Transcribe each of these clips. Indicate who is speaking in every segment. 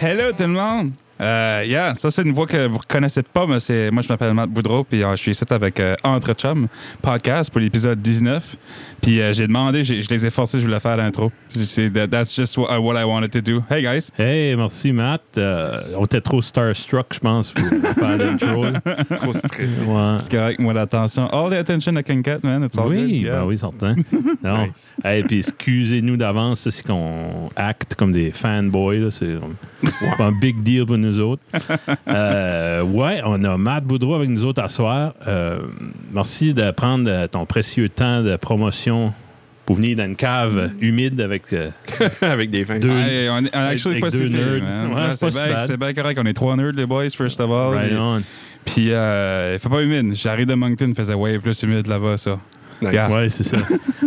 Speaker 1: Hello tout le monde! Euh, yeah, ça c'est une voix que vous reconnaissez pas, mais c'est moi je m'appelle Matt Boudreau, puis euh, je suis ici avec euh, Entre Chum podcast pour l'épisode 19. Puis euh, j'ai demandé, j'ai- je les ai forcés, je voulais faire l'intro. C'est- that- That's just what I, what I wanted to do. Hey guys!
Speaker 2: Hey, merci Matt. Euh, on était trop starstruck, je pense, pour faire l'intro. là.
Speaker 3: trop stressé.
Speaker 2: Ouais.
Speaker 1: C'est correct, moi l'attention. All the attention I can get, man. It's all good.
Speaker 2: Oui,
Speaker 1: Yeah.
Speaker 2: ben oui, certain. Non. Hey, puis excusez-nous d'avance là, si qu'on acte comme des fanboys. là, C'est c'est un big deal pour nous autres. Euh, ouais, on a Matt Boudreau avec nous autres à soir. Euh, merci de prendre euh, ton précieux temps de promotion pour venir dans une cave humide avec euh,
Speaker 3: Avec des vins.
Speaker 2: deux,
Speaker 1: Hey, on est on est actually
Speaker 2: Avec
Speaker 1: pas
Speaker 2: deux
Speaker 1: si pire,
Speaker 2: nerds.
Speaker 1: man.
Speaker 2: Ouais,
Speaker 1: Ouais,
Speaker 2: c'est
Speaker 1: c'est
Speaker 2: pas si
Speaker 1: bien-
Speaker 2: bad.
Speaker 1: C'est bien correct, on est trois nerds les boys, first of all.
Speaker 2: Right on.
Speaker 1: Puis euh, il fait pas humide. J'arrive de Moncton, il faisait way plus humide là-bas, ça.
Speaker 3: Nice.
Speaker 1: Yeah.
Speaker 2: Ouais, c'est ça.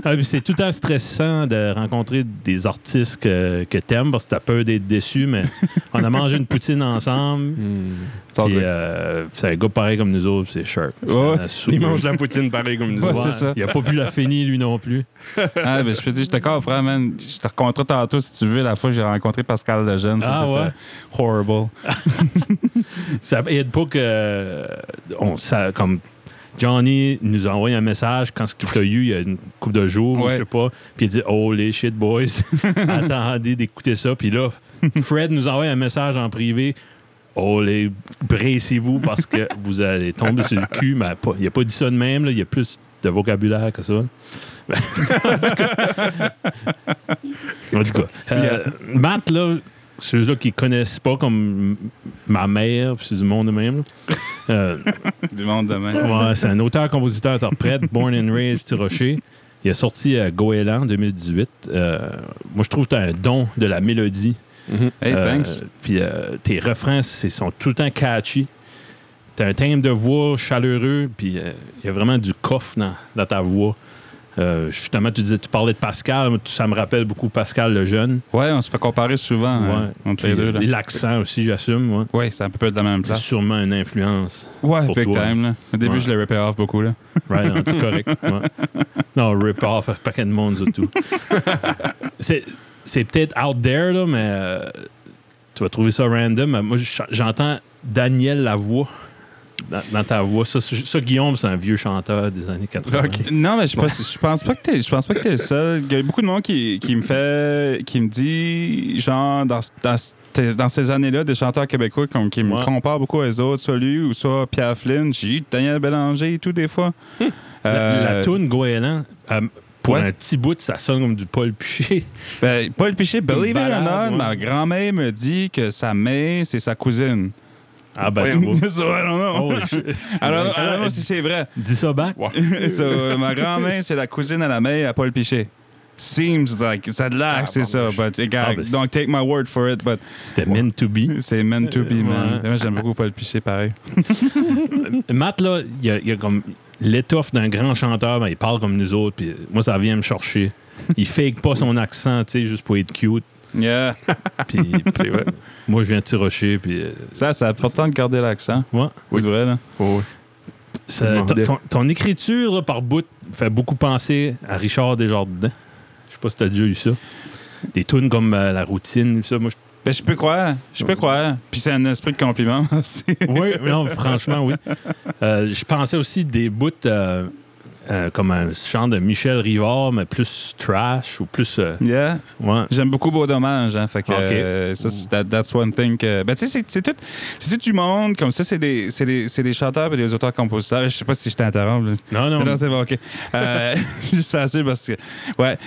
Speaker 2: Ah, puis c'est tout le temps stressant de rencontrer des artistes que, que t'aimes parce que t'as peur d'être déçu, mais on a mangé une poutine ensemble.
Speaker 3: Hmm.
Speaker 1: It's all
Speaker 2: Puis,
Speaker 1: good.
Speaker 2: euh, c'est un gars pareil comme nous autres, c'est sharp.
Speaker 1: Ouais.
Speaker 3: Il mange de la poutine pareil comme nous
Speaker 1: Ouais,
Speaker 3: autres.
Speaker 1: c'est ça.
Speaker 2: Il a pas pu la finir, lui non plus.
Speaker 1: Ah, ben, je te dis, je te comprends, man. Je te rencontrerai tantôt si tu veux. La fois que j'ai rencontré Pascal Lejeune, ça,
Speaker 2: Ah,
Speaker 1: c'était
Speaker 2: ouais?
Speaker 1: horrible.
Speaker 2: Ça aide pas que. euh, On, ça, comme Johnny nous a envoyé un message quand il t'a eu il y a une couple de jours, ou
Speaker 1: Ouais.
Speaker 2: je sais pas, puis il dit Holy shit, boys, attendez d'écouter ça. Puis là, Fred nous envoie un message en privé Holy, bracez-vous parce que vous allez tomber sur le cul. Mais pas- il a pas dit ça de même, là, il y a plus de vocabulaire que ça. En tout cas, euh, Matt, là, ceux-là qui connaissent pas, comme ma mère, puis c'est du monde de même, là, euh,
Speaker 1: Du monde demain.
Speaker 2: Ouais, c'est un auteur, compositeur, interprète, born and raised, Tirocher. Il a sorti euh, Goéland en 2018. Euh, moi, je trouve que tu as un don de la mélodie.
Speaker 1: Hey,
Speaker 2: Euh,
Speaker 1: thanks.
Speaker 2: Puis euh, tes refrains, c'est sont tout le temps catchy. Tu as un timbre de voix chaleureux, puis euh, il y a vraiment du coffre dans, dans ta voix. Euh, justement, tu disais, tu parlais de Pascal, moi, tu- ça me rappelle beaucoup Pascal le jeune.
Speaker 1: Ouais, on se fait comparer souvent hein, entre les
Speaker 2: Puis,
Speaker 1: deux.
Speaker 2: euh,
Speaker 1: Là.
Speaker 2: L'accent aussi, j'assume. ouais.
Speaker 1: Ouais, c'est un peu de la même
Speaker 2: C'est
Speaker 1: place.
Speaker 2: sûrement une influence.
Speaker 1: Ouais,
Speaker 2: pour
Speaker 1: big
Speaker 2: toi.
Speaker 1: time. Là. Au début,
Speaker 2: Ouais.
Speaker 1: je le rippais off beaucoup. Là.
Speaker 2: Right, non, c'est correct. ouais. Non, rip off un paquet de monde, surtout. c'est, c'est peut-être out there, là, mais euh, tu vas trouver ça random. mais Moi, je- j'entends Daniel Lavoie dans, dans ta voix. Ça, c'est- ça, Guillaume, c'est un vieux chanteur des années 80.
Speaker 1: Non, mais je pense, je pense pas que t'es, je pense pas que t'es le seul. Il y a beaucoup de monde qui, qui me fait, qui me dit, genre, dans, dans, ces- dans ces années-là, des chanteurs québécois comme, qui me
Speaker 2: Ouais.
Speaker 1: comparent beaucoup aux autres, soit lui ou soit Pierre Flynn, j'ai eu Daniel Bélanger et tout, des fois.
Speaker 2: Hum. La,
Speaker 1: Euh,
Speaker 2: la toune Goéland, euh, pour
Speaker 1: Ouais.
Speaker 2: un petit bout, ça sonne comme du Paul Piché.
Speaker 1: Ben, Paul Piché, believe it or
Speaker 2: balade,
Speaker 1: not,
Speaker 2: ouais.
Speaker 1: ma grand-mère me dit que sa mère, c'est sa cousine.
Speaker 2: Ah, ben, tu vois.
Speaker 1: So, I don't know.
Speaker 2: Oh, je-
Speaker 1: I don't know- I don't know si c'est vrai.
Speaker 2: dis ça back.
Speaker 1: So, euh, ma grand-mère, c'est la cousine à la mère à Paul Piché. Seems like, ça de l'air que c'est ça, but
Speaker 2: Ah,
Speaker 1: regarde,
Speaker 2: ben, c'est-
Speaker 1: don't take my word for it, but
Speaker 2: C'était meant to be.
Speaker 1: c'est meant to be,
Speaker 2: Euh,
Speaker 1: man.
Speaker 2: ouais.
Speaker 1: Moi, j'aime beaucoup Paul Piché, pareil.
Speaker 2: Matt, là, il y a, il y a comme l'étoffe d'un grand chanteur, mais il parle comme nous autres, puis moi, ça vient me chercher. Il fake pas son accent, tu sais, juste pour être cute.
Speaker 1: Yeah,
Speaker 2: Puis, c'est vrai. Moi, je viens de Tirocher, puis. euh,
Speaker 1: ça, c'est important de garder l'accent.
Speaker 2: ouais.
Speaker 1: Oui, de vrai, là.
Speaker 3: Oh, ouais.
Speaker 2: Ça-
Speaker 3: Bon,
Speaker 2: ton-
Speaker 3: de-
Speaker 2: ton, ton écriture, là, par bout, fait beaucoup penser à Richard Desjardins. Je sais pas si t'as déjà eu ça. Des tunes comme euh, La Routine, puis ça. Moi, je-
Speaker 1: Ben, je peux croire, je peux croire. Puis c'est un esprit de compliment. C'est-
Speaker 2: oui, non, franchement, oui. Euh, je pensais aussi des bouts euh, euh, comme un chant de Michel Rivard, mais plus trash ou plus. euh,
Speaker 1: yeah.
Speaker 2: ouais.
Speaker 1: J'aime beaucoup Beau Dommage, hein, fait que
Speaker 2: Ok.
Speaker 1: euh, ça, c'est- that- that's one thing que... Ben, tu sais, c'est- c'est tout, c'est tout du monde, comme ça, c'est des, c'est des, c'est des chanteurs et des auteurs-compositeurs. Je sais pas si je t'interromps, là.
Speaker 2: Non, non.
Speaker 1: Non, c'est bon, OK. Euh, juste faire sûr parce que... Ouais.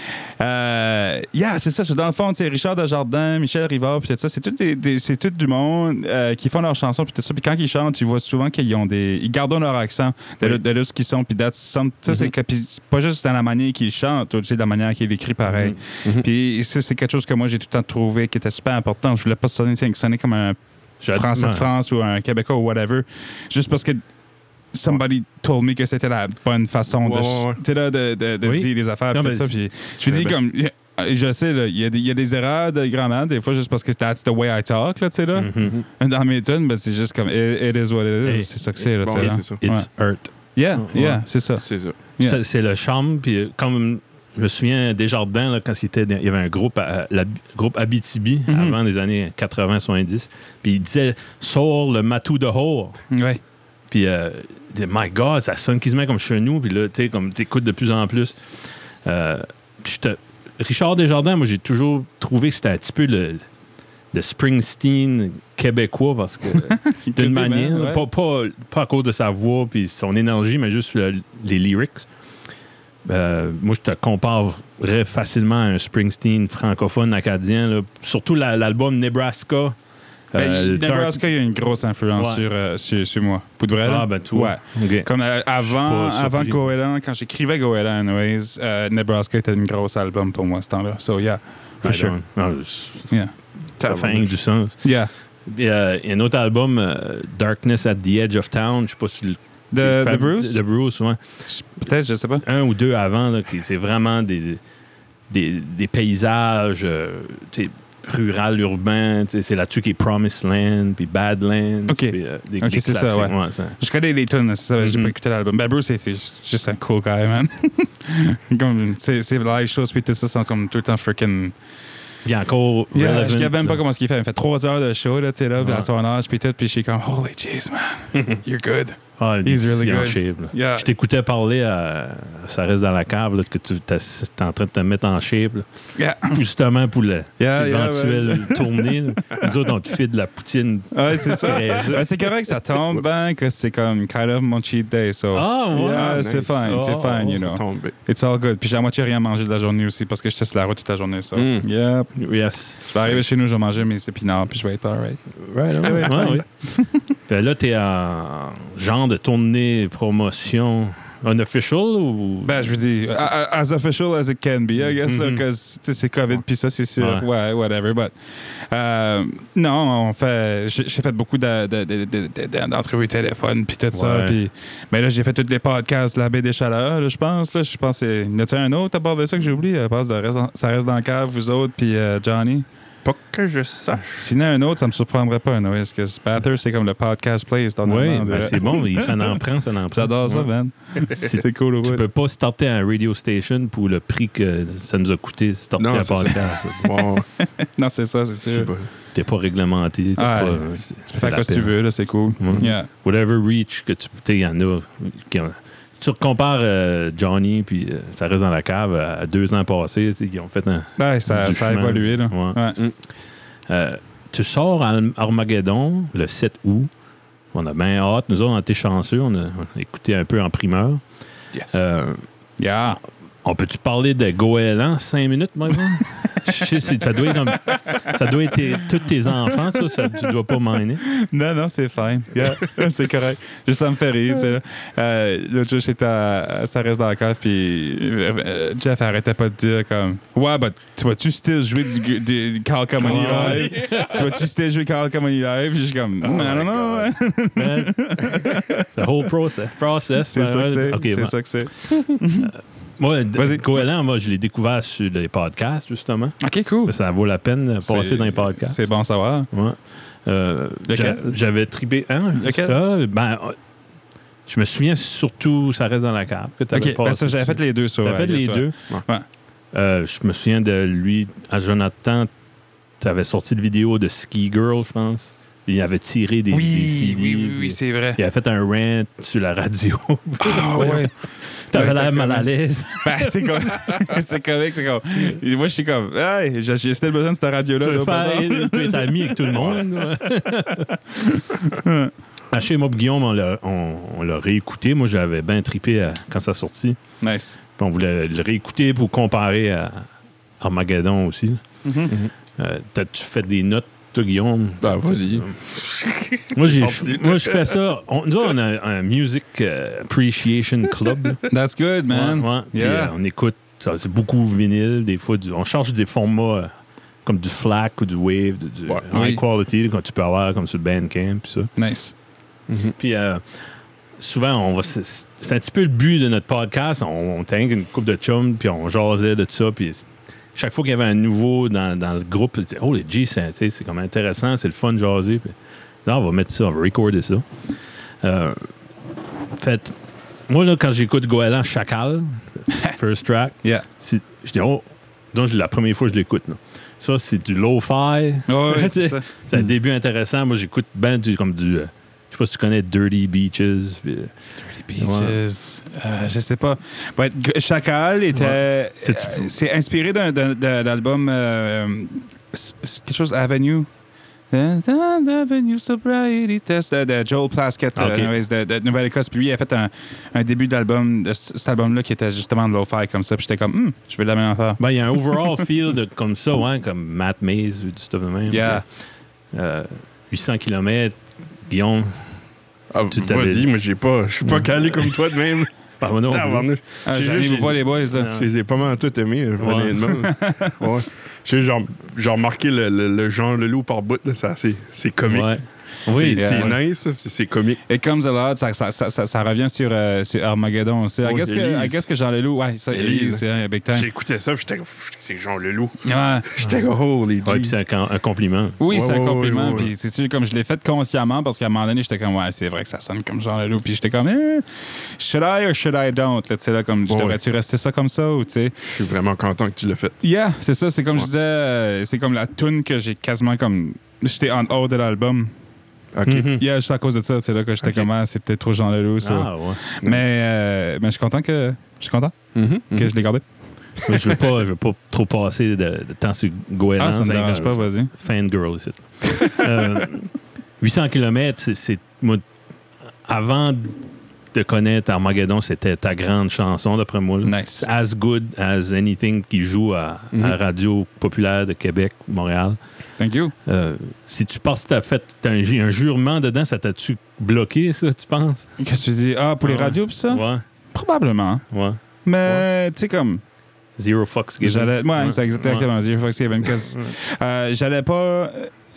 Speaker 1: Euh, yeah, c'est ça. c'est Dans le fond, c'est Richard Desjardins, Michel Rivard, puis tout ça. C'est tout, des, des- c'est tout du monde euh, qui font leurs chansons, puis tout ça. Puis quand ils chantent, tu vois souvent qu'ils ont des... Ils gardent leur accent de, là- de là ce qu'ils sont, puis that's some- Ça,
Speaker 2: Mm-hmm.
Speaker 1: c'est que- puis c'est pas juste dans la manière qu'ils chantent, aussi de la manière qu'ils écrivent pareil.
Speaker 3: Mhm.
Speaker 1: Puis ça, c'est quelque chose que moi, j'ai tout le temps trouvé qui était super important. Je voulais pas sonner, sonner comme un
Speaker 2: J'adore.
Speaker 1: Français
Speaker 2: Ouais.
Speaker 1: de France ou un Québécois ou whatever, juste parce que somebody told me que c'était la bonne façon de,
Speaker 3: Ouais, ouais, ouais.
Speaker 1: tu sais, là, de, de- de
Speaker 2: Oui.
Speaker 1: dire les affaires.
Speaker 2: Non,
Speaker 1: puis
Speaker 2: mais
Speaker 1: tout ça,
Speaker 2: c'est-
Speaker 1: puis je me dis
Speaker 3: Eh ben.
Speaker 1: comme, je sais, là, il y, a des- il y a des erreurs de grand-mère, des fois, juste parce que that's the way I talk, là, tu sais, là.
Speaker 2: Mhm.
Speaker 1: Dans mes tunes, ben, c'est juste comme, it, it is what it is.
Speaker 2: Mm. Hey.
Speaker 1: c'est ça que c'est, là,
Speaker 3: Bon,
Speaker 1: tu sais,
Speaker 3: ouais,
Speaker 1: là.
Speaker 3: c'est ça.
Speaker 2: It's hurt.
Speaker 1: Yeah,
Speaker 2: Ouais.
Speaker 1: yeah, c'est ça.
Speaker 3: C'est ça.
Speaker 1: Yeah.
Speaker 2: C'est- C'est le charme. Puis euh, comme je me souviens, Desjardins, là, quand il, était dans- il y avait un groupe, à- la- groupe Abitibi
Speaker 1: Mhm.
Speaker 2: avant les années 80-70, puis il disait Sors le matou de Hore.
Speaker 1: Ouais.
Speaker 2: Puis, euh, il disait, My God, ça sonne quasiment comme chez nous. Puis là, tu sais, comme t'écoutes de plus en plus. Euh, puis j'étais- Richard Desjardins, moi, j'ai toujours trouvé que c'était un petit peu le, le Springsteen québécois parce que. D'une manière,
Speaker 1: Ouais.
Speaker 2: pas, pas, pas à cause de sa voix puis son énergie, mais juste le- les lyrics. Euh, moi, je te comparerais facilement à un Springsteen francophone acadien, là. surtout la- l'album Nebraska.
Speaker 1: Ben,
Speaker 2: euh, le Dark-
Speaker 1: Nebraska, il y a une grosse influence
Speaker 2: Ouais.
Speaker 1: sur, euh, sur, sur moi. Pour de vrai, là.
Speaker 2: Ah, ben, tout.
Speaker 1: Ouais.
Speaker 2: Ok.
Speaker 1: Comme euh, avant,
Speaker 2: Je suis pas
Speaker 1: avant
Speaker 2: surpris.
Speaker 1: Goéland, quand j'écrivais Goéland, anyways, euh, Nebraska était un gros album pour moi, ce temps-là. So, yeah, for
Speaker 2: I
Speaker 1: sure.
Speaker 2: don't- non, Ah, c'est-
Speaker 1: Yeah.
Speaker 2: Ça fait rien que du sens.
Speaker 1: Yeah.
Speaker 2: Il y a un autre album, euh, Darkness at the Edge of Town. Je sais pas si le.
Speaker 1: The,
Speaker 2: le-
Speaker 1: the Bruce?
Speaker 2: The Bruce, ouais.
Speaker 1: Peut-être, je sais pas.
Speaker 2: un ou deux avant, là, qui c'est vraiment des, des, des paysages euh, tu sais, rural, urbain. tu sais, C'est là-dessus qui est Promised Land, puis Badlands.
Speaker 1: OK.
Speaker 2: puis, euh, des,
Speaker 1: OK,
Speaker 2: des
Speaker 1: c'est ça,
Speaker 2: classiques,
Speaker 1: ouais. Je connais les tunes, c'est ça, j'ai
Speaker 2: Mhm.
Speaker 1: pas écouté l'album. Ben, Bruce, c'est c'est juste un cool guy, man. comme, c'est c'est live shows, puis tout ça, sont comme tout le temps freaking.
Speaker 2: Puis encore
Speaker 1: Yeah,
Speaker 2: relevant,
Speaker 1: je ne même
Speaker 2: ça.
Speaker 1: pas comment ce qu'il fait. Il me fait trois heures de show, là, tu sais, là, puis à
Speaker 2: Ouais.
Speaker 1: son âge, puis tout, puis je suis comme, holy jeez, man, you're good.
Speaker 2: Ah, il
Speaker 1: He's
Speaker 2: est
Speaker 1: really
Speaker 2: en
Speaker 1: good.
Speaker 2: shape, là.
Speaker 1: Yeah.
Speaker 2: Je t'écoutais parler, à, ça reste dans la cave, là, que tu es en train de te mettre en shape, là,
Speaker 1: Yeah. Ah,
Speaker 2: justement pour le-
Speaker 1: Yeah, yeah,
Speaker 2: l'éventuelle tournée. là. Nous autres, on te fait de la poutine.
Speaker 1: ouais. Ouais, c'est ça.
Speaker 2: fraise.
Speaker 1: Ouais, c'est correct, ça tombe bien que c'est comme kind of mon cheat day, so.
Speaker 2: Ah, ouais!
Speaker 1: Yeah,
Speaker 3: nice.
Speaker 1: c'est fine, c'est
Speaker 2: Oh,
Speaker 1: fine, you
Speaker 3: C'est
Speaker 1: know.
Speaker 3: tombé.
Speaker 1: It's all good. Puis j'ai à moitié rien mangé de la journée aussi parce que j'étais sur la route toute la journée, ça.
Speaker 3: Mm.
Speaker 1: Yep.
Speaker 2: Yes.
Speaker 1: Je vais arriver chez nous, je vais manger mes épinards, puis je vais être alright.
Speaker 2: Right, ouais, ouais. Fait ah, Ben là, t'es en genre de tournée promotion unofficial ou.
Speaker 1: Ben, je veux dire, a- a- as official as it can be, I guess, là,
Speaker 2: Mhm.
Speaker 1: because, tu sais, c'est COVID, puis ça, c'est sûr.
Speaker 2: Ouais.
Speaker 1: Ouais, whatever, but... euh, non, on fait... J'ai j'ai fait beaucoup de- de- de- de- de- de- d'entrevues téléphone, puis tout ça,
Speaker 2: Ouais.
Speaker 1: puis... Mais là, j'ai fait tous les podcasts, la baie des chaleurs, là, je pense, là, je pense... c'est- Y a-tu un autre à part de ça que j'ai oublié? À part de Reste dans- Ça reste dans la cave, vous autres, puis euh, Johnny?
Speaker 3: Pas que je sache.
Speaker 1: Sinon, un autre, ça me surprendrait pas, Noé, parce que Spatter, c'est comme le podcast place. dans le
Speaker 2: oui,
Speaker 1: monde,
Speaker 2: ben,
Speaker 1: là.
Speaker 2: c'est bon, il- ça en prend, ça en prend.
Speaker 1: J'adore ça,
Speaker 2: Ouais.
Speaker 1: man.
Speaker 2: C'est-
Speaker 1: C'est cool,
Speaker 2: Tu
Speaker 1: ouais.
Speaker 2: peux pas starter un radio station pour le prix que ça nous a coûté starter
Speaker 3: Non,
Speaker 2: un
Speaker 3: c'est ça.
Speaker 2: podcast.
Speaker 3: Wow,
Speaker 1: Non, c'est ça, c'est
Speaker 3: c'est
Speaker 1: sûr.
Speaker 3: bon.
Speaker 2: T'es pas réglementé. t'es
Speaker 1: Ah,
Speaker 2: pas,
Speaker 1: ouais.
Speaker 2: c'est-
Speaker 1: Tu
Speaker 2: c'est
Speaker 1: fais
Speaker 2: la
Speaker 1: quoi si tu
Speaker 2: peine.
Speaker 1: veux, là, c'est cool.
Speaker 2: Ouais.
Speaker 1: Yeah.
Speaker 2: Whatever reach que tu peux, il y en a. qui ont- tu compares euh, Johnny, puis euh, ça reste dans la cave, à deux ans passés, tu sais, ils ont fait un,
Speaker 1: Ouais, ça,
Speaker 2: Du
Speaker 1: ça a
Speaker 2: chemin.
Speaker 1: évolué, là.
Speaker 2: Ouais.
Speaker 1: Ouais.
Speaker 2: Euh, tu sors à Armageddon le 7 août. On a bien hâte. Nous autres, on a été chanceux. On a, on a écouté un peu en primeur.
Speaker 3: Yes.
Speaker 2: Euh,
Speaker 1: Yeah.
Speaker 2: on peut-tu parler de Goéland cinq minutes, moi? Je sais, si- ça doit être, comme- ça doit être tes- tous tes enfants, ça, ça, tu dois pas miner.
Speaker 1: Non, non, c'est fine. Yeah. c'est correct. Juste, ça me fait rire, tu sais, là. Euh, L'autre jour, j'étais à, à- Ça reste dans la cave, puis euh, Jeff arrêtait pas de dire, comme, ouais, bah, tu vas-tu still jouer du, gu- du, du Carl Camoni
Speaker 2: Ouais. Oh
Speaker 1: live? tu vas-tu still jouer Carl Camoni live? Puis je suis comme, I don't
Speaker 3: my
Speaker 1: know.
Speaker 3: God.
Speaker 2: Man, The whole process. process
Speaker 1: C'est ça que c'est.
Speaker 2: Ok,
Speaker 1: c'est
Speaker 2: bon.
Speaker 1: ça que c'est.
Speaker 2: Moi,
Speaker 1: Vas-y.
Speaker 2: Goéland, moi, je l'ai découvert sur les podcasts, justement.
Speaker 1: OK, cool.
Speaker 2: Ça vaut la peine de
Speaker 1: C'est-
Speaker 2: passer dans les podcasts.
Speaker 1: C'est bon à savoir.
Speaker 2: Ouais. Euh,
Speaker 1: Lequel?
Speaker 2: j'a- J'avais tripé. Hein?
Speaker 1: Lequel?
Speaker 2: Ah, ben, euh, je me souviens surtout Ça reste dans la cave que t'avais
Speaker 1: OK, ben
Speaker 2: passé
Speaker 1: ça, j'avais fait
Speaker 2: dessus.
Speaker 1: les deux, ça.
Speaker 2: T'avais
Speaker 1: ouais,
Speaker 2: fait les
Speaker 1: ça.
Speaker 2: deux.
Speaker 1: Ouais.
Speaker 2: Euh, je me souviens de lui, à Jonathan, t'avais sorti de vidéo de Ski Girl, je pense. Il avait tiré des. des
Speaker 1: Oui,
Speaker 2: CD,
Speaker 1: oui, oui, oui,
Speaker 2: puis
Speaker 1: c'est vrai.
Speaker 2: Il avait fait un rant sur la radio.
Speaker 1: Ah
Speaker 2: Ouais.
Speaker 3: hein?
Speaker 1: ouais.
Speaker 2: T'avais
Speaker 1: Ouais,
Speaker 2: l'air
Speaker 1: c'est
Speaker 2: mal à
Speaker 1: vrai.
Speaker 2: l'aise.
Speaker 1: Ben, c'est comme. c'est correct, c'est comme. Et Moi, je suis comme. Hey, j'ai j'ai still besoin de cette
Speaker 2: Tu
Speaker 1: radio-là.
Speaker 2: veux
Speaker 1: là, au
Speaker 2: faire-
Speaker 1: présent.
Speaker 2: tu es ami avec tout le monde. là. Ah, Chez moi, pis Guillaume, on l'a, on- on l'a réécouté. Moi, j'avais bien trippé à- quand ça sortit.
Speaker 1: Nice.
Speaker 2: Puis on voulait le réécouter pour comparer à Armageddon aussi.
Speaker 1: Mhm.
Speaker 2: Euh, t'as-tu fait des notes, toi, Guillaume?
Speaker 3: Ben, vas-y.
Speaker 2: Moi, j'ai,
Speaker 3: Parti.
Speaker 2: moi, je fais ça. On, nous autres, on a un Music euh, Appreciation Club. là.
Speaker 1: That's good, man.
Speaker 2: Ouais, ouais. Puis,
Speaker 1: Yeah.
Speaker 2: euh, on écoute, ça, c'est beaucoup vinyle, des fois, du- on change des formats euh, comme du FLAC ou du Wave, du, du
Speaker 3: Ouais,
Speaker 2: high
Speaker 1: oui.
Speaker 2: quality que tu peux avoir comme sur le Bandcamp, puis ça.
Speaker 1: Nice.
Speaker 2: Puis euh, souvent, on va, c'est, c'est un petit peu le but de notre podcast. On, on tangue une coupe de chums, puis on jasait de ça. Puis c'est- chaque fois qu'il y avait un nouveau dans, dans le groupe, on disait, oh, les G, c'est, tu sais, c'est comme intéressant, c'est le fun de jaser. Puis là, on va mettre ça, on va recorder ça. Euh, fait, moi, là, quand j'écoute Goéland Chacal, first track,
Speaker 1: Yeah.
Speaker 2: c'est- je dis, oh, donc la première fois que je l'écoute. là. Ça, c'est du low-fi.
Speaker 1: Ouais, ouais, c'est ça.
Speaker 2: c'est un début intéressant. Moi, j'écoute ben du, comme du. euh, je sais pas si tu connais Dirty Beaches. puis, euh,
Speaker 1: Beaches. Euh, je sais pas. Ouais, G- Chacal était.
Speaker 2: Ouais. C'est-
Speaker 1: euh, C'est inspiré d'un d'un- d'un- d'un album. euh, euh, c'est- c'est quelque chose Avenue. Da- da- da- Avenue Sobriety Test de, de Joel Plaskett
Speaker 2: Ah, ok.
Speaker 1: euh, de, de Nouvelle-Écosse. Puis lui, il a fait un, un début d'album, de c- cet album-là, qui était justement de lo-fi comme ça. Puis j'étais comme, Hum, je veux la même affaire.
Speaker 2: Ben, il y a un overall feel de- comme ça, ouais, comme Matt Maze ou du stuff de même.
Speaker 1: Yeah.
Speaker 2: Euh, 800 km, Guillaume.
Speaker 3: Ah,
Speaker 2: Tu t'avais-
Speaker 3: vas-y, moi, j'ai pas. Je suis pas calé comme toi de même.
Speaker 2: Ah, ben non,
Speaker 3: Tabarnouche.
Speaker 1: Ah,
Speaker 3: J'ai
Speaker 1: J'arrive
Speaker 3: juste-
Speaker 1: vous voir les boys, là.
Speaker 3: Je les ai pas mal tout aimés,
Speaker 2: Ouais.
Speaker 3: honnêtement. ouais. Tu sais, genre, j'ai remarqué le, le, le genre le loup par bout, là, ça, c'est, c'est comique.
Speaker 2: Ouais.
Speaker 3: C'est,
Speaker 2: Oui,
Speaker 3: c'est
Speaker 1: yeah.
Speaker 3: nice, ça, c'est, c'est comique.
Speaker 1: It Comes Aloud, ça, ça, ça, ça, ça revient sur, euh, sur Armageddon aussi. I
Speaker 3: Oh,
Speaker 1: guess que, I
Speaker 3: Elise.
Speaker 1: guess que Jean Leloup, ouais, ça,
Speaker 3: Elise.
Speaker 1: Elise, hein, big time.
Speaker 3: J'écoutais ça, puis j'étais comme, Pff, c'est Jean Leloup.
Speaker 1: Ouais.
Speaker 3: J'étais comme, holy
Speaker 2: Ouais, puis
Speaker 3: jeez.
Speaker 2: c'est un, com- un compliment.
Speaker 1: Oui,
Speaker 3: Ouais,
Speaker 1: c'est un
Speaker 3: ouais,
Speaker 1: compliment.
Speaker 3: ouais, ouais, ouais.
Speaker 1: Puis, c'est sûr, comme je l'ai fait consciemment, parce qu'à un moment donné, j'étais comme, ouais, c'est vrai que ça sonne comme Jean Leloup. Puis j'étais comme, eh, should I or should I don't? Là, tu sais, là, comme, je
Speaker 3: Ouais.
Speaker 1: devrais-tu rester ça comme ça ou, tu sais?
Speaker 3: Je suis vraiment content que tu l'as fait.
Speaker 1: Yeah, c'est ça. C'est comme je disais, euh, c'est comme la tune que j'ai quasiment comme. J'étais en haut de l'album.
Speaker 3: OK.
Speaker 2: Mhm.
Speaker 1: Yeah, juste à cause de ça, c'est là que j'étais
Speaker 3: Ok.
Speaker 1: comme, ah, c'est peut-être trop Jean Leloup, ça.
Speaker 2: Ah, ouais.
Speaker 1: Mais, euh, mais je suis content que. Je suis content
Speaker 3: Mhm.
Speaker 2: Mm-hmm.
Speaker 1: que je l'ai gardé.
Speaker 2: Mais je veux pas, je veux pas trop passer de, de temps sur Goéland.
Speaker 1: Ah, ça me
Speaker 2: c'est
Speaker 1: dérange
Speaker 2: un
Speaker 1: pas, vas-y.
Speaker 2: Fangirl, ici. Euh, 800 km, c'est, moi, avant de connaître Armageddon, c'était ta grande chanson, d'après moi. là.
Speaker 1: Nice. Mm-hmm.
Speaker 2: As good as anything qui joue à,
Speaker 3: Mhm.
Speaker 2: à Radio Populaire de Québec, Montréal.
Speaker 1: Thank you.
Speaker 2: Euh, si tu penses que tu as fait t'as un, ju- un jurement dedans, ça t'a-tu bloqué, ça, tu penses?
Speaker 1: Qu'est-ce que tu dis? Ah, pour les
Speaker 2: Ah ouais.
Speaker 1: radios, pis ça?
Speaker 2: Ouais,
Speaker 1: Probablement.
Speaker 2: ouais.
Speaker 1: Mais, tu sais, comme.
Speaker 2: Zero fucks given.
Speaker 1: J'allais, ouais,
Speaker 2: Ouais.
Speaker 1: c'est exactement. Zero Fox Seven, 'cause, euh, j'allais pas.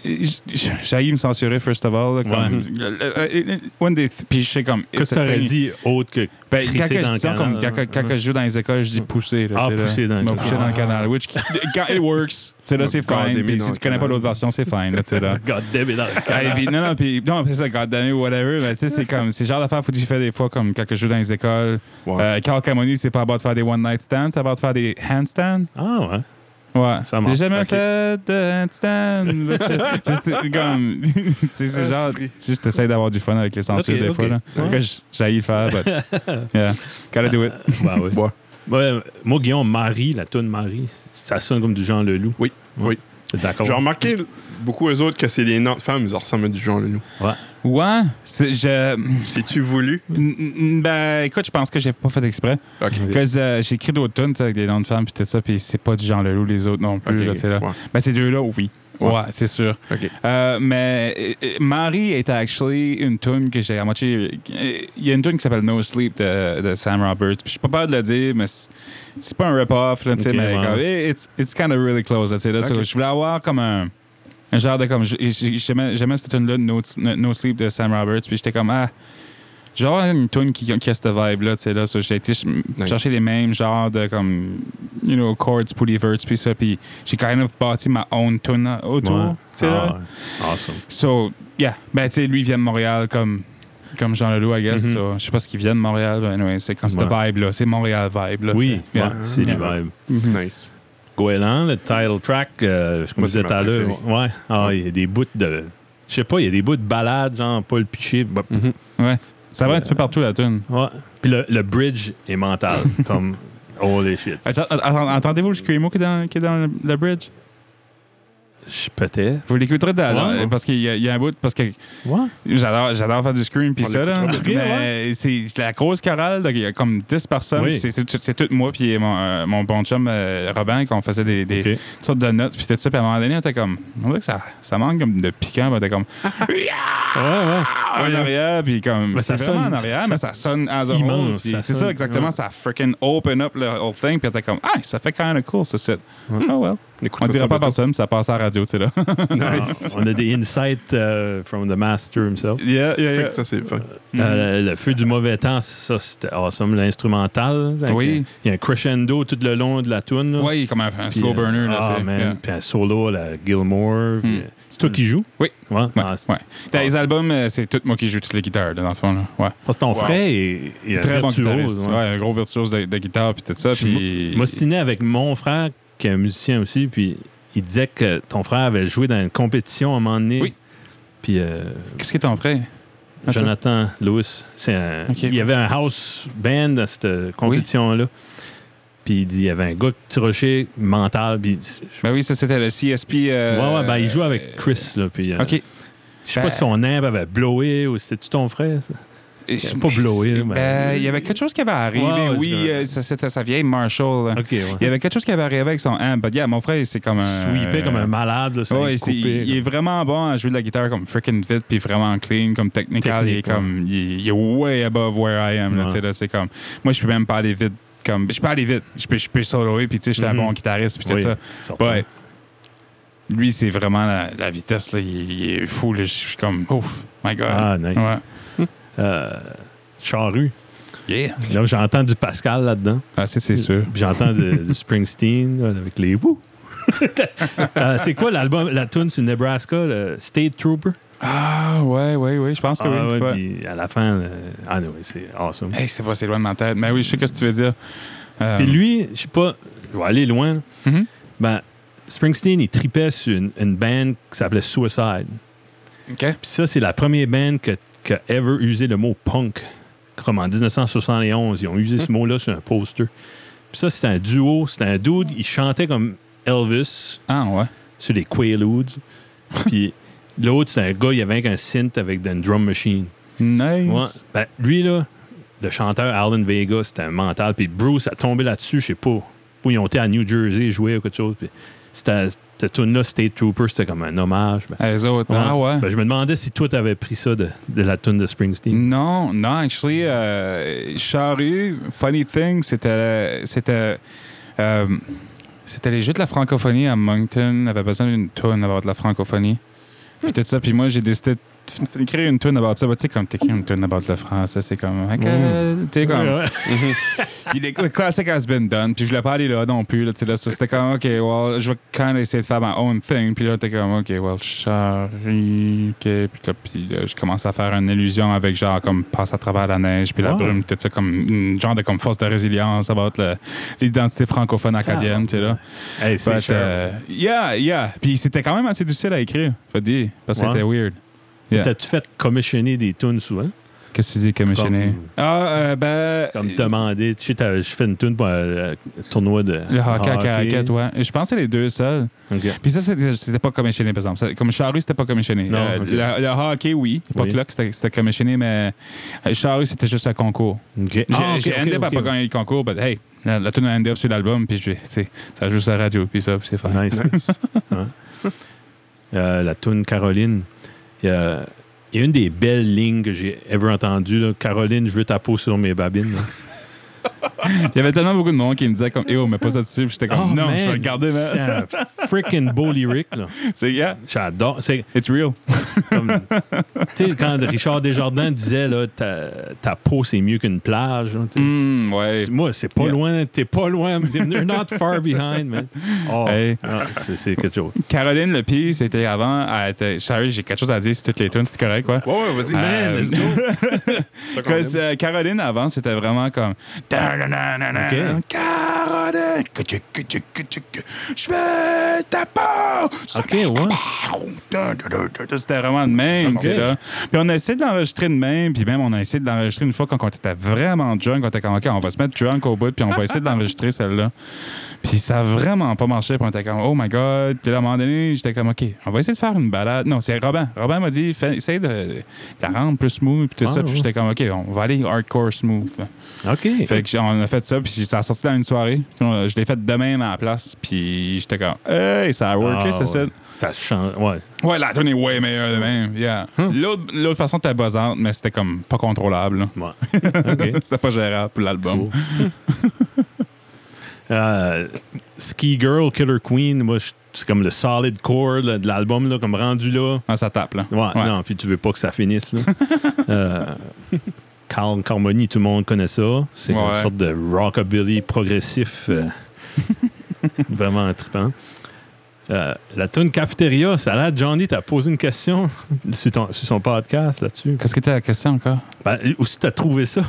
Speaker 1: J'ai me censurer, first of all. là, comme, Euh, euh, One des. Puis je sais comme.
Speaker 2: Qu'est-ce que t'aurais
Speaker 1: c'est-
Speaker 2: dit autre que
Speaker 1: Ben,
Speaker 2: Crisser
Speaker 1: quand que
Speaker 2: dans
Speaker 1: je
Speaker 2: le
Speaker 1: dis ça,
Speaker 2: canal,
Speaker 1: comme, quand,
Speaker 2: là.
Speaker 1: quand que je joue dans les écoles, je dis pousser. Là,
Speaker 2: Ah,
Speaker 1: tu sais, là.
Speaker 2: pousser dans le
Speaker 1: M'a
Speaker 2: canal.
Speaker 1: poussé dans le
Speaker 3: Ah.
Speaker 1: canal. Which, quand it works, tu sais, là, c'est fine.
Speaker 3: God damn it,
Speaker 1: Puis
Speaker 3: dans
Speaker 1: si
Speaker 3: le
Speaker 1: tu connais pas
Speaker 3: canal.
Speaker 1: l'autre version, c'est fine. Là, tu sais, là.
Speaker 2: God damn it, dans le
Speaker 1: Ah. Hey,
Speaker 2: canal.
Speaker 1: puis non, non, puis non, c'est ça, goddammit, whatever. Mais tu sais, c'est comme, c'est le genre d'affaire, faut que tu fais des fois, comme quand je joue dans les écoles.
Speaker 3: Ouais.
Speaker 1: Euh, Carl Camoni, c'est pas à bord de faire des one-night stands, c'est à bord de faire des handstands.
Speaker 2: Ah, ouais.
Speaker 1: Ouais.
Speaker 2: Ça marche.
Speaker 1: J'ai jamais
Speaker 2: Ok.
Speaker 1: fait de handstand. Tu sais, c'est comme. tu sais, c'est
Speaker 3: Ah,
Speaker 1: genre. Tu
Speaker 3: esprit.
Speaker 1: sais, je t'essaye d'avoir du fun avec les censures
Speaker 2: Ok,
Speaker 1: des
Speaker 2: ok.
Speaker 1: fois. Là.
Speaker 2: Ouais.
Speaker 1: Que j- j'haïs le faire, but. Yeah. Gotta do it.
Speaker 2: Bah oui.
Speaker 3: Ouais.
Speaker 2: Ouais, moi, Guillaume, Marie, la toune Marie, ça sonne comme du Jean Leloup.
Speaker 3: Oui, oui.
Speaker 2: T'es D'accord.
Speaker 3: J'ai remarqué beaucoup aux autres que c'est les noms de femmes, ils ressemblent à du Jean Leloup.
Speaker 1: Ouais. c'est- je.
Speaker 3: C'est-tu voulu?
Speaker 1: n- n- Ben, écoute, je pense que j'ai pas fait exprès.
Speaker 3: OK.
Speaker 1: Parce que, euh, j'ai écrit d'autres tunes tu sais, avec des noms de femmes, puis tout ça, puis c'est pas du Jean Leloup, les autres non plus.
Speaker 3: Ok,
Speaker 1: là,
Speaker 3: ok.
Speaker 1: tu sais, là.
Speaker 3: Ouais.
Speaker 1: Ben, ces deux-là, oui. Ouais,
Speaker 3: Ouais.
Speaker 1: c'est sûr.
Speaker 3: OK.
Speaker 1: Euh, mais euh, euh, Marie est actually une tune que j'ai à moitié. euh, Il y a une tune qui s'appelle No Sleep de, de Sam Roberts. Puis je suis pas peur de le dire, mais c'est c'est pas un rip-off, là, tu sais,
Speaker 2: Ok,
Speaker 1: mais
Speaker 2: ouais.
Speaker 1: comme, eh, it's, it's kind of really close. là, tu sais, là,
Speaker 3: Ok.
Speaker 1: so, je voulais avoir comme un, un genre de comme. j'ai- j'ai- J'aimais j'aimais cette tune-là, no, No- No Sleep de Sam Roberts. Puis j'étais comme, ah, je vais avoir une tune qui, qui a cette vibe-là, tu sais, là. so, j'ai été ch- chercher les mêmes genres de comme, you know, chords, poulies, verts, puis ça. Puis j'ai kind of bâti ma own tune là, autour,
Speaker 2: Ouais.
Speaker 1: tu sais, là.
Speaker 2: Ah, ouais. Awesome.
Speaker 1: So, yeah. Ben, tu sais, lui, il vient de Montréal comme, comme Jean Leloup, I guess.
Speaker 2: Mhm.
Speaker 1: so, je sais pas ce qu'il vient de Montréal, mais anyway, c'est comme cette
Speaker 2: Ouais.
Speaker 1: vibe-là. C'est Montréal vibe, là.
Speaker 2: Oui,
Speaker 1: tu sais.
Speaker 2: ouais,
Speaker 1: Yeah.
Speaker 2: c'est les
Speaker 1: Yeah.
Speaker 2: vibes.
Speaker 3: Nice.
Speaker 2: Goéland, le title track, euh, comme je
Speaker 3: Moi,
Speaker 2: disais
Speaker 3: c'est
Speaker 2: tout
Speaker 3: ma
Speaker 2: à l'heure.
Speaker 3: préférée.
Speaker 2: Ouais. Ah, il y a des bouts de. Je sais pas, il y a des bouts de balade, genre Paul Piché. bah,
Speaker 1: Ça va un petit peu partout, la tune.
Speaker 2: Ouais. Puis le, le bridge est mental, comme holy shit.
Speaker 1: Attends, attends, Entendez-vous le screamo qui est dans, qui est dans le, le bridge?
Speaker 2: Je- Peut-être.
Speaker 1: Vous l'écouterez dans- dans-
Speaker 2: Ouais.
Speaker 1: parce qu'il y, a- il y a un bout, parce que
Speaker 2: Ouais.
Speaker 1: j'adore j'adore faire du scream puis
Speaker 3: On
Speaker 1: ça, là.
Speaker 2: l'écoutera.
Speaker 1: Mais c'est c'est la grosse chorale, donc il y a comme 10 personnes,
Speaker 2: Oui.
Speaker 1: puis c'est c'est- c'est tout moi puis mon, euh, mon bon chum euh, Robin qu'on faisait des, des,
Speaker 2: Ok.
Speaker 1: toutes sortes de notes, puis tout ça, puis à un moment donné, on était comme, on dirait que ça, ça manque comme de piquant, puis on était comme,
Speaker 2: Ouais, ouais.
Speaker 1: Ah, en arrière, puis comme.
Speaker 2: Mais
Speaker 1: c'est
Speaker 2: ça
Speaker 1: vraiment
Speaker 2: sonne-
Speaker 1: en arrière,
Speaker 2: ça-
Speaker 1: mais ça sonne as a
Speaker 2: immense,
Speaker 1: whole, puis
Speaker 2: ça
Speaker 1: C'est
Speaker 2: sonne,
Speaker 1: ça, exactement.
Speaker 2: ouais.
Speaker 1: Ça freaking open up le whole thing, puis t'es comme, ah, ça fait kind of cool, ce site.
Speaker 2: Ouais.
Speaker 1: Oh well.
Speaker 3: Écoute
Speaker 1: On dira pas à
Speaker 3: parce
Speaker 1: personne, ça passe à la radio, tu sais, là.
Speaker 2: Ah, on a des insights euh, from the master himself.
Speaker 1: yeah, yeah, yeah.
Speaker 3: que ça, c'est fun.
Speaker 2: Euh, le, le feu du mauvais temps, ça, c'était awesome. L'instrumental. avec
Speaker 1: Oui.
Speaker 2: un- Il y a un crescendo tout le long de la tune. là.
Speaker 1: Ouais, il est comme un, un
Speaker 2: Puis,
Speaker 1: slow
Speaker 2: euh,
Speaker 1: burner, là,
Speaker 2: ah,
Speaker 1: tu sais.
Speaker 2: man.
Speaker 1: Yeah.
Speaker 2: Puis un solo à la Gilmore. puis,
Speaker 1: Hmm.
Speaker 2: euh, C'est toi qui joues?
Speaker 1: Oui.
Speaker 2: Ouais.
Speaker 1: Ouais,
Speaker 2: Ah, c'est-
Speaker 1: ouais. Dans les albums, euh, c'est tout moi qui joue toutes les guitares, là, dans le fond. là. Ouais.
Speaker 2: Parce que ton frère est, est
Speaker 1: Très bon
Speaker 2: virtuose.
Speaker 1: guitariste.
Speaker 2: ouais.
Speaker 1: Ouais, un gros virtuose de, de guitare, puis tout ça.
Speaker 2: Je-
Speaker 1: Puis...
Speaker 2: Moi, ciné avec mon frère, qui est un musicien aussi, puis il disait que ton frère avait joué dans une compétition à un moment donné.
Speaker 1: Oui.
Speaker 2: Puis euh,
Speaker 1: Qu'est-ce qui est ton frère? Attends.
Speaker 2: Jonathan Lewis, c'est un-
Speaker 1: Ok.
Speaker 2: il y avait un house band dans cette compétition-là. Puis il dit il y avait un gars de petit rocher mental. Puis,
Speaker 1: Ben oui, ça, c'était le CSP. euh,
Speaker 2: ouais, ouais, ben, il joue avec Chris. Là, puis, euh,
Speaker 1: OK.
Speaker 2: Je sais pas
Speaker 1: Ben-
Speaker 2: si son aim avait blowé ou c'était-tu ton frère? ça?
Speaker 1: C'est
Speaker 2: pas blowé, là, mais-
Speaker 1: Ben, il y avait quelque chose qui avait arrivé.
Speaker 2: Ouais,
Speaker 1: oui,
Speaker 2: c'est-
Speaker 1: euh, ça, c'était sa vieille Marshall. là.
Speaker 2: Ok, ouais.
Speaker 1: Il y avait quelque chose qui avait arrivé avec son amp. But yeah, mon frère, c'est comme un.
Speaker 2: Sweepé comme un malade. Là, ça a
Speaker 1: Ouais, c'est-
Speaker 2: coupé,
Speaker 1: il, il est vraiment bon à jouer de la guitare comme freaking vite, puis vraiment clean, comme technical. il est
Speaker 2: Technique, ouais.
Speaker 1: comme, il, il est way above where I am. là,
Speaker 2: Ouais.
Speaker 1: tu sais, là, c'est comme, moi, je peux même pas aller vite. Comme, je peux aller vite. Je peux, je peux soloer, puis tu sais, je suis
Speaker 2: Mhm.
Speaker 1: un bon guitariste, puis tout
Speaker 2: Oui,
Speaker 1: ça.
Speaker 2: certain.
Speaker 1: Ouais. Lui, c'est vraiment la, la vitesse, là. Il, il est fou, là. Je suis comme, oh my god.
Speaker 2: Ah, nice.
Speaker 1: Ouais.
Speaker 2: Euh, Charru.
Speaker 1: Yeah.
Speaker 2: Là, j'entends du Pascal là-dedans.
Speaker 1: Ah, c'est, c'est sûr.
Speaker 2: Puis j'entends de- du Springsteen là, avec les wouh. Euh, c'est quoi l'album, la tune sur Nebraska, le State Trooper?
Speaker 1: Ah, ouais, ouais, ouais. Je pense que
Speaker 2: Ah
Speaker 1: oui.
Speaker 2: ouais,
Speaker 1: Ouais.
Speaker 2: puis à la fin, euh, ah non, c'est awesome.
Speaker 1: Hey, c'est pas si loin de ma tête. Mais oui, je sais ce que tu veux dire. Euh,
Speaker 2: Puis lui, je sais pas, je vais aller loin. là.
Speaker 1: Mhm.
Speaker 2: Ben, Springsteen, il tripait sur une, une band qui s'appelait Suicide.
Speaker 1: OK.
Speaker 2: Puis ça, c'est la première band que, que ever usé le mot punk. Comme en 1971, ils ont usé
Speaker 1: Hmm.
Speaker 2: ce mot-là sur un poster. Puis ça, c'était un duo, c'était un dude, il chantait comme Elvis
Speaker 1: Ah, ouais.
Speaker 2: sur les Quaaludes. Puis l'autre, c'était un gars, il avait un synth avec une drum machine.
Speaker 1: Nice.
Speaker 2: Ouais. Ben, lui, là, le chanteur Alan Vega, c'était un mental. Puis Bruce a tombé là-dessus, je sais pas. Puis ils ont été à New Jersey jouer ou quelque chose. Puis c'était, cette tune-là, State Trooper, c'était comme un hommage. Ben,
Speaker 1: Ah, Les autres. Ah ouais.
Speaker 2: ben, je me demandais si toi, t'avais pris ça de, de la tune de
Speaker 1: Mm.
Speaker 2: Springsteen.
Speaker 1: Non, non, actually, euh, Charru, funny thing, c'était. C'était. euh, c'était les Jeux de la francophonie à Moncton. On avait besoin d'une tourne about de la francophonie. Puis tout ça. Puis moi, j'ai décidé de f- f- d'écrire une tourne about ça. Bah, tu sais, comme t'écris une tourne about le français, c'est comme. ok, euh,
Speaker 2: Mm.
Speaker 1: Tu sais, comme.
Speaker 2: Ouais, ouais.
Speaker 1: Puis les classiques has been done. Puis je voulais pas aller là non plus. Là, tu sais, là, ça, c'était comme, OK, well, je vais quand même essayer de faire ma own thing. Puis là, t'es comme, OK, well, Charlie, OK. Puis là, puis là, je commence à faire une illusion avec genre, comme, passe à travers la neige, puis la
Speaker 2: Wow.
Speaker 1: brume, tout ça, comme, une genre de comme force de résilience about le- l'identité francophone acadienne, tu sais, là.
Speaker 2: Hey, Ah. c'est
Speaker 1: But,
Speaker 2: cher.
Speaker 1: euh, yeah, yeah. Puis c'était quand même assez difficile à écrire, je vais te dire, parce que
Speaker 2: Ouais.
Speaker 1: c'était weird. yeah.
Speaker 2: T'as-tu fait commissionner des tunes souvent?
Speaker 1: Qu'est-ce que tu dis, commissionné?
Speaker 2: Comme-
Speaker 1: Ah, euh, ben.
Speaker 2: Comme demander, tu sais, t'as- je fais une tune pour euh, le tournoi de
Speaker 1: Le hockey à Caracat, ouais. Je pense que c'est les deux seuls.
Speaker 2: Ok.
Speaker 1: Puis ça, c'était c'était pas commissionné, par exemple. Ça- Comme Charru, c'était pas commissionné.
Speaker 2: Non,
Speaker 1: Euh,
Speaker 2: ok.
Speaker 1: le, le hockey, oui. Pas
Speaker 2: Oui.
Speaker 1: que là que c'était c'était commissionné, mais euh, Charru, c'était juste un concours.
Speaker 2: Ok.
Speaker 1: J'ai
Speaker 2: Ah, ok,
Speaker 1: j'ai
Speaker 2: ok,
Speaker 1: ended up à
Speaker 2: ok,
Speaker 1: pas
Speaker 2: ouais.
Speaker 1: gagné le concours, mais hey, la, la tune a ended up sur l'album, puis je- tu sais, ça joue sur la radio, puis ça, puis c'est fun.
Speaker 2: Nice. Ouais. Euh, la toune Caroline. Il y, a, il y a une des belles lignes que j'ai ever entendues. là. Caroline, je veux ta peau sur mes babines. là.
Speaker 1: Il y avait tellement beaucoup de monde qui me disait comme, eh oh, mais pas ça dessus, puis j'étais comme,
Speaker 2: Oh,
Speaker 1: non,
Speaker 2: man,
Speaker 1: je vais le garder,
Speaker 2: C'est
Speaker 1: man.
Speaker 2: un freaking beau lyric. là.
Speaker 1: C'est, yeah,
Speaker 2: J'adore. C'est
Speaker 1: it's real.
Speaker 2: comme. Tu sais, quand Richard Desjardins disait là, ta, ta peau, c'est mieux qu'une plage. là, tu sais.
Speaker 1: Hum, ouais.
Speaker 2: C'est- Moi, c'est pas
Speaker 1: Yeah.
Speaker 2: loin. T'es pas loin. You're not far behind, man. Oh,
Speaker 1: Hey.
Speaker 2: ah, c'est c'est quelque chose.
Speaker 1: Caroline Le Pire, c'était avant, elle était, Charru, j'ai quelque chose à dire sur toutes les tunes, c'est correct, quoi?
Speaker 3: Ouais, ouais, vas-y.
Speaker 2: Man,
Speaker 1: Euh,
Speaker 2: let's go.
Speaker 3: C'est ça qu'on
Speaker 1: Parce
Speaker 3: aime.
Speaker 1: que euh, Caroline, avant, c'était vraiment comme.
Speaker 2: Ok.
Speaker 1: Caroline, que tu- que tu- que tu- que- je vais t'apporter.
Speaker 2: OK, ouais. Ah,
Speaker 1: C'était vraiment de même.
Speaker 2: Ok.
Speaker 1: tu sais, là. Puis on a essayé de l'enregistrer de même. Puis même, on a essayé de l'enregistrer une fois quand on était vraiment drunk. On était comme, OK, on va se mettre drunk au bout. Puis on va essayer de l'enregistrer celle-là. Puis ça a vraiment pas marché. Puis on était comme, oh my God. Puis là, à un moment donné, j'étais comme, OK, on va essayer de faire une balade. Non, c'est Robin. Robin m'a dit, Fais- essaye de, de la rendre plus smooth. Puis tout
Speaker 2: Ah,
Speaker 1: ça. Puis
Speaker 2: ouais.
Speaker 1: j'étais comme, OK, on va aller hardcore smooth. là.
Speaker 2: OK.
Speaker 1: Fait que j'ai- on a fait ça, puis ça a sorti dans une soirée. Puis on- Je l'ai fait demain à la place, puis j'étais comme, hey, ça a worké,
Speaker 2: Ah,
Speaker 1: c'est ça.
Speaker 2: ouais. Ça se change. Ouais.
Speaker 1: Ouais, la tune est way meilleure de même. Yeah.
Speaker 2: Hmm.
Speaker 1: L'autre l'autre façon était buzzante, mais c'était comme pas contrôlable. là.
Speaker 2: Ouais. OK.
Speaker 1: c'était pas gérable pour l'album.
Speaker 2: Euh, Ski Girl, Killer Queen, moi, je- c'est comme le solid core là, de l'album, là, comme rendu là.
Speaker 1: Ah, ça tape, là.
Speaker 2: Ouais, non, puis tu veux pas que ça finisse. Là. Euh, Carl Carmoni, tout le monde connaît ça. C'est une
Speaker 1: Ouais.
Speaker 2: sorte de rockabilly progressif. euh, vraiment trippant. Euh, la tune Cafeteria, ça a l'air, Johnny, t'as posé une question sur, ton- sur son podcast là-dessus.
Speaker 1: Qu'est-ce que était la question encore?
Speaker 2: Ben, aussi, t'as trouvé ça.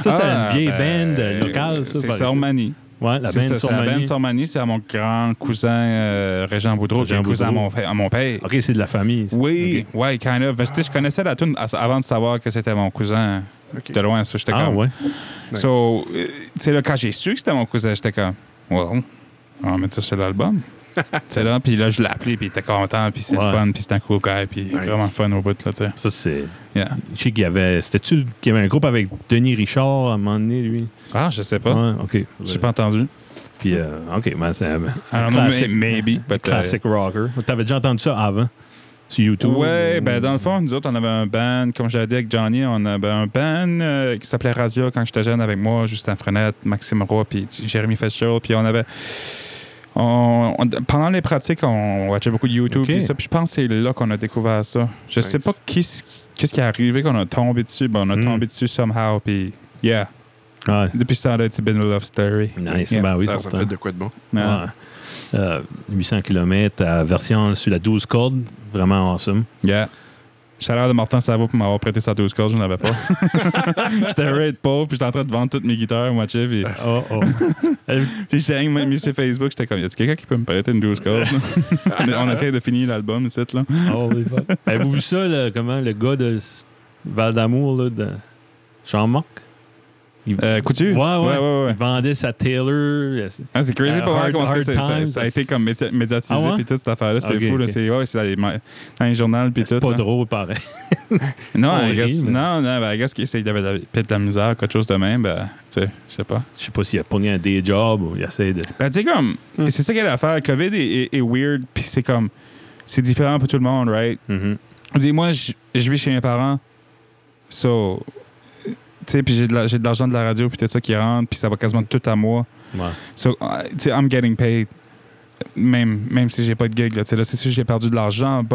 Speaker 2: Ça, c'est
Speaker 1: Ah,
Speaker 2: une vieille
Speaker 1: ben,
Speaker 2: band euh, locale, ça.
Speaker 1: C'est
Speaker 2: par exemple.
Speaker 1: Sormani.
Speaker 2: Ouais, la
Speaker 1: C'est ça,
Speaker 2: band
Speaker 1: c'est la band
Speaker 2: Sormani.
Speaker 1: Sormani. C'est à mon grand cousin euh, Régent Boudreau, qui est
Speaker 2: Régent
Speaker 1: cousin à
Speaker 2: Boudreau.
Speaker 1: mon, fa- à mon père.
Speaker 2: OK, c'est de la famille. ça.
Speaker 1: Oui,
Speaker 2: OK.
Speaker 1: ouais, kind of. Parce que tu sais, je connaissais la tune as- avant de savoir que c'était mon cousin.
Speaker 3: Ok.
Speaker 1: De loin, ça, j'étais
Speaker 2: Ah,
Speaker 1: comme.
Speaker 2: ouais.
Speaker 1: So, euh, tu sais, là, quand j'ai su que c'était mon cousin, j'étais comme, well, on va mettre ça sur l'album. tu sais, là, puis là, je l'ai appelé, puis il était content, puis c'est
Speaker 2: Ouais.
Speaker 1: le fun, puis c'était un cool guy, puis vraiment fun au bout, là, tu sais.
Speaker 2: Ça, c'est.
Speaker 1: Yeah.
Speaker 2: Je sais qu'il y avait. C'était-tu qu'il y avait un groupe avec Denis Richard à un moment donné, lui?
Speaker 1: Ah, je sais pas.
Speaker 2: Ouais, OK.
Speaker 1: J'ai pas Ah, entendu.
Speaker 2: Puis, euh, OK, ben, c'est un
Speaker 1: I don't know,
Speaker 2: classic,
Speaker 1: may- maybe, but, euh,
Speaker 2: classic rocker. T'avais déjà entendu ça avant? Sur YouTube?
Speaker 1: Ouais,
Speaker 2: ou-
Speaker 1: ben dans le fond, nous autres, on avait un band, comme j'avais dit avec Johnny, on avait un band euh, qui s'appelait Razia quand j'étais jeune avec moi, Justin Frenette, Maxime Roy, puis Jérémy Fetchel, puis on avait... on- on- pendant les pratiques, on watchait beaucoup de YouTube,
Speaker 2: Ok.
Speaker 1: puis ça, puis je pense que c'est là qu'on a découvert ça. Je
Speaker 3: Nice.
Speaker 1: sais pas qui s- qu'est-ce qui est arrivé qu'on a tombé dessus, ben on a
Speaker 2: Mm.
Speaker 1: tombé dessus somehow, puis yeah.
Speaker 2: Ouais.
Speaker 1: Depuis ce temps-là, it's been a love story.
Speaker 2: Nice.
Speaker 1: Yeah.
Speaker 2: Ben oui,
Speaker 3: Ah, ça
Speaker 2: certain.
Speaker 3: fait de quoi de bon?
Speaker 1: Ah.
Speaker 2: Ouais. Euh, 800 km à version sur la 12 cordes. Vraiment awesome.
Speaker 1: Yeah. Chaleur de Martin Savo pour m'avoir prêté sa 12 cordes, je n'en avais pas. j'étais raid pauvre, puis j'étais en train de vendre toutes mes guitares, moi, chef. Puis,
Speaker 2: Oh, oh.
Speaker 1: puis j'ai hang même mis sur Facebook, j'étais comme, y a quelqu'un qui peut me prêter une 12 cordes? là? on essaye de finir l'album, c'est là.
Speaker 2: Holy Ah fuck. Avez-vous vu ça, le, comment le gars de S- Val d'Amour, là, de Jean-Marc? Il,
Speaker 1: Euh, Couture?
Speaker 2: Ouais, ouais.
Speaker 1: ouais. ouais,
Speaker 2: il
Speaker 1: ouais.
Speaker 2: vendait sa Taylor.
Speaker 1: Ah, c'est crazy
Speaker 2: Euh,
Speaker 1: pour voir
Speaker 2: Hard-
Speaker 1: comment est-ce que
Speaker 2: Hard
Speaker 1: c'est- ça,
Speaker 2: Times,
Speaker 1: ça a été comme médi- médiatisé,
Speaker 2: Ah ouais?
Speaker 1: puis toute cette affaire-là, c'est
Speaker 2: Ok,
Speaker 1: fou. Là,
Speaker 2: ok.
Speaker 1: c'est, ouais, c'est dans les, ma- dans les journaux, puis tout. hein.
Speaker 2: Pas
Speaker 1: là.
Speaker 2: drôle, pareil.
Speaker 1: Non,
Speaker 2: On
Speaker 1: I guess-
Speaker 2: rit, mais-
Speaker 1: non, non, ben, I guess qu'il essaye d'avoir de la- peut-être de la misère, quelque chose de même, ben, tu sais, je sais pas.
Speaker 2: Je sais pas s'il a pogné un day job ou il essaie de.
Speaker 1: Ben, tu sais, comme,
Speaker 3: Mm.
Speaker 1: c'est ça qu'elle a à faire. COVID est, est- est weird, puis c'est comme, c'est différent pour tout le monde, right?
Speaker 2: Mhm.
Speaker 1: Dis, moi, je je vis chez mes parents, so, tu sais, puis j'ai de la- j'ai de l'argent de la radio, puis tout ça qui rentre, puis ça va quasiment tout à moi.
Speaker 2: Ouais.
Speaker 1: So, euh, tu sais, I'm getting paid. Même, même si j'ai pas de gig, là, tu sais, là, c'est sûr que j'ai perdu de l'argent, but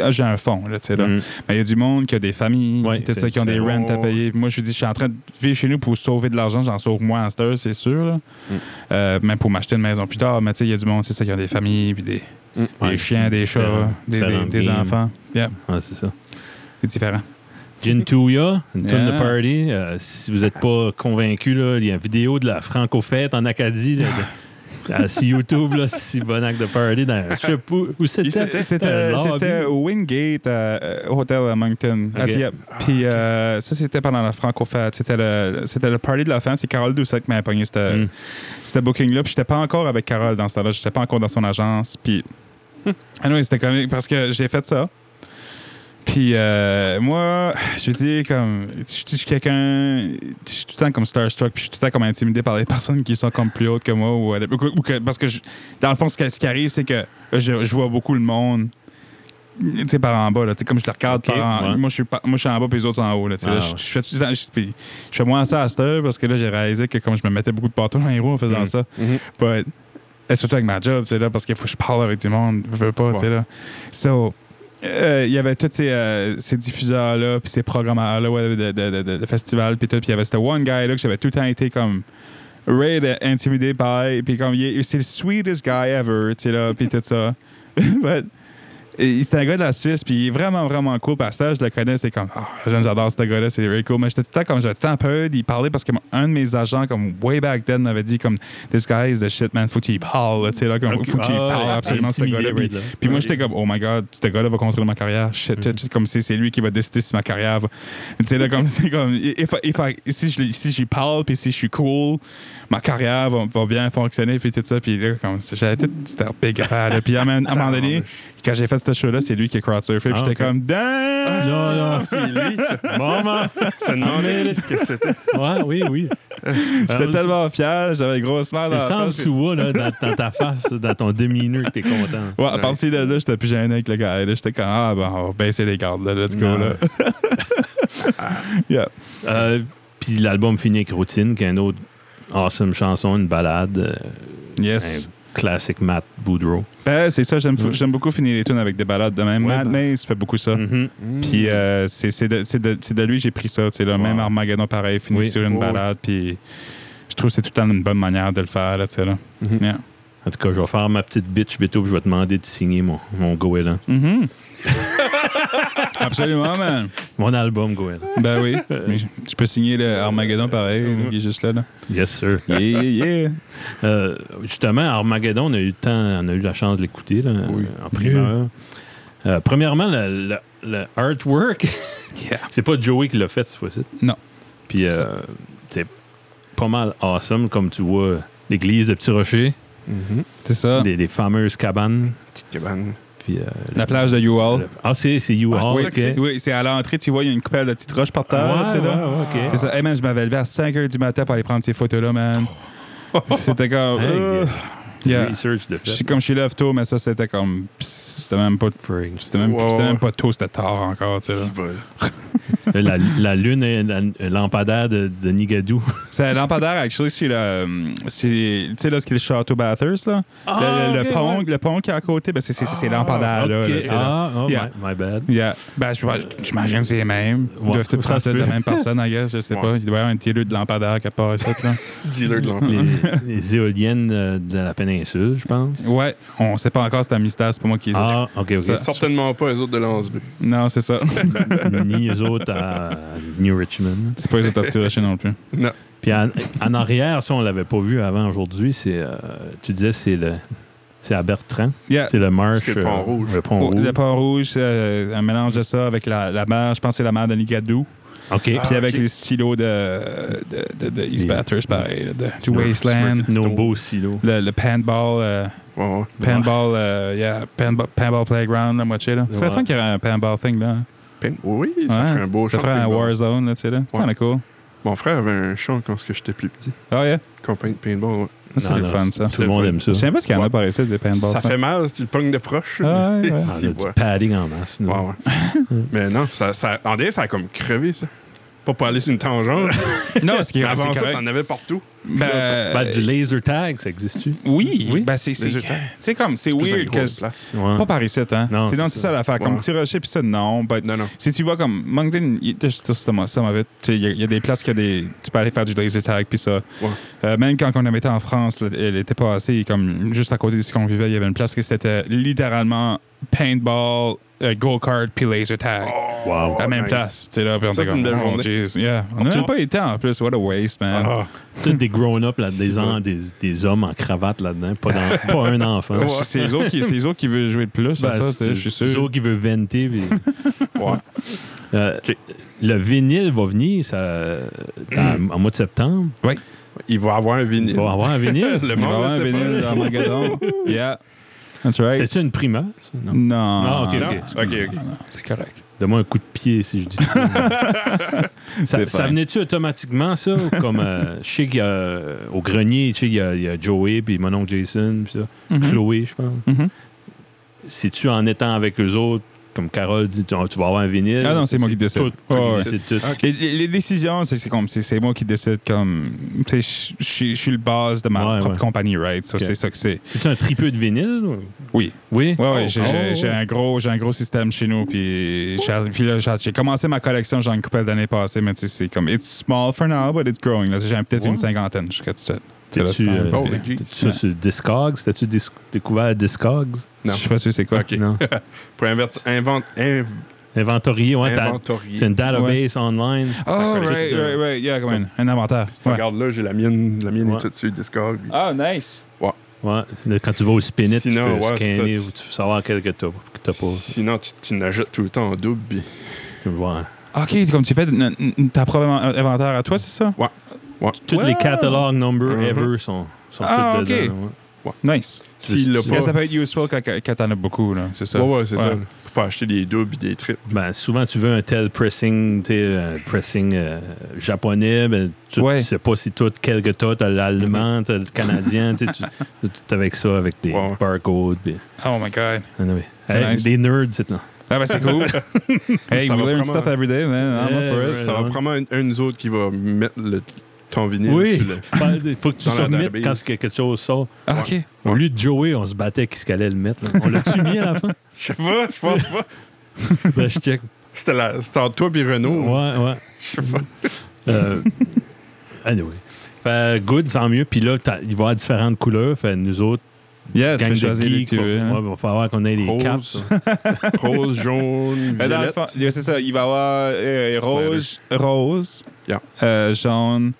Speaker 1: euh, j'ai un fonds, là, tu sais, là.
Speaker 2: Mhm.
Speaker 1: Mais il y a du monde qui a des familles,
Speaker 2: Ouais,
Speaker 1: puis tout
Speaker 2: c'est
Speaker 1: ça, qui ont des
Speaker 2: différent.
Speaker 1: rents à payer. Puis Moi, je lui dis, je suis en train de vivre chez nous pour sauver de l'argent. J'en sauve moins à cette heure, c'est sûr. là.
Speaker 3: Mm.
Speaker 1: Euh, même pour m'acheter une maison plus tard. Mais tu sais, il y a du monde, c'est ça, qui ont des familles, puis des,
Speaker 3: Mm.
Speaker 1: des
Speaker 2: Ouais,
Speaker 1: chiens,
Speaker 2: c'est
Speaker 1: des
Speaker 2: différent.
Speaker 1: chats, des, des-
Speaker 2: Différent
Speaker 1: des
Speaker 2: game.
Speaker 1: enfants. Yeah,
Speaker 2: Ouais, c'est ça.
Speaker 1: c'est différent.
Speaker 2: Gintuya, une tune de
Speaker 1: Yeah.
Speaker 2: party. Euh, si vous n'êtes pas convaincu, là, il y a une vidéo de la franco-fête en Acadie. là, de- à- sur YouTube, là, si bon acte de party. Dans, je sais pas où où c'était.
Speaker 1: C'était
Speaker 2: euh, Lobby.
Speaker 1: c'était au Wingate euh, Hotel à Moncton, à
Speaker 2: Ok.
Speaker 1: Dieppe. Puis euh, ça, c'était pendant la franco-fête. C'était le, c'était le party de la fin. C'est Carole Doucet qui m'a pogné ce
Speaker 2: Mm.
Speaker 1: ce booking-là. Puis j'étais pas encore avec Carole dans ce temps-là. J'étais pas encore dans son agence. Puis.
Speaker 2: Hmm.
Speaker 1: Ah non, c'était comique parce que j'ai fait ça. Puis euh, moi, je veux dire, comme, je suis- je suis quelqu'un, je suis tout le temps comme starstruck, puis je suis tout le temps comme intimidé par les personnes qui sont comme plus hautes que moi. Ou, ou que- ou que- parce que, je- dans le fond, ce, que- ce qui arrive, c'est que je, je vois beaucoup le monde, tu sais, par en bas, là, tu sais, comme je le regarde
Speaker 2: Ok,
Speaker 1: par en
Speaker 2: ouais.
Speaker 1: Moi, je suis, pas- moi, je suis en bas, puis les autres sont en haut. Là, tu sais, là,
Speaker 2: Ah,
Speaker 1: je,
Speaker 2: ouais.
Speaker 1: je fais tout le temps, je, puis je fais moins ça à cette heure parce que là, j'ai réalisé que comme je me mettais beaucoup de partout dans les roues en faisant
Speaker 2: Mm.
Speaker 1: ça,
Speaker 3: Mhm.
Speaker 1: But, et surtout avec ma job, tu sais, là, parce qu'il faut que je parle avec du monde, je veux pas, tu sais, là. So, euh, il y avait tous ces, euh, ces diffuseurs-là, puis ces programmeurs-là, ouais, de, de, de- de- de festivals, puis tout. Puis il y avait ce one guy-là que j'avais tout le temps été comme raid euh, intimidé par, puis comme, il est- c'est le sweetest guy ever, tu sais, là, puis tout ça. But, et C'est un gars de la Suisse, puis il est vraiment, vraiment cool. Parce que là, je le connais, c'est comme, ah, j'aime, j'adore ce gars-là, c'est very cool. Mais j'étais tout le temps comme, j'avais tant peur d'y parler parce que mon- un de mes agents, comme way back then, m'avait dit, comme, this guy is the shit, man, faut que tu y parles, là, tu sais, là, comme, faut que tu y
Speaker 2: Ah,
Speaker 1: parles
Speaker 2: ouais,
Speaker 1: absolument, ce
Speaker 2: intimidé,
Speaker 1: gars-là. Puis,
Speaker 2: right, là.
Speaker 1: puis moi, j'étais comme, oh my god, ce gars-là va contrôler ma carrière, shit,
Speaker 2: Mm.
Speaker 1: shit, shit, comme si c'est lui qui va décider si ma carrière va. Tu sais, là, comme, c'est comme, if I- if I- si je lui- si j'y parle, puis si je suis cool, ma carrière va, va bien fonctionner, puis tout ça. Puis là, comme, j'avais tout, c'était un big affaire, là. Puis à un moment à un moment donné, quand j'ai fait ce show-là, c'est lui qui a crowdsurfé. Puis
Speaker 2: Ah,
Speaker 1: j'étais
Speaker 2: ok. Ah,
Speaker 1: comme, damn!
Speaker 2: Non, non.
Speaker 3: C'est lui, ça.
Speaker 2: Maman!
Speaker 3: Ça demandait ce que c'était.
Speaker 2: ben, Ouais, oui, oui.
Speaker 1: J'étais tellement fier, j'avais une grosse merde
Speaker 2: Il me
Speaker 1: dans la
Speaker 2: semble
Speaker 1: face.
Speaker 2: que tu vois là, dans, dans ta face, dans ton demi-nœud, que t'es content.
Speaker 1: Ouais, à partir de là, j'étais plus gêné avec le gars. Là, J'étais comme, ah, ben, on va baisser les gardes, là, let's go,
Speaker 2: Non.
Speaker 1: là. yeah.
Speaker 2: Euh, Puis l'album finit avec Routine, qui est une autre awesome chanson, une balade, euh,
Speaker 1: Yes.
Speaker 2: un classique Matt Boudreau.
Speaker 1: Ben, c'est ça, j'aime j'aime beaucoup finir les tunes avec des balades de même.
Speaker 3: Ouais,
Speaker 1: Mad
Speaker 3: ben.
Speaker 2: bah.
Speaker 1: Maze fait beaucoup ça.
Speaker 2: Mhm.
Speaker 1: Puis euh, c'est c'est de, c'est de- c'est de lui que j'ai pris ça. tu sais, là, Même
Speaker 2: Wow.
Speaker 1: Armageddon, pareil, finit
Speaker 2: Oui.
Speaker 1: sur une
Speaker 2: Mm-hmm.
Speaker 3: Oh,
Speaker 2: Mm.
Speaker 1: balade. Puis je trouve que c'est tout le temps une bonne manière de le faire. Là, tu sais, là.
Speaker 3: Mhm.
Speaker 1: Yeah.
Speaker 2: En tout cas, je vais faire ma petite bitch bito puis je vais te demander de signer mon, mon goéland.
Speaker 1: Mhm. Absolument, man.
Speaker 2: Mon album goéland.
Speaker 1: Ben oui. Mais je- tu peux signer le Armageddon pareil, là, qui est juste là. là.
Speaker 2: Yes, sir.
Speaker 1: Yeah, yeah, yeah.
Speaker 2: Euh, justement, Armageddon, on a eu le temps, on a eu la chance de l'écouter là, en primeur. Euh, premièrement, le, le- le artwork,
Speaker 1: Yeah.
Speaker 2: c'est pas Joey qui l'a fait cette fois-ci.
Speaker 1: Non.
Speaker 2: Puis
Speaker 1: C'est ça.
Speaker 2: euh, c'est pas mal awesome, comme tu vois l'église de Petit Rocher, Mm-hmm.
Speaker 1: C'est ça.
Speaker 2: les, les fameuses cabanes.
Speaker 3: Petite cabane.
Speaker 2: Puis, euh, le-
Speaker 1: La plage de You All.
Speaker 2: le- ah, c'est c'est You
Speaker 1: Ah,
Speaker 2: All,
Speaker 1: c'est ça
Speaker 2: ok. Ah,
Speaker 1: que c'est- Oui, c'est à l'entrée, tu vois, il y a une coupelle de petites roches par terre.
Speaker 2: Ouais,
Speaker 1: là, tu sais, là.
Speaker 2: ouais, ouais, ok.
Speaker 1: C'est ça. Hey, man, je m'avais levé à 5 h du matin pour aller prendre ces photos-là, man. C'était comme.
Speaker 2: Hey,
Speaker 1: euh,
Speaker 2: yeah. Du
Speaker 1: yeah.
Speaker 2: research de fait.
Speaker 1: Je suis comme chez Love tôt, mais ça, c'était comme. pss, C'était même pas.
Speaker 2: Frig.
Speaker 1: C'était même,
Speaker 3: Wow.
Speaker 1: c'était même pas tôt, c'était tard encore, tu sais. là.
Speaker 3: Petit vol.
Speaker 2: la, la lune et la, le lampadaire de, de Nigadou.
Speaker 1: C'est un lampadaire, actually, c'est le. c'est- Tu sais, là, ce qui est le Château Bathurst, là.
Speaker 2: Ah,
Speaker 1: le, le- le pont, le pont qui est à côté, ben, c'est c'est- c'est ces lampadaires, là. là, tu sais, là.
Speaker 2: Ah, oh,
Speaker 1: Yeah.
Speaker 2: my, my bad.
Speaker 1: Yeah. Ben, je- j'imagine que c'est les mêmes. Ils
Speaker 2: Ouais,
Speaker 1: doivent tous
Speaker 2: ça
Speaker 1: prendre
Speaker 2: se
Speaker 1: ça de la
Speaker 2: peut.
Speaker 1: même personne, I guess, je sais
Speaker 3: Ouais.
Speaker 1: pas. Il doit y avoir un petit lieu de lampadaire quelque part, ici, là.
Speaker 3: Dealer de l'emploi.
Speaker 2: Les, les éoliennes euh, de la péninsule, je pense.
Speaker 1: Ouais, on sait pas encore, c'est un mystère, c'est pas moi qui les ai-
Speaker 2: Ah, ok,
Speaker 3: C'est
Speaker 2: ok.
Speaker 3: certainement pas eux autres de Lansby.
Speaker 1: Non, c'est ça.
Speaker 2: Ni les autres à New Richmond.
Speaker 1: c'est pas les autres petits rochers non plus.
Speaker 3: Non.
Speaker 2: Puis en, en arrière, ça, on l'avait pas vu avant aujourd'hui. C'est, euh, tu disais, c'est le, c'est à Bertrand.
Speaker 1: Yeah.
Speaker 2: C'est le marche.
Speaker 3: C'est le pont
Speaker 2: euh,
Speaker 3: rouge.
Speaker 2: Le pont
Speaker 1: Oh,
Speaker 2: rouge.
Speaker 1: le Pont-Rouge, euh, un mélange de ça avec la, la mer, je pense que c'est la mer de Nigadou.
Speaker 2: Ok.
Speaker 3: Ah,
Speaker 1: Puis avec
Speaker 3: ok.
Speaker 1: les stylos de, de, de, de East
Speaker 2: Yeah.
Speaker 1: Bathurst, pareil, là, de, du Wasteland.
Speaker 2: Nos beaux silos.
Speaker 1: Le, le Panball, euh,
Speaker 3: Ouais, ouais.
Speaker 1: Panball, euh, yeah, Panball, Panball Playground, la moitié. Là. C'est
Speaker 2: Ouais.
Speaker 1: le fun qu'il y avait un Panball thing, là.
Speaker 3: Pen- Oui, ça
Speaker 1: Ouais.
Speaker 3: ferait un beau
Speaker 1: Ça
Speaker 3: champ.
Speaker 1: ferait un
Speaker 3: paintball.
Speaker 1: Warzone, là, tu sais, là. C'est
Speaker 3: Ouais.
Speaker 1: kinda cool.
Speaker 3: Mon frère avait un champ quand j'étais plus petit.
Speaker 1: Ah, yeah.
Speaker 3: Compagnie de paintball. ouais.
Speaker 1: Ça, c'est
Speaker 2: Non,
Speaker 1: le
Speaker 2: non,
Speaker 1: fun, ça.
Speaker 2: Tout le monde aime ça.
Speaker 1: Je sais pas ce qu'il y en a
Speaker 3: Ouais.
Speaker 1: par ici, des Panball.
Speaker 3: ça fait mal si tu le pognes de proche.
Speaker 1: Ah, ouais, ouais.
Speaker 2: Ah, on a
Speaker 3: Si,
Speaker 2: du
Speaker 3: ouais.
Speaker 2: padding en masse. nous.
Speaker 3: Ouais, ouais. Mais non, ça, ça, en dé, ça a comme crevé, ça. Pas pour aller sur une tangente.
Speaker 1: Non, ce qui
Speaker 3: Mais
Speaker 1: est
Speaker 3: avant
Speaker 1: c'est
Speaker 3: ça,
Speaker 1: correct.
Speaker 3: t'en avais partout.
Speaker 1: Ben,
Speaker 2: Ben, du laser tag, ça existe-tu?
Speaker 1: Oui,
Speaker 2: Oui.
Speaker 1: Ben, c'est, c'est,
Speaker 3: Les états.
Speaker 1: c'est comme, c'est
Speaker 3: Plus dans les
Speaker 1: weird que.
Speaker 3: grosses places.
Speaker 2: Ouais.
Speaker 1: Pas par ici, hein?
Speaker 2: Non,
Speaker 1: c'est
Speaker 2: c'est
Speaker 1: donc c'est
Speaker 2: ça.
Speaker 1: ça l'affaire. Comme
Speaker 3: Ouais.
Speaker 1: petit rocher, puis ça, non. but-
Speaker 3: Non, non.
Speaker 1: Si tu vois comme Moncton, il- ça, ça m'a- ça m'avait. tu sais, Il y, a- il y a des places que des, tu peux aller faire du laser tag, puis ça.
Speaker 3: Ouais.
Speaker 1: Euh, même quand on la mettait en France, là, elle était pas assez. Comme juste à côté de ce qu'on vivait, il y avait une place que c'était littéralement paintball, euh, go-kart, puis laser tag.
Speaker 2: Wow.
Speaker 1: à la même
Speaker 3: Oh, nice.
Speaker 1: place. Tu sais, là, puis on
Speaker 3: Ça,
Speaker 1: était
Speaker 3: c'est
Speaker 1: comme,
Speaker 3: une belle
Speaker 1: oh,
Speaker 3: journée.
Speaker 1: jeez, yeah. On n'a
Speaker 2: tout-
Speaker 1: pas été en plus. What a waste, man.
Speaker 3: Ah,
Speaker 2: Tous des grown-up, là, des,
Speaker 3: C'est
Speaker 2: en-
Speaker 3: bon.
Speaker 2: des, des hommes en cravate là-dedans. Pas, dans- pas un enfant.
Speaker 3: Ouais.
Speaker 1: C'est les autres qui, c'est les autres qui veulent jouer de plus, à
Speaker 2: Ben,
Speaker 1: ça, tu
Speaker 2: c'est-
Speaker 1: sais, je suis
Speaker 2: c'est
Speaker 1: sûr.
Speaker 2: autres qui veut venter. puis-
Speaker 3: ouais.
Speaker 2: Euh,
Speaker 3: OK.
Speaker 2: Le vinyle va venir ça, euh, dans- en mois de septembre.
Speaker 3: Il va avoir un
Speaker 2: Il
Speaker 3: Hmm. vinyle.
Speaker 2: va y avoir un vinyle.
Speaker 1: Il va
Speaker 3: Le
Speaker 1: y avoir
Speaker 3: monde,
Speaker 1: un
Speaker 3: c'est pas.
Speaker 1: vinyle dans Armageddon. Yeah. That's right.
Speaker 2: C'était-tu une primaire? ça? Non.
Speaker 1: Non.
Speaker 2: Ah, ok,
Speaker 1: Non.
Speaker 3: Non? Ok, ok.
Speaker 1: C'est correct.
Speaker 2: Donne-moi un coup de pied si je dis. ça
Speaker 1: C'est
Speaker 2: ça
Speaker 1: fin.
Speaker 2: venait-tu automatiquement, ça? ou Comme, euh, je sais qu'il y a, euh, au grenier, tu sais, il y a, il y a Joey, puis mon oncle Jason, puis ça.
Speaker 1: Hmm.
Speaker 2: Chloé, je pense.
Speaker 1: Mhm.
Speaker 2: Si tu en étant avec eux autres, comme Carole dit, tu, tu vas avoir un vinyle.
Speaker 1: Ah non, c'est moi qui décide.
Speaker 2: Tout,
Speaker 1: Ouais, ouais.
Speaker 2: c'est tout.
Speaker 1: Les, les- les décisions, c'est c'est comme, c'est c'est moi qui décide comme, tu sais, je- je suis- je suis le boss de ma
Speaker 2: Ouais,
Speaker 1: propre
Speaker 2: ouais.
Speaker 1: compagnie, right? So,
Speaker 2: Ok.
Speaker 1: C'est ça que c'est.
Speaker 2: C'est un tripeux de vinyle? ou-
Speaker 1: Oui.
Speaker 2: Oui?
Speaker 1: Ouais, ouais,
Speaker 2: Oh,
Speaker 1: j'ai-
Speaker 2: oh,
Speaker 1: j'ai j'ai
Speaker 2: oh.
Speaker 1: un gros, j'ai un gros système chez nous, puis j'ai- puis là, j'ai- j'ai commencé ma collection genre une couple d'années passées, mais tu sais, c'est comme, it's small for now, but it's growing. là. J'ai peut-être
Speaker 2: Ouais.
Speaker 1: une cinquantaine jusqu'à tout ça.
Speaker 2: T'es-tu euh,
Speaker 3: Oh,
Speaker 2: t'es-
Speaker 3: oui.
Speaker 2: t'es-tu sur- sur Discogs? T'as-tu dis- découvert Discogs?
Speaker 1: Je
Speaker 3: Non.
Speaker 1: suis pas sûr c'est quoi.
Speaker 3: Ok.
Speaker 2: Non.
Speaker 3: Pour invert- invent- inv-
Speaker 2: Inventorié, ouais. t'as-
Speaker 3: inventorier.
Speaker 2: C'est une database online.
Speaker 1: Oh,
Speaker 2: T'as-
Speaker 1: right,
Speaker 2: t'as-
Speaker 1: right, right. Yeah, come on. Un inventaire. Ouais.
Speaker 3: Regarde là, j'ai la mienne. La mienne
Speaker 2: Ouais.
Speaker 3: est tout dessus, Discord. puis-
Speaker 1: Ah, nice.
Speaker 2: Ouais. Là, quand tu vas au Spinit, tu peux
Speaker 3: Sinon, ouais, c'est
Speaker 2: scanner
Speaker 3: ça,
Speaker 2: ou
Speaker 3: tu-
Speaker 2: tu peux savoir quel que t'as que t'as Ah, pas.
Speaker 3: Sinon, tu, tu n'achètes tout le temps en double. puis-
Speaker 2: Tu vas voir.
Speaker 1: OK, comme tu fais n- n- ta propre inven- inventaire à toi, c'est ça?
Speaker 2: Tous les
Speaker 1: Wow!
Speaker 2: catalogues number
Speaker 3: Mhm.
Speaker 2: ever sont, sont
Speaker 1: Ah,
Speaker 2: tous
Speaker 1: ok.
Speaker 2: dedans. ouais.
Speaker 1: Nice.
Speaker 3: S'il l'a
Speaker 2: tu-
Speaker 1: Ouais,
Speaker 3: pas.
Speaker 1: ça peut être useful quand, quand t'en as beaucoup, là. C'est ça?
Speaker 3: Ouais, ouais, c'est ça. Pour pas acheter des doubles et des triples.
Speaker 2: Ben, souvent, tu veux un tel pressing, tu sais, un pressing euh, japonais, ben, tu
Speaker 1: Ouais.
Speaker 2: tu sais pas si tout, quel que t'as, t'as l'allemand, t'as le canadien, tu sais, tu- t'as tout avec ça, avec des
Speaker 3: Uh-huh. Ouais.
Speaker 2: barcodes. puis-
Speaker 1: Oh my God.
Speaker 2: Anyway.
Speaker 1: C'est
Speaker 2: Hey,
Speaker 1: nice.
Speaker 2: Des nerds, c'est là.
Speaker 1: Ah, ben c'est cool. hey,
Speaker 3: Ça
Speaker 1: we
Speaker 3: va
Speaker 1: learn
Speaker 3: vraiment-
Speaker 1: stuff every day, man. I'm up for it.
Speaker 2: Ouais,
Speaker 3: Ça va
Speaker 2: ouais.
Speaker 3: probablement un, un de nous autres qui va mettre le, ton vinyle sur le.
Speaker 2: Il faut que tu
Speaker 3: Dans la
Speaker 2: submites
Speaker 3: database.
Speaker 2: quand c'est quelque chose sort.
Speaker 1: Ah, OK.
Speaker 2: Au lieu de Joey, on se battait qui ce qu'allait le mettre. là. On l'a-tu mis à la fin?
Speaker 3: Je sais pas, je pense pas.
Speaker 2: Ben, je check.
Speaker 3: C'était la- c'était entre toi et
Speaker 2: Ouais,
Speaker 3: Renault.
Speaker 2: ouais.
Speaker 3: Je sais pas.
Speaker 2: Euh, anyway. Fait, good, tant mieux. Puis là, t'as- il va y avoir différentes couleurs. Fait, nous autres,
Speaker 1: Yeah, Ah, tu
Speaker 2: Gang
Speaker 1: peux
Speaker 2: de
Speaker 1: choisir les
Speaker 2: geeks.
Speaker 1: que tu veux,
Speaker 2: quoi.
Speaker 1: hein.
Speaker 2: Ouais, va falloir qu'on ait les cartes.
Speaker 3: Rose, rose, jaune,
Speaker 1: Mais Euh, dans le
Speaker 3: violette.
Speaker 1: fond, yeah, c'est ça. Il va y avoir euh,
Speaker 3: Splatter.
Speaker 1: rouge, rose,
Speaker 3: Yeah.
Speaker 1: euh, jaune,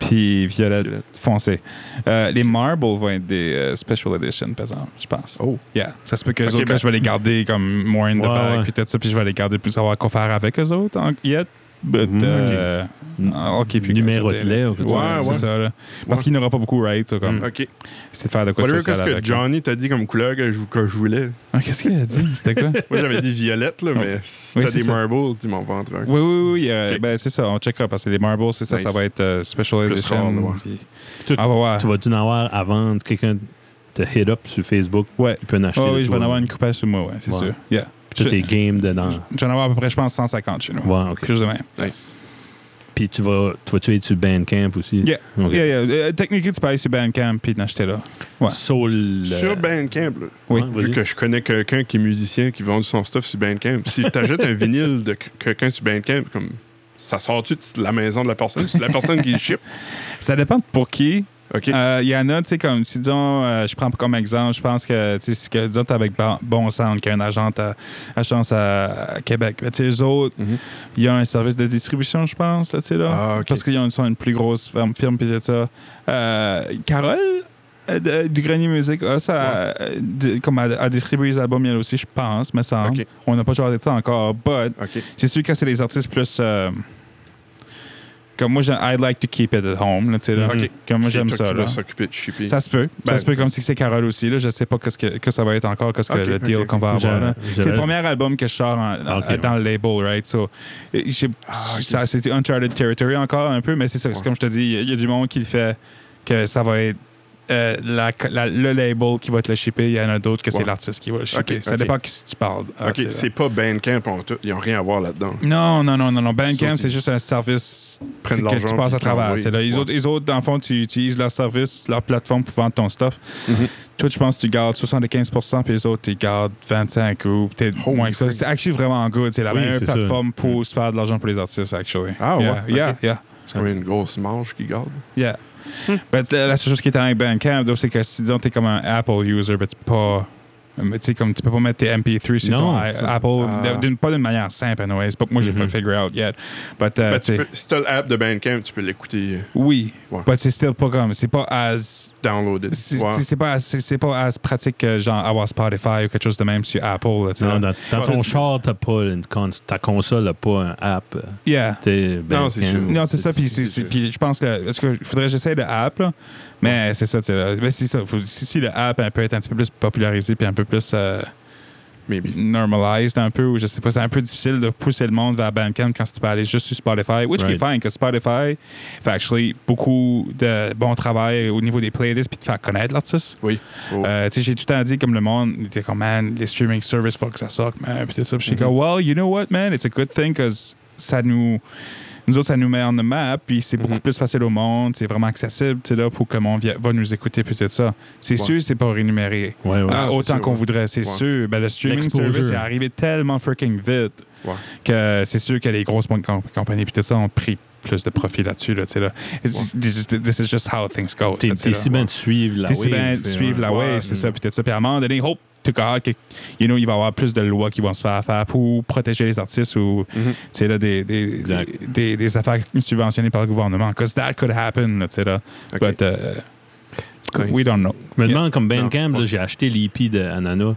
Speaker 1: puis violette,
Speaker 3: Violette.
Speaker 1: foncé. Euh, les marbles vont être des euh, special edition, par exemple, je pense.
Speaker 3: Oh.
Speaker 1: Yeah. Ça se peut que
Speaker 3: Ok,
Speaker 1: autres,
Speaker 3: ben-
Speaker 1: je vais les garder comme more in the
Speaker 2: Ouais,
Speaker 1: bag,
Speaker 2: ouais.
Speaker 1: puis tout ça, puis je vais les garder plus savoir quoi faire avec eux autres en yet. But,
Speaker 3: Mhm,
Speaker 1: euh,
Speaker 2: ok.
Speaker 1: en hockey, puis
Speaker 2: Numéro de
Speaker 1: comme ça,
Speaker 2: lait, ou quelque
Speaker 1: Ouais,
Speaker 3: chose.
Speaker 1: c'est
Speaker 3: Ouais.
Speaker 1: ça. là. Parce
Speaker 3: Ouais.
Speaker 1: qu'il n'aura pas beaucoup, right? ça, comme,
Speaker 2: Mm.
Speaker 3: OK.
Speaker 1: C'est de faire de quoi
Speaker 3: Whatever,
Speaker 1: spécial
Speaker 3: qu'est-ce que
Speaker 1: avec.
Speaker 3: Johnny t'a dit comme couleur que je, que je voulais?
Speaker 1: Ah, Qu'est-ce qu'il a dit? C'était quoi?
Speaker 3: Moi, j'avais dit violette, là, mais si
Speaker 1: Oui,
Speaker 3: t'as
Speaker 1: c'est
Speaker 3: des
Speaker 1: ça.
Speaker 3: marbles, tu m'en ventres un.
Speaker 1: Oui, oui, oui. euh,
Speaker 3: Ok.
Speaker 1: ben, c'est ça, on checkera parce que les marbles, c'est ça, ça
Speaker 3: Nice.
Speaker 1: va être euh, special
Speaker 3: Plus rare,
Speaker 1: edition.
Speaker 3: ouais.
Speaker 1: puis-
Speaker 2: Tout-
Speaker 1: Ah, ouais, ouais.
Speaker 2: Tu vas-tu en avoir avant quelqu'un te hit up sur Facebook?
Speaker 1: Ouais.
Speaker 2: Il peut en acheter.
Speaker 1: Ah
Speaker 2: de
Speaker 1: oui, je vais
Speaker 2: toi,
Speaker 1: en avoir
Speaker 2: là.
Speaker 1: une coupée sur moi, ouais, c'est
Speaker 2: Ouais.
Speaker 1: sûr. Yeah.
Speaker 2: Puis Tout est game dedans.
Speaker 1: Je vais en avoir à peu près, je pense, 150 chez nous.
Speaker 2: Ouais, ok.
Speaker 1: Plus de même.
Speaker 3: Nice.
Speaker 2: Puis tu vas, tu vas tuer sur Bandcamp aussi.
Speaker 1: Yeah.
Speaker 2: Ok.
Speaker 1: Yeah, yeah. Euh, techniquement, tu peux aller sur Bandcamp puis en acheter là. Ouais.
Speaker 2: Soul.
Speaker 3: Sur Bandcamp, là,
Speaker 1: Oui.
Speaker 2: Ouais, vas-y.
Speaker 3: vu que je connais quelqu'un qui est musicien qui vend son stuff sur Bandcamp, si t'achètes un vinyle de que- quelqu'un sur Bandcamp, comme ça sort-tu de la maison de la personne? C'est la personne qui le ship?
Speaker 1: Ça dépend de pour qui.
Speaker 3: OK.
Speaker 1: Euh, Il y en a, tu sais, comme si, disons, euh, je prends comme exemple, je pense que, tu sais, si que, disons, t'es avec Bon, bon Sound, qui est un agent à, à chance à, à Québec. Mais, tu sais, les autres,
Speaker 3: Mhm.
Speaker 1: il y a un service de distribution, je pense, là, tu sais, là.
Speaker 3: Ah, OK.
Speaker 1: Parce qu'ils ont- sont une plus grosse firme, firme puis tout ça. Euh, Carole euh, de- du Grenier Musique a, ça, euh, di- comme a, a distribué les albums, elle aussi, je pense, mais ça.
Speaker 3: OK.
Speaker 1: On n'a pas choisi de ça encore, but
Speaker 3: OK.
Speaker 1: c'est sûr que quand c'est les artistes plus. euh, comme moi, j'ai- I'd like to keep it at home. Là, tu sais, là.
Speaker 3: OK.
Speaker 1: Comme moi,
Speaker 3: Mhm. C'est
Speaker 1: j'aime
Speaker 3: toi
Speaker 1: ça.
Speaker 3: qui vas
Speaker 1: là.
Speaker 3: s'occuper de shipper.
Speaker 1: Ça se peut. ça
Speaker 3: Ben-
Speaker 1: se peut comme si c'est Carole aussi. Là. Je sais pas qu'est-ce que, que ça va être encore, qu'est-ce
Speaker 3: OK,
Speaker 1: que le
Speaker 3: OK,
Speaker 1: deal
Speaker 3: OK.
Speaker 1: qu'on va avoir.
Speaker 2: J'avais-
Speaker 1: là. C'est le
Speaker 2: j'avais-
Speaker 1: premier album que je sors en- en-
Speaker 2: OK,
Speaker 1: dans le label, right? So, et j'ai-
Speaker 3: Ah, OK.
Speaker 1: ça, c'est uncharted territory encore un peu, mais c'est ça. c'est
Speaker 3: Ouais.
Speaker 1: Comme je te dis, il y a- il y, a du monde qui le fait que ça va être euh, la- la- le label qui va te le shipper. Il y en a d'autres que c'est
Speaker 3: Ouais.
Speaker 1: l'artiste qui va le shipper.
Speaker 3: OK,
Speaker 1: ça
Speaker 3: OK.
Speaker 1: dépend qui si tu parles. Ah,
Speaker 3: OK,
Speaker 1: tu sais, là.
Speaker 3: c'est pas Bandcamp en tout. Ils ont rien à voir là-dedans.
Speaker 1: Non, non, non, non, non. Bandcamp,
Speaker 3: Sauf-
Speaker 1: c'est juste un service
Speaker 3: Prennent
Speaker 1: que
Speaker 3: l'argent
Speaker 1: tu passes à
Speaker 3: puis te
Speaker 1: travers.
Speaker 3: l'envoient.
Speaker 1: c'est là. les,
Speaker 3: Ouais.
Speaker 1: autres, les autres, dans le fond, tu utilises leur service, leur plateforme pour vendre ton stuff.
Speaker 3: Mhm.
Speaker 1: Toi, je pense que tu gardes 75 puis les autres, tu gardes 25 ou peut-être
Speaker 3: Holy
Speaker 1: moins que ça.
Speaker 3: crap.
Speaker 1: C'est actually vraiment good. C'est la
Speaker 2: Oui,
Speaker 1: meilleure
Speaker 2: c'est ça.
Speaker 1: plateforme pour se faire de l'argent pour les artistes, actually.
Speaker 3: Mm. Ah ouais?
Speaker 1: Yeah,
Speaker 3: Ok.
Speaker 1: yeah, yeah.
Speaker 3: C'est comme une grosse marge qu'ils gardent.
Speaker 1: yeah.
Speaker 3: Hmm.
Speaker 1: Ben, t- la seule chose qui est avec Bandcamp, donc, c'est que si disons t'es comme un Apple user, ben, tu peux pas. mais tu sais, comme tu peux pas mettre tes MP3 sur
Speaker 2: Non,
Speaker 1: ton
Speaker 2: ça-
Speaker 1: i- Apple,
Speaker 3: Ah. Mm-hmm.
Speaker 1: d'une- pas d'une manière simple, anyway. C'est pas que moi j'ai
Speaker 2: Mhm.
Speaker 1: pas figure out yet. But, euh,
Speaker 3: Ben,
Speaker 1: tu sais,
Speaker 3: tu peux- si t'as l'app de Bandcamp, tu peux l'écouter euh,
Speaker 1: Oui,
Speaker 3: Ouais.
Speaker 1: but c'est still pas comme c'est pas as
Speaker 3: downloader.
Speaker 1: c'est
Speaker 3: Ouais.
Speaker 1: c'est- c'est pas as, c'est- c'est pas as pratique que genre avoir Spotify ou quelque chose de même sur Apple. là, tu sais,
Speaker 2: Non,
Speaker 1: là.
Speaker 2: dans, dans ton char, t'as pas une cons- ta console n'a pas un app. euh,
Speaker 1: Yeah.
Speaker 2: T'es Bandcamp.
Speaker 3: c'est sûr.
Speaker 1: Non, c'est ça. Puis c'est-
Speaker 3: c'est-
Speaker 1: c'est-
Speaker 3: c'est-
Speaker 1: puis je pense que parce que faudrait que j'essaie de app, là, mais c'est ça. tu sais, là. Ben, c'est ça. Faut- si, si le app elle peut être un petit peu plus popularisé puis un peu plus euh,
Speaker 3: Maybe.
Speaker 1: normalized un peu ou je sais pas, c'est un peu difficile de pousser le monde vers Bandcamp quand tu peux aller juste sur Spotify, which
Speaker 2: Right.
Speaker 1: is fine, que Spotify fait actually beaucoup de bon travail au niveau des playlists puis de faire connaître l'artiste.
Speaker 3: Oui. Oh.
Speaker 1: Euh, tu sais, j'ai tout le temps dit, comme le monde, il était comme, man, les streaming services, fuck, ça suck, man. Puis tout ça. Puis j'ai
Speaker 3: Mhm.
Speaker 1: comme, well, you know what, man, it's a good thing, because ça nous. Nous autres, ça nous met en the map, puis c'est beaucoup
Speaker 3: Mhm.
Speaker 1: plus facile au monde, c'est vraiment accessible, tu sais, là, pour que le monde vi- va nous écouter, puis tout ça. C'est
Speaker 3: Ouais.
Speaker 1: sûr, c'est pas rémunéré.
Speaker 2: Ouais, ouais.
Speaker 1: Ah,
Speaker 3: c'est
Speaker 1: autant
Speaker 3: sûr,
Speaker 1: qu'on
Speaker 3: ouais.
Speaker 1: voudrait, c'est
Speaker 3: Ouais.
Speaker 1: sûr. Ben, le streaming
Speaker 2: L'exposure.
Speaker 1: service est arrivé tellement freaking vite
Speaker 3: Ouais.
Speaker 1: que c'est sûr que les grosses banques com- compagnies puis tout ça ont pris plus de profit là-dessus. Là, tu sais, là. It's- this is- This is just how things go.
Speaker 2: T'es
Speaker 1: là, tu sais,
Speaker 2: t'es
Speaker 1: là.
Speaker 2: si bien de suivre la
Speaker 1: T'es
Speaker 2: wave.
Speaker 1: si bien de
Speaker 2: puis,
Speaker 1: suivre la
Speaker 2: ouais.
Speaker 1: wave, c'est ça, puis tout ça. Puis à un moment donné, oh, hope to God que, ah, you know, il va y avoir plus de lois qui vont se faire faire pour protéger les artistes ou
Speaker 3: Mhm.
Speaker 1: tu sais, là, des, des,
Speaker 2: Exact.
Speaker 1: des, des- des affaires subventionnées par le gouvernement. Because that could happen, là, tu sais, là.
Speaker 3: OK.
Speaker 1: But uh,
Speaker 3: Nice.
Speaker 1: we don't know.
Speaker 2: Je me
Speaker 1: Yeah.
Speaker 2: demande, comme Bandcamp,
Speaker 3: Non.
Speaker 2: là, j'ai acheté l'EP de Anana,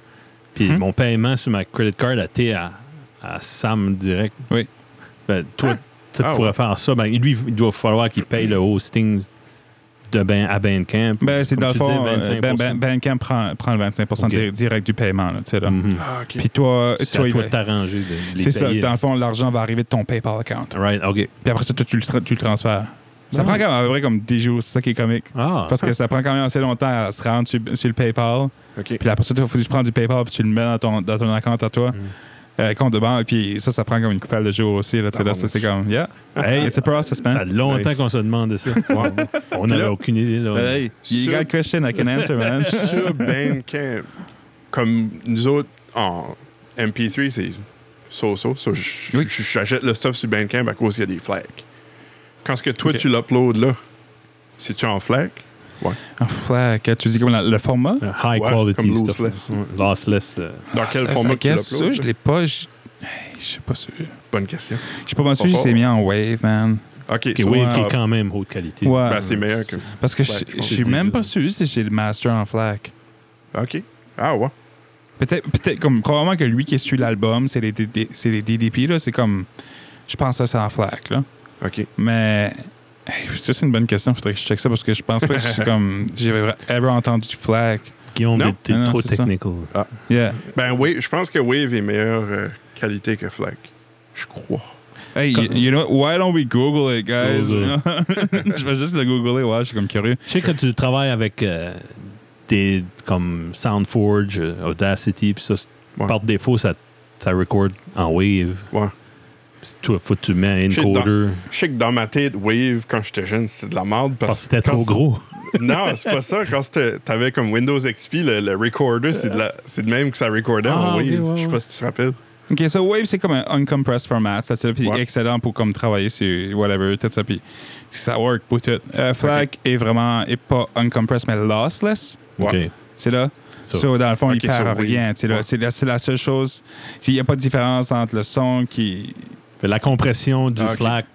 Speaker 2: puis
Speaker 1: Hmm.
Speaker 2: mon paiement sur ma credit card a été à, à Sam direct.
Speaker 1: Oui.
Speaker 2: Ben, toi, tu
Speaker 3: Ah ouais.
Speaker 2: pourrais faire ça. Ben, lui, il doit falloir qu'il paye le hosting de ben, à Bandcamp.
Speaker 1: Ben, c'est
Speaker 2: Comme
Speaker 1: dans le
Speaker 2: tu
Speaker 1: fond,
Speaker 2: disais,
Speaker 1: euh, ben, ben,
Speaker 2: 25%.
Speaker 1: Bandcamp prend, prend le 25
Speaker 2: Ok.
Speaker 1: di- direct du paiement, là, tu sais, là.
Speaker 2: Mhm.
Speaker 3: Ah, OK.
Speaker 1: Puis toi,
Speaker 2: C'est
Speaker 1: toi,
Speaker 2: à
Speaker 1: il
Speaker 2: toi
Speaker 1: va-
Speaker 2: de t'arranger. de les
Speaker 1: c'est ça.
Speaker 2: payer,
Speaker 1: Dans
Speaker 2: là.
Speaker 1: le fond, l'argent va arriver de ton PayPal account.
Speaker 2: Right, OK.
Speaker 1: Puis après ça, toi, tu le, tra- tu le transfères. Ça
Speaker 2: Ah.
Speaker 1: prend quand même à peu près comme 10 jours, c'est ça qui est comique.
Speaker 2: Ah,
Speaker 1: Parce que ça prend quand même assez longtemps à se rendre sur, sur le PayPal.
Speaker 3: OK.
Speaker 1: Puis après ça, il faut que tu prends du PayPal puis tu le mets dans ton, dans ton account à toi,
Speaker 2: Mm.
Speaker 1: euh, compte de banque. Puis ça, ça prend comme une coupelle de jours aussi. Là, tu sais,
Speaker 3: Ah,
Speaker 1: là, ça, c'est comme, yeah,
Speaker 2: Hey,
Speaker 1: it's a process,
Speaker 2: ça
Speaker 1: man.
Speaker 2: fait longtemps
Speaker 3: Nice.
Speaker 2: qu'on se demandait ça. On n'avait aucune idée. là.
Speaker 3: ben,
Speaker 1: Hey, you got a question, I can answer, man.
Speaker 3: Sur Bandcamp, ben comme nous autres, en MP3, c'est so-so. So, j-
Speaker 1: Oui.
Speaker 3: j- J'achète le stuff sur Bandcamp à cause qu'il y a des flags. Quand ce que toi,
Speaker 1: Ok.
Speaker 3: tu l'uploads là, c'est-tu en flag? Ouais.
Speaker 1: Ah, flac, tu dis comme la- le format?
Speaker 2: Euh, High
Speaker 3: Ouais,
Speaker 2: quality
Speaker 3: comme
Speaker 2: stuff.
Speaker 3: lossless.
Speaker 2: Ouais, Lossless. euh,
Speaker 3: Dans
Speaker 1: Ah,
Speaker 3: quel
Speaker 1: ça,
Speaker 3: format
Speaker 1: ça,
Speaker 3: tu
Speaker 1: guess ça,
Speaker 3: l'uploads,
Speaker 1: Je l'ai pas... Je je sais pas sûr.
Speaker 3: Bonne question.
Speaker 1: Je sais pas comment ça, je
Speaker 3: Pas
Speaker 1: l'ai mis en wave, man.
Speaker 3: OK,
Speaker 2: qui est
Speaker 3: ça,
Speaker 2: wave, qui
Speaker 3: ah,
Speaker 2: est quand même haute qualité.
Speaker 1: Ouais.
Speaker 3: ben, c'est meilleur que...
Speaker 1: Parce que je
Speaker 3: Ouais, je
Speaker 1: je
Speaker 3: pense
Speaker 1: suis
Speaker 2: que
Speaker 1: même
Speaker 2: c'est-
Speaker 1: pas sûr si j'ai le master en flac.
Speaker 3: OK. Ah ouais.
Speaker 1: Peut-être, peut-être comme probablement que lui qui est sur l'album, c'est les, DD c'est les DDP, là, c'est comme. Je pense que c'est en flac, là.
Speaker 3: OK.
Speaker 1: Mais. hey, ça, c'est une bonne question, faudrait que je check ça parce que je pense pas que je suis comme. J'ai vra- ever entendu flac.
Speaker 2: Guillaume,
Speaker 3: Non.
Speaker 2: t'es- t'es
Speaker 1: Non, non,
Speaker 2: trop
Speaker 1: c'est ça.
Speaker 2: technical.
Speaker 1: Yeah.
Speaker 3: Ben oui, je pense que Wave est meilleure euh, qualité que Flag. Je crois.
Speaker 1: Hey,
Speaker 2: Comme-
Speaker 1: you, you know, why don't we Google it, guys?
Speaker 2: Google.
Speaker 1: je vais juste le googler, ouais, je suis comme curieux.
Speaker 2: Je sais que tu travailles avec euh, des comme Soundforge, euh, Audacity, puis ça, c'est-
Speaker 3: Ouais.
Speaker 2: par défaut, ça, ça record en wave.
Speaker 3: Ouais.
Speaker 2: Puis Tu, faut que tu mets un
Speaker 3: Shit,
Speaker 2: encoder
Speaker 3: Je sais que dans ma tête, Wave, quand j'étais jeune, c'était de la merde. Parce,
Speaker 2: parce que c'était
Speaker 3: quand
Speaker 2: trop
Speaker 3: c'est-
Speaker 2: gros.
Speaker 3: Non, c'est pas ça. Quand c'était- t'avais comme Windows XP, le, le recorder, c'est de, la- c'est de même que ça recordait
Speaker 2: Ah,
Speaker 3: en
Speaker 2: ok,
Speaker 3: Wave.
Speaker 2: ouais, ouais.
Speaker 3: Je sais pas si tu te rappelles.
Speaker 1: Ok, so Wave, c'est comme un uncompressed format, c'est ça, puis
Speaker 3: Ouais.
Speaker 1: excellent pour comme travailler sur whatever, tout ça, puis ça work pour tout. Euh, FLAC est vraiment, est pas uncompressed, mais lossless,
Speaker 3: Ouais.
Speaker 2: OK.
Speaker 1: c'est là.
Speaker 2: Ça.
Speaker 1: So, dans le fond,
Speaker 3: Ok,
Speaker 1: il perd
Speaker 3: so Wave.
Speaker 1: rien, c'est là,
Speaker 3: Ouais.
Speaker 1: c'est la, c'est la seule chose, il n'y a pas de différence entre le son qui...
Speaker 2: Fait la compression du
Speaker 3: Ah, ok.
Speaker 2: FLAC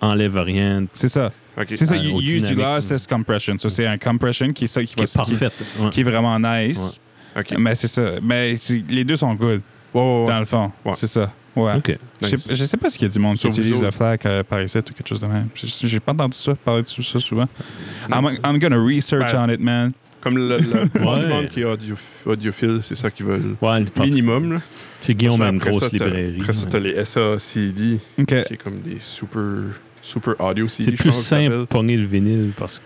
Speaker 2: enlève rien.
Speaker 1: C'est ça,
Speaker 3: OK.
Speaker 1: c'est ça,
Speaker 2: Ah,
Speaker 1: you
Speaker 2: au
Speaker 1: use du
Speaker 2: dynamique.
Speaker 1: lossless compression, so c'est un compression qui est ça qui
Speaker 2: Qui
Speaker 1: va...
Speaker 2: est parfaite. Ouais.
Speaker 1: qui est vraiment nice,
Speaker 3: OK.
Speaker 1: mais c'est ça, mais c'est- les deux sont good.
Speaker 3: Ouais, ouais, ouais.
Speaker 1: dans le fond.
Speaker 3: Ouais.
Speaker 1: C'est ça. Ouais.
Speaker 2: OK.
Speaker 1: Je,
Speaker 3: Nice.
Speaker 1: sais, je sais pas s'il y a du monde qui
Speaker 3: Sur vous
Speaker 1: utilise
Speaker 3: autres.
Speaker 1: le flac euh, par ici ou quelque chose de même. J'ai j'ai pas entendu ça parler de ça souvent. I'm, I'm gonna research
Speaker 3: Ben,
Speaker 1: on it, man.
Speaker 3: Comme le, le
Speaker 2: Ouais.
Speaker 3: le monde qui est audio- audiophile, c'est ça qu'ils veulent.
Speaker 2: Ouais, parce que
Speaker 3: Minimum. Là.
Speaker 2: chez Guillaume a une
Speaker 3: Après ça,
Speaker 2: grosse
Speaker 3: t'as-
Speaker 2: librairie.
Speaker 3: Après ça,
Speaker 2: Ouais.
Speaker 3: t'as les SACD,
Speaker 1: OK.
Speaker 3: qui est comme des super, super audio CD.
Speaker 2: C'est
Speaker 3: je
Speaker 2: plus
Speaker 3: pense que ça
Speaker 2: simple de
Speaker 3: s'appelle.
Speaker 2: pogner le vinyle parce que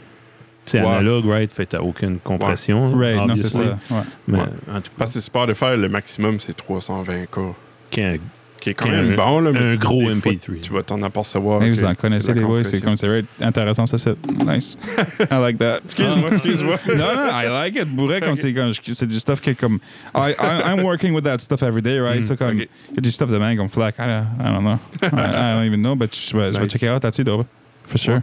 Speaker 2: c'est
Speaker 3: Ouais.
Speaker 2: analogue, right? Fait que t'as aucune compression.
Speaker 1: Right, non, c'est ça.
Speaker 2: obviously.
Speaker 1: Ouais.
Speaker 2: Mais
Speaker 3: Ouais.
Speaker 2: en tout cas,
Speaker 3: Parce que c'est pas de faire le maximum, c'est 320K.
Speaker 2: qu'il y a un
Speaker 3: Qui est quand
Speaker 2: Qui est
Speaker 3: même
Speaker 2: un-
Speaker 3: bon, là. mais
Speaker 2: un gros
Speaker 3: des fois,
Speaker 2: MP3.
Speaker 3: Tu vas t'en apercevoir.
Speaker 1: Hey,
Speaker 3: que
Speaker 1: vous en connaissez,
Speaker 3: la
Speaker 1: les boys. C'est
Speaker 3: compression.
Speaker 1: comme, c'est right. intéressant, ça, c'est nice. I like that.
Speaker 3: Excuse-moi, excuse-moi.
Speaker 1: Non, non, I like it. Bourré, comme c'est comme, c'est du stuff que comme, I, I, I'm working with that stuff every day, right?
Speaker 2: Mm,
Speaker 1: so comme,
Speaker 3: ok.
Speaker 1: il y a du stuff de même comme flac. I don't, I don't know. I, I don't even know, but je vais, je vais
Speaker 3: Nice.
Speaker 1: checker out là-dessus, d'abord. For sure.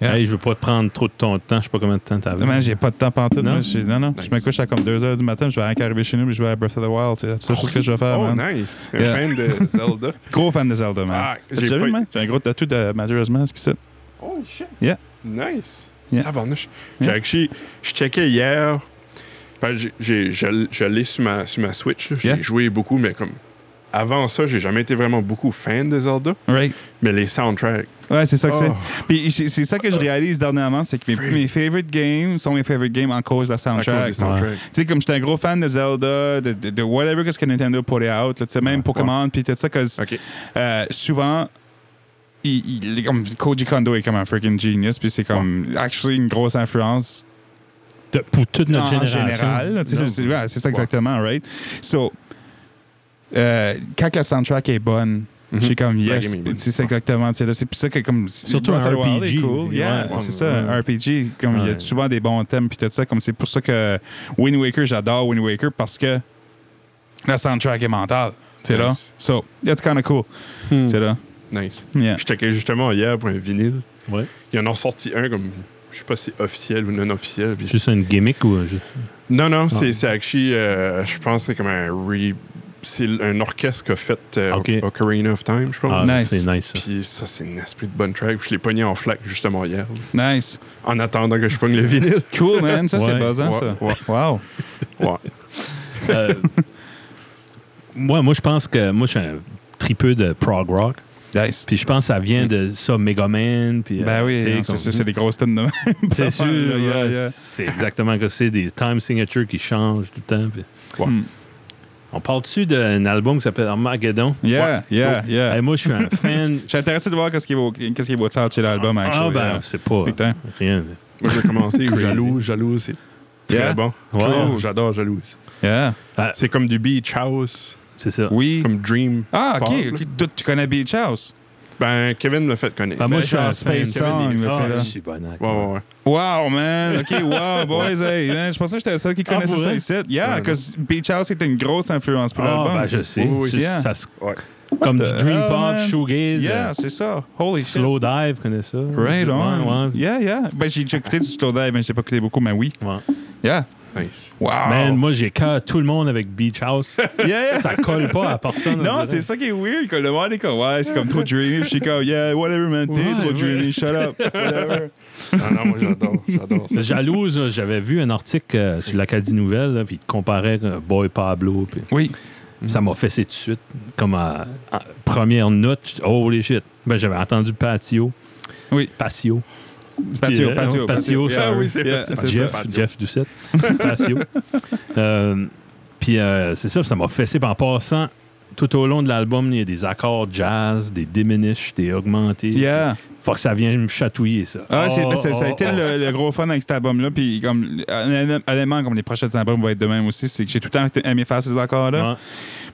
Speaker 1: Yeah.
Speaker 2: Hey, je veux pas te prendre trop de ton temps. Je sais pas combien de temps t'avais.
Speaker 1: Non, man, j'ai pas de temps pantoute.
Speaker 2: Non?
Speaker 1: moi, j'ai- Non, non,
Speaker 3: Oh, Nice.
Speaker 1: Je me couche à comme 2h du matin, je vais rien qu'arriver chez nous, puis je vais à Breath of the Wild. tu sais, C'est la seule chose que je vais faire,
Speaker 3: Oh,
Speaker 1: man.
Speaker 3: nice. Un
Speaker 1: euh, Yeah.
Speaker 3: fan de Zelda.
Speaker 1: Gros fan de Zelda, man.
Speaker 3: Ah,
Speaker 1: T'as déjà
Speaker 3: j'ai pas...
Speaker 1: vu, man? J'ai un gros tatou de Majora's Mask ici.
Speaker 3: Oh, shit.
Speaker 1: Yeah.
Speaker 3: Nice.
Speaker 1: Yeah.
Speaker 3: Tabarnouche.
Speaker 1: Yeah.
Speaker 3: J'ai actually- Je checkais hier. Fait que j'ai- j'ai- Je l- je l'ai sur ma, sur ma Switch. là. J'ai
Speaker 1: Yeah.
Speaker 3: joué beaucoup, mais comme... Avant ça, j'ai jamais été vraiment beaucoup fan de Zelda.
Speaker 1: Right.
Speaker 3: Mais les soundtracks...
Speaker 1: Ouais, c'est ça que
Speaker 3: Oh.
Speaker 1: c'est. Puis j'ai- c'est ça que je réalise dernièrement, c'est que mes,
Speaker 3: Free.
Speaker 1: mes favorite games sont mes favorite games en cause de la
Speaker 3: à cause
Speaker 1: soundtrack.
Speaker 3: des
Speaker 1: Tu
Speaker 3: soundtracks.
Speaker 1: sais, comme j'étais un gros fan de Zelda, de, de, de whatever que ce que Nintendo put out, là, tu sais, même Pokémon, puis tout ça, cause
Speaker 3: OK.
Speaker 1: Euh, souvent, il, il est comme, Koji Kondo est comme un freaking genius, puis c'est comme, actually, une grosse influence
Speaker 2: De- pour toute notre
Speaker 1: en, en
Speaker 2: génération.
Speaker 1: général. là, tu sais,
Speaker 2: Non.
Speaker 1: C'est c'est- ouais, c'est ça exactement, right? So, euh, quand la soundtrack est bonne,
Speaker 3: Mhm.
Speaker 1: j'ai comme,
Speaker 3: La
Speaker 1: yes,
Speaker 3: game est bonne.
Speaker 1: c'est ça exactement. tu sais, là, C'est pour ça que, comme,
Speaker 2: Surtout
Speaker 1: Breath
Speaker 2: un
Speaker 1: of the Wild est
Speaker 2: RPG,
Speaker 1: Cool.
Speaker 2: ouais,
Speaker 1: Yeah,
Speaker 2: ouais,
Speaker 1: c'est ça,
Speaker 2: ouais.
Speaker 1: un RPG. Comme, Il y a
Speaker 2: Ouais.
Speaker 1: souvent des bons thèmes, puis tout ça. Comme, c'est pour ça que Wind Waker, j'adore Wind Waker parce que la soundtrack est mentale. Tu sais, là?
Speaker 3: Nice.
Speaker 1: So, that's kind of cool.
Speaker 2: Hmm.
Speaker 1: Tu sais, là?
Speaker 3: Nice.
Speaker 1: Yeah.
Speaker 3: Je checkais justement hier pour un vinyle.
Speaker 2: Ouais.
Speaker 3: Ils en ont sorti un comme... Je sais pas si officiel ou non officiel. puis-
Speaker 2: Juste une gimmick ou un jeu?
Speaker 3: Non, non, c'est
Speaker 2: Ah.
Speaker 3: c'est actually, euh, je pense que c'est comme un re... C'est un orchestre qui a fait
Speaker 1: Ah,
Speaker 3: euh,
Speaker 2: Ok.
Speaker 3: Ocarina of Time, je pense.
Speaker 2: Ah,
Speaker 1: Oh, Nice.
Speaker 2: ça, c'est nice. ça.
Speaker 3: Puis ça, c'est un esprit de bonne track. Je l'ai pogné en flac justement hier,
Speaker 1: Nice.
Speaker 3: en attendant que je pogne le vinyle.
Speaker 1: Cool, man. Ça, c'est
Speaker 2: Ouais.
Speaker 1: buzzant,
Speaker 3: Ouais,
Speaker 1: ça.
Speaker 3: ouais.
Speaker 1: Wow.
Speaker 3: Ouais.
Speaker 2: Euh, moi, moi je pense que moi, je suis un tripeux de prog rock.
Speaker 1: Nice.
Speaker 2: Puis je pense que ça vient de ça, Megaman. Puis, euh,
Speaker 1: Ben oui,
Speaker 2: tu sais,
Speaker 1: non,
Speaker 2: comme-
Speaker 1: c'est sûr, c'est des grosses tonnes de même.
Speaker 2: C'est sûr,
Speaker 1: Yeah,
Speaker 2: ouais,
Speaker 1: yeah.
Speaker 2: c'est exactement que c'est des time signatures qui changent tout le temps. puis-
Speaker 3: Ouais.
Speaker 1: Hmm.
Speaker 2: On parle-tu d'un album qui s'appelle Armageddon?
Speaker 1: Yeah, yeah, yeah.
Speaker 2: Hey, moi, je suis un fan.
Speaker 1: Je suis intéressé de voir qu'est-ce qu'il va, qu'est-ce qu'il va faire sur l'album,
Speaker 2: ah,
Speaker 1: actually.
Speaker 2: ben,
Speaker 1: yeah.
Speaker 2: c'est pas
Speaker 1: Putain.
Speaker 2: rien.
Speaker 3: Moi, j'ai commencé au
Speaker 2: Crazy.
Speaker 3: Jaloux. Jaloux, c'est très
Speaker 1: Yeah.
Speaker 3: bon.
Speaker 2: Ouais.
Speaker 3: Cool, J'adore Jaloux.
Speaker 1: Yeah.
Speaker 2: Ah,
Speaker 3: C'est comme du Beach House,
Speaker 2: c'est ça.
Speaker 1: Oui.
Speaker 3: comme Dream.
Speaker 1: Ah, ok.
Speaker 3: Parle.
Speaker 1: ok. Toi, tu connais Beach House?
Speaker 3: Ben, Kevin me fait connaître.
Speaker 2: Ah, moi,
Speaker 1: Ben,
Speaker 2: je suis
Speaker 1: genre
Speaker 2: un fan.
Speaker 1: Space Song, là, tu sais,
Speaker 2: Ah,
Speaker 1: là.
Speaker 2: je suis bonac.
Speaker 3: Ouais, ouais, ouais.
Speaker 1: Wow, man. OK, wow, boys. Hey, man, je pensais que j'étais le seul qui
Speaker 2: Ah,
Speaker 1: connaissait
Speaker 2: pour
Speaker 1: ça
Speaker 2: vrai?
Speaker 1: ici. Yeah,
Speaker 3: Ouais,
Speaker 1: parce que Beach House était une grosse influence pour
Speaker 2: Ah,
Speaker 1: l'album. oh,
Speaker 2: ben, je sais.
Speaker 3: Oui, oui,
Speaker 2: C'est-
Speaker 1: yeah.
Speaker 2: ça se-
Speaker 3: Ouais.
Speaker 2: Comme du
Speaker 1: the
Speaker 2: Dream
Speaker 1: hell,
Speaker 2: Pop,
Speaker 1: man?
Speaker 2: Shoegaze, euh,
Speaker 1: Yeah, c'est ça. Holy shit.
Speaker 2: Slow Dive, connais ça?
Speaker 1: Right
Speaker 2: Ouais,
Speaker 1: on.
Speaker 2: ouais.
Speaker 1: Yeah, yeah. Ben, j'ai déjà écouté du slow dive, mais j'ai pas écouté beaucoup, mais oui.
Speaker 2: Ouais.
Speaker 1: Yeah. Oh.
Speaker 3: Nice.
Speaker 1: Wow.
Speaker 2: Man, moi, j'ai cœur tout le monde avec Beach House.
Speaker 1: yeah, yeah.
Speaker 2: ça colle pas à personne. on
Speaker 1: Non,
Speaker 2: dirait.
Speaker 1: c'est ça qui est weird. Que le monde est comme, ouais, c'est comme trop dreamy. Puis je suis comme, yeah, whatever, man. T'es
Speaker 2: Ouais,
Speaker 1: trop
Speaker 2: ouais.
Speaker 1: dreamy. Shut up. Whatever.
Speaker 3: Ah non, moi j'adore, j'adore ça.
Speaker 2: Jalouse, là, j'avais vu un article euh, sur l'Acadie Nouvelle, là, puis il comparait euh, Boy Pablo, puis
Speaker 1: Oui. Mm.
Speaker 2: ça m'a fessé tout de suite. Comme à, à première note, j'ai dit, holy shit. Ben, j'avais entendu Patio.
Speaker 1: Oui.
Speaker 2: Patio.
Speaker 1: Patio,
Speaker 2: euh,
Speaker 1: patio,
Speaker 2: patio, ça,
Speaker 1: Yeah,
Speaker 2: oui,
Speaker 3: c'est
Speaker 1: yeah,
Speaker 3: ça.
Speaker 1: c'est
Speaker 2: Jeff,
Speaker 1: ça.
Speaker 2: Jeff Doucette. Patio. Euh, puis euh, c'est ça, ça m'a fessé. Puis en passant, tout au long de l'album, il y a des accords jazz, des diminished, des augmentés.
Speaker 1: Yeah.
Speaker 2: Faut que ça vienne me chatouiller, ça.
Speaker 1: Ah, c'est-
Speaker 2: Oh,
Speaker 1: c'est- ça a
Speaker 2: oh,
Speaker 1: été
Speaker 2: oh.
Speaker 1: le, le gros fun avec cet album-là. Puis, comme, honnêtement- honnêtement, comme les prochains albums vont être de même aussi, c'est que j'ai tout le temps aimé faire ces accords-là.
Speaker 2: Ouais.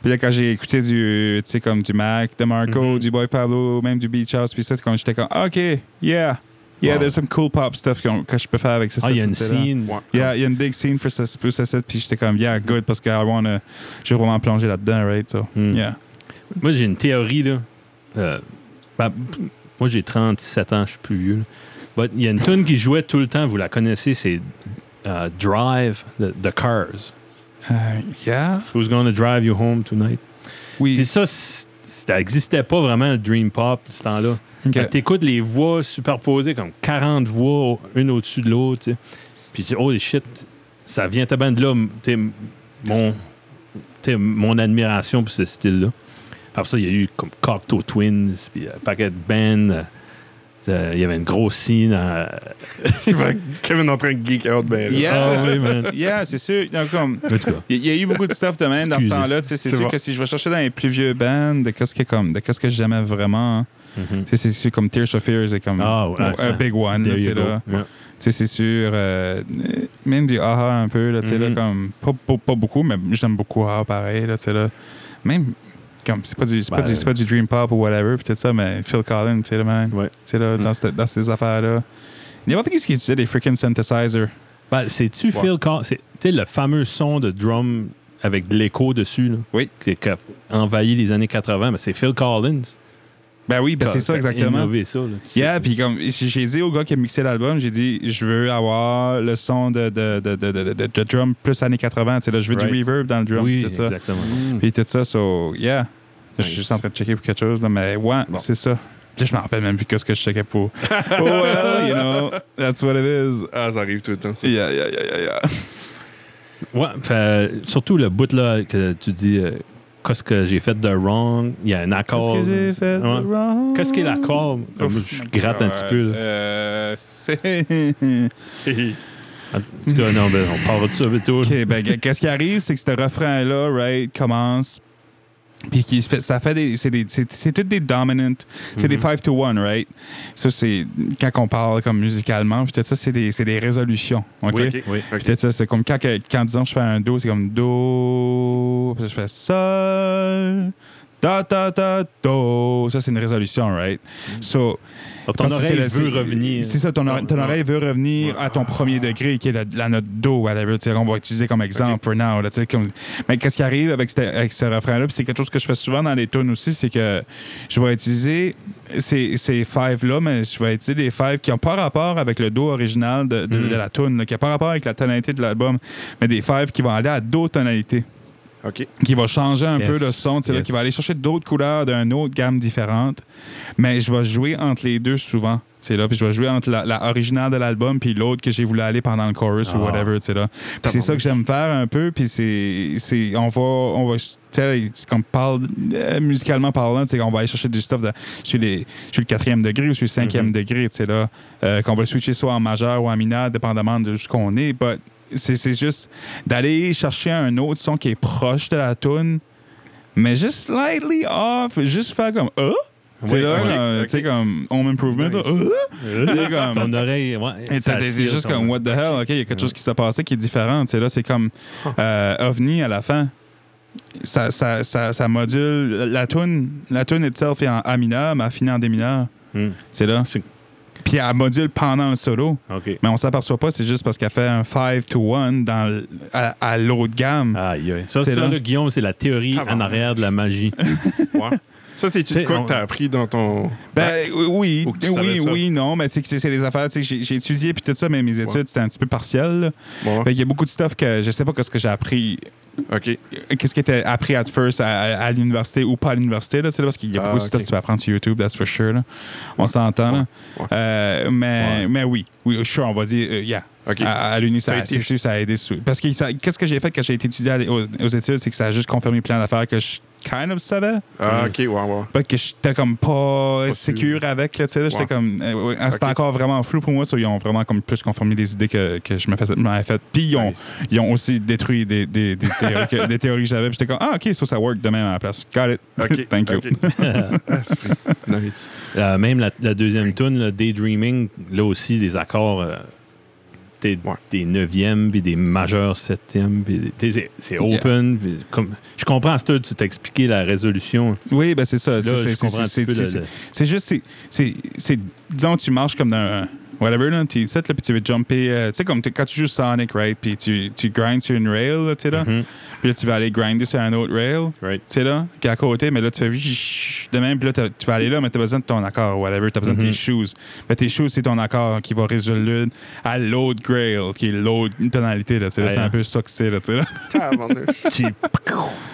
Speaker 1: Puis là, quand j'ai écouté du, tu sais, comme du Mac, de Marco,
Speaker 2: Mhm.
Speaker 1: du Boy Pablo, même du Beach House, puis ça, comme j'étais comme, OK, yeah, yeah,
Speaker 2: Wow.
Speaker 1: there's some cool pop stuff qu'on- que je peux faire avec ça.
Speaker 2: Ah, il y a
Speaker 1: ça,
Speaker 2: une
Speaker 1: tout ça, là.
Speaker 2: scene.
Speaker 3: Ouais.
Speaker 1: Yeah, il y a une big scene pour ça, pour ça, ça, puis j'étais comme, yeah, good, parce que I wanna, je vais vraiment plonger là-dedans, right? So,
Speaker 2: Mm.
Speaker 1: yeah.
Speaker 2: Moi, j'ai une théorie, là. Euh, ben, p- moi, j'ai 37 ans, je suis plus vieux. là. But Il y a une tune qui jouait tout le temps, vous la connaissez, c'est euh, Drive de, de Cars.
Speaker 1: Euh, yeah?
Speaker 2: Who's Gonna Drive You Home Tonight? Puis
Speaker 1: Oui.
Speaker 2: ça, c- ça n'existait pas vraiment, le Dream Pop, ce temps-là.
Speaker 1: OK.
Speaker 2: Fait que T'écoutes les voix superposées, comme 40 voix, une au-dessus de l'autre, tu sais. Puis tu dis, holy shit, ça vient tellement de là, m- tu sais, m- mon, tu sais, mon admiration pour ce style-là. Après ça, il y a eu comme Cocteau Twins, puis euh, Packet Band. euh, euh, Il y avait une grosse euh, scene. à-
Speaker 3: C'est vrai que Kevin est en train de geek out, ben là.
Speaker 1: Yeah.
Speaker 2: Ah oui, man.
Speaker 1: Yeah, c'est sûr. Non, comme,
Speaker 2: En tout cas,
Speaker 1: Il y, il y a eu beaucoup de stuff de même dans ce
Speaker 2: Excusez.
Speaker 1: temps-là. tu sais, C'est
Speaker 3: C'est
Speaker 1: sûr
Speaker 3: bon.
Speaker 1: que si je vais chercher dans les plus vieux bands, de qu'est-ce que comme, de qu'est-ce que j'aimais vraiment,
Speaker 2: mhm.
Speaker 1: tu sais, c'est sûr comme Tears for Fears est comme
Speaker 2: Ah, ouais,
Speaker 1: un
Speaker 2: attends.
Speaker 1: big one. là,
Speaker 2: There
Speaker 1: tu sais,
Speaker 2: you go.
Speaker 1: là.
Speaker 2: Yeah.
Speaker 1: Tu sais, c'est sûr, euh, même du aha un peu, là, tu sais, là,
Speaker 2: Mhm.
Speaker 1: comme, pas, pas- pas beaucoup, mais j'aime beaucoup aha pareil, là, tu sais, là. Même, comme, c'est pas du, c'est pas
Speaker 2: Ben,
Speaker 1: du, c'est pas du dream pop ou whatever, peut-être ça, mais Phil Collins, tu sais, là, même,
Speaker 2: Ouais.
Speaker 1: tu sais, là, dans,
Speaker 2: Mhm.
Speaker 1: cette- dans ces affaires-là. N'importe qui qui utilisait des freaking synthesizers.
Speaker 2: Ben, c'est-tu
Speaker 3: Ouais.
Speaker 2: Phil Collins? c'est- Tu sais, le fameux son de drum avec de l'écho dessus, là,
Speaker 1: Oui.
Speaker 2: qui, qui a envahi les années 80, ben, c'est Phil Collins.
Speaker 1: Ben oui, ben c'est ça,
Speaker 2: Qui a
Speaker 1: exactement.
Speaker 2: innové ça, là. Tu sais.
Speaker 1: Yeah, puis comme j'ai j'ai dit au gars qui a mixé l'album, j'ai dit je veux avoir le son de, de, de, de, de, de- de drum plus années 80, tu sais, là, je veux du
Speaker 2: Right.
Speaker 1: reverb dans le drum,
Speaker 2: Oui,
Speaker 1: tout ça.
Speaker 2: exactement.
Speaker 1: Puis tout ça, so yeah. Je suis
Speaker 3: Nice.
Speaker 1: juste en train de checker pour quelque chose, là, mais ouais,
Speaker 3: Bon.
Speaker 1: c'est ça. Puis je me rappelle même plus que ce que je checkais pour. oh well, you know, that's what it is.
Speaker 3: Ah, ça arrive tout le temps.
Speaker 1: Yeah, yeah, yeah, yeah, yeah.
Speaker 2: Ouais, fait, euh, surtout le bout là que tu dis euh, qu'est-ce que j'ai fait de wrong, il y a un accord.
Speaker 1: Qu'est-ce que j'ai fait de
Speaker 2: Ouais.
Speaker 1: wrong?
Speaker 2: Qu'est-ce qu'est l'accord Comme Je gratte un petit peu. là.
Speaker 1: Euh, c'est...
Speaker 2: En tout cas, non, ben, on parle de ça plutôt.
Speaker 1: OK, ben, qu- qu'est-ce qui arrive, c'est que ce refrain-là, right, commence. Puis qui se fait- ça fait des. C'est des- c'est- c'est toutes des dominant. C'est des
Speaker 2: Mhm.
Speaker 1: 5 to 1, right? Ça, c'est. Quand on parle comme musicalement, puis tout ça, c'est des, c'est des résolutions. OK?
Speaker 3: Oui,
Speaker 2: Oui.
Speaker 1: Puis tout ça, c'est comme quand, que- quand disons je fais un Do, c'est comme Do. Puis je fais Sol. Ta ta ta Do. Ça, c'est une résolution, right? So,
Speaker 2: Alors, ton
Speaker 1: parce que c'est
Speaker 2: oreille
Speaker 1: la-
Speaker 2: veut
Speaker 1: c'est-
Speaker 2: revenir.
Speaker 1: C'est ça, ton, oreille- ton
Speaker 2: Ouais.
Speaker 1: oreille veut revenir
Speaker 3: Ouais.
Speaker 1: à ton premier degré, qui est la, la note Do, whatever. tu sais, On va utiliser comme exemple for now. là, tu sais, comme- Mais qu'est-ce qui arrive avec, cette- avec ce refrain-là? Puis c'est quelque chose que je fais souvent dans les tunes aussi, c'est que je vais utiliser ces, ces fives-là, mais je vais utiliser des fives qui n'ont pas rapport avec le Do original de, de-
Speaker 2: Mhm.
Speaker 1: de la tune, là, qui n'ont pas rapport avec la tonalité de l'album, mais des fives qui vont aller à d'autres tonalités
Speaker 3: OK.
Speaker 1: qui va changer un
Speaker 2: Yes.
Speaker 1: peu le son, tu sais, là,
Speaker 2: Yes.
Speaker 1: qui va aller chercher d'autres couleurs d'une autre gamme différente. Mais je vais jouer entre les deux souvent. tu sais, Là, puis je vais jouer entre la, la originale de l'album puis l'autre que j'ai voulu aller pendant le chorus
Speaker 2: Ah.
Speaker 1: ou whatever. tu sais, là. Puis c'est ça que j'aime faire un peu. Puis c'est, c'est- on va, on va, tu sais, c'est comme parle, euh, musicalement parlant, tu sais, on va aller chercher du stuff de, sur, les, sur le quatrième degré ou sur le cinquième
Speaker 2: Mhm.
Speaker 1: degré, tu sais, là, euh, qu'on va switcher soit en majeur ou en mineur, dépendamment de ce qu'on est. But c'est c'est juste d'aller chercher un autre son qui est proche de la tune, mais juste slightly off, juste faire comme ah, tu sais
Speaker 2: Oui,
Speaker 1: là,
Speaker 2: ok,
Speaker 1: euh,
Speaker 3: ok.
Speaker 1: tu sais comme home improvement, là, Ah! tu sais comme
Speaker 2: Ton oreille, ouais.
Speaker 1: et
Speaker 2: ça
Speaker 1: t'as- t'es
Speaker 2: attire
Speaker 1: juste
Speaker 2: ton-
Speaker 1: comme what the hell, ok, il y a quelque chose qui s'est passé qui est différent. Tu sais, là, c'est comme
Speaker 2: Ah.
Speaker 1: euh, OVNI à la fin. Ça, ça, ça, ça module la- la tune. La tune itself est en A mineur, mais elle finit en D mineur.
Speaker 2: Hmm.
Speaker 1: C'est là.
Speaker 2: C'est-
Speaker 1: Puis elle module pendant le solo,
Speaker 2: OK.
Speaker 1: mais on s'aperçoit pas, c'est juste parce qu'elle fait un 5 to 1 dans l- à, à l'autre gamme.
Speaker 3: Ah.
Speaker 2: Aïe, aïe. Ça,
Speaker 1: C'est
Speaker 2: ça
Speaker 1: là.
Speaker 2: là, Guillaume, c'est la théorie en
Speaker 3: Tabarnak.
Speaker 2: arrière de la magie.
Speaker 3: Ouais. Ça, c'est-tu de
Speaker 2: T'sais,
Speaker 3: quoi
Speaker 2: on-
Speaker 3: que t'as appris dans ton.
Speaker 1: Ben oui,
Speaker 3: Ou que tu savais
Speaker 1: oui,
Speaker 3: ça.
Speaker 1: oui, non, mais c'est que c'est c'est les affaires, tu sais, j'ai j'ai étudié puis tout ça, mais mes études,
Speaker 3: Ouais.
Speaker 1: c'était un petit peu partiel. là.
Speaker 3: Bon,
Speaker 1: Fait qu'il y a beaucoup de stuff que je sais pas ce que j'ai appris, euh,
Speaker 3: OK.
Speaker 1: qu'est-ce qui était appris at first à, à- à l'université ou pas à l'université, là, tu sais, là, parce qu'il y a
Speaker 3: Ah,
Speaker 1: beaucoup de
Speaker 3: ok.
Speaker 1: stuff que tu peux apprendre sur YouTube, that's for sure. là. On s'entend, là.
Speaker 3: Ouais, ouais.
Speaker 1: Euh, mais,
Speaker 3: Ouais.
Speaker 1: mais oui, oui, sure, on va dire, euh, yeah.
Speaker 3: OK.
Speaker 1: À, à l'Uni, ça,
Speaker 3: T'as été-
Speaker 1: c'est sûr, ça a aidé. sous- Parce que ça- qu'est-ce que j'ai fait quand j'ai été étudié à l- aux, aux études, c'est que ça a juste confirmé plein d'affaires que je kind of savais,
Speaker 3: Ah, OK, ouais, ouais.
Speaker 1: pas que j'étais comme pas
Speaker 3: Pas
Speaker 1: sécure avec, là, tu sais, là, j'étais
Speaker 3: Ouais.
Speaker 1: comme, euh, ouais, c'était
Speaker 3: Ok.
Speaker 1: encore vraiment flou pour moi, ça, ils ont vraiment comme plus confirmé les idées que, que je me faisais, m'avais faites. Puis ils ont,
Speaker 3: Nice.
Speaker 1: ils ont aussi détruit des, des, des théories, que, des théories que j'avais. Puis J'étais comme, ah, OK, ça, ça work demain à la place. Got it.
Speaker 3: OK.
Speaker 1: Thank you.
Speaker 3: OK. Ah, c'est- nice.
Speaker 2: Euh, même la, la deuxième tune, là, Daydreaming, là aussi, des accords euh, des,
Speaker 3: Ouais.
Speaker 2: des neuvièmes, puis des majeurs septièmes, puis des- t'sais, c'est- c'est open. puis comme, je comprends, c'est tout, tu t'as expliqué la résolution.
Speaker 1: Oui, ben c'est ça.
Speaker 2: Là,
Speaker 1: C'est-
Speaker 2: je
Speaker 1: c'est-
Speaker 2: comprends un
Speaker 1: c'est-
Speaker 2: petit
Speaker 1: c'est-
Speaker 2: peu. le-
Speaker 1: c'est-
Speaker 2: le-
Speaker 1: C'est juste, c'est- c'est. c'est- Disons, tu marches comme dans un. Whatever, là, t'es set, là, puis tu veux jumper. euh, tu sais, comme t'es- quand tu joues Sonic, right? Puis tu, tu grinds sur une rail, là, tu sais, là.
Speaker 2: Mhm,
Speaker 1: Puis là, tu vas aller grinder sur un autre rail,
Speaker 2: right.
Speaker 1: tu sais, là, qui est à côté, mais là, tu fais. whish De même, puis là, t'as- tu vas aller là, mais t'as besoin de ton accord, whatever. T'as besoin de
Speaker 2: Mhm.
Speaker 1: tes shoes. Mais tes shoes, c'est ton accord qui va résoudre l'une à l'autre rail, qui est l'autre tonalité, là, tu sais, là.
Speaker 2: Ouais,
Speaker 1: C'est un
Speaker 2: hein.
Speaker 1: peu ça que c'est, là, tu sais, là.
Speaker 3: Tabarnouche.
Speaker 2: J'ai-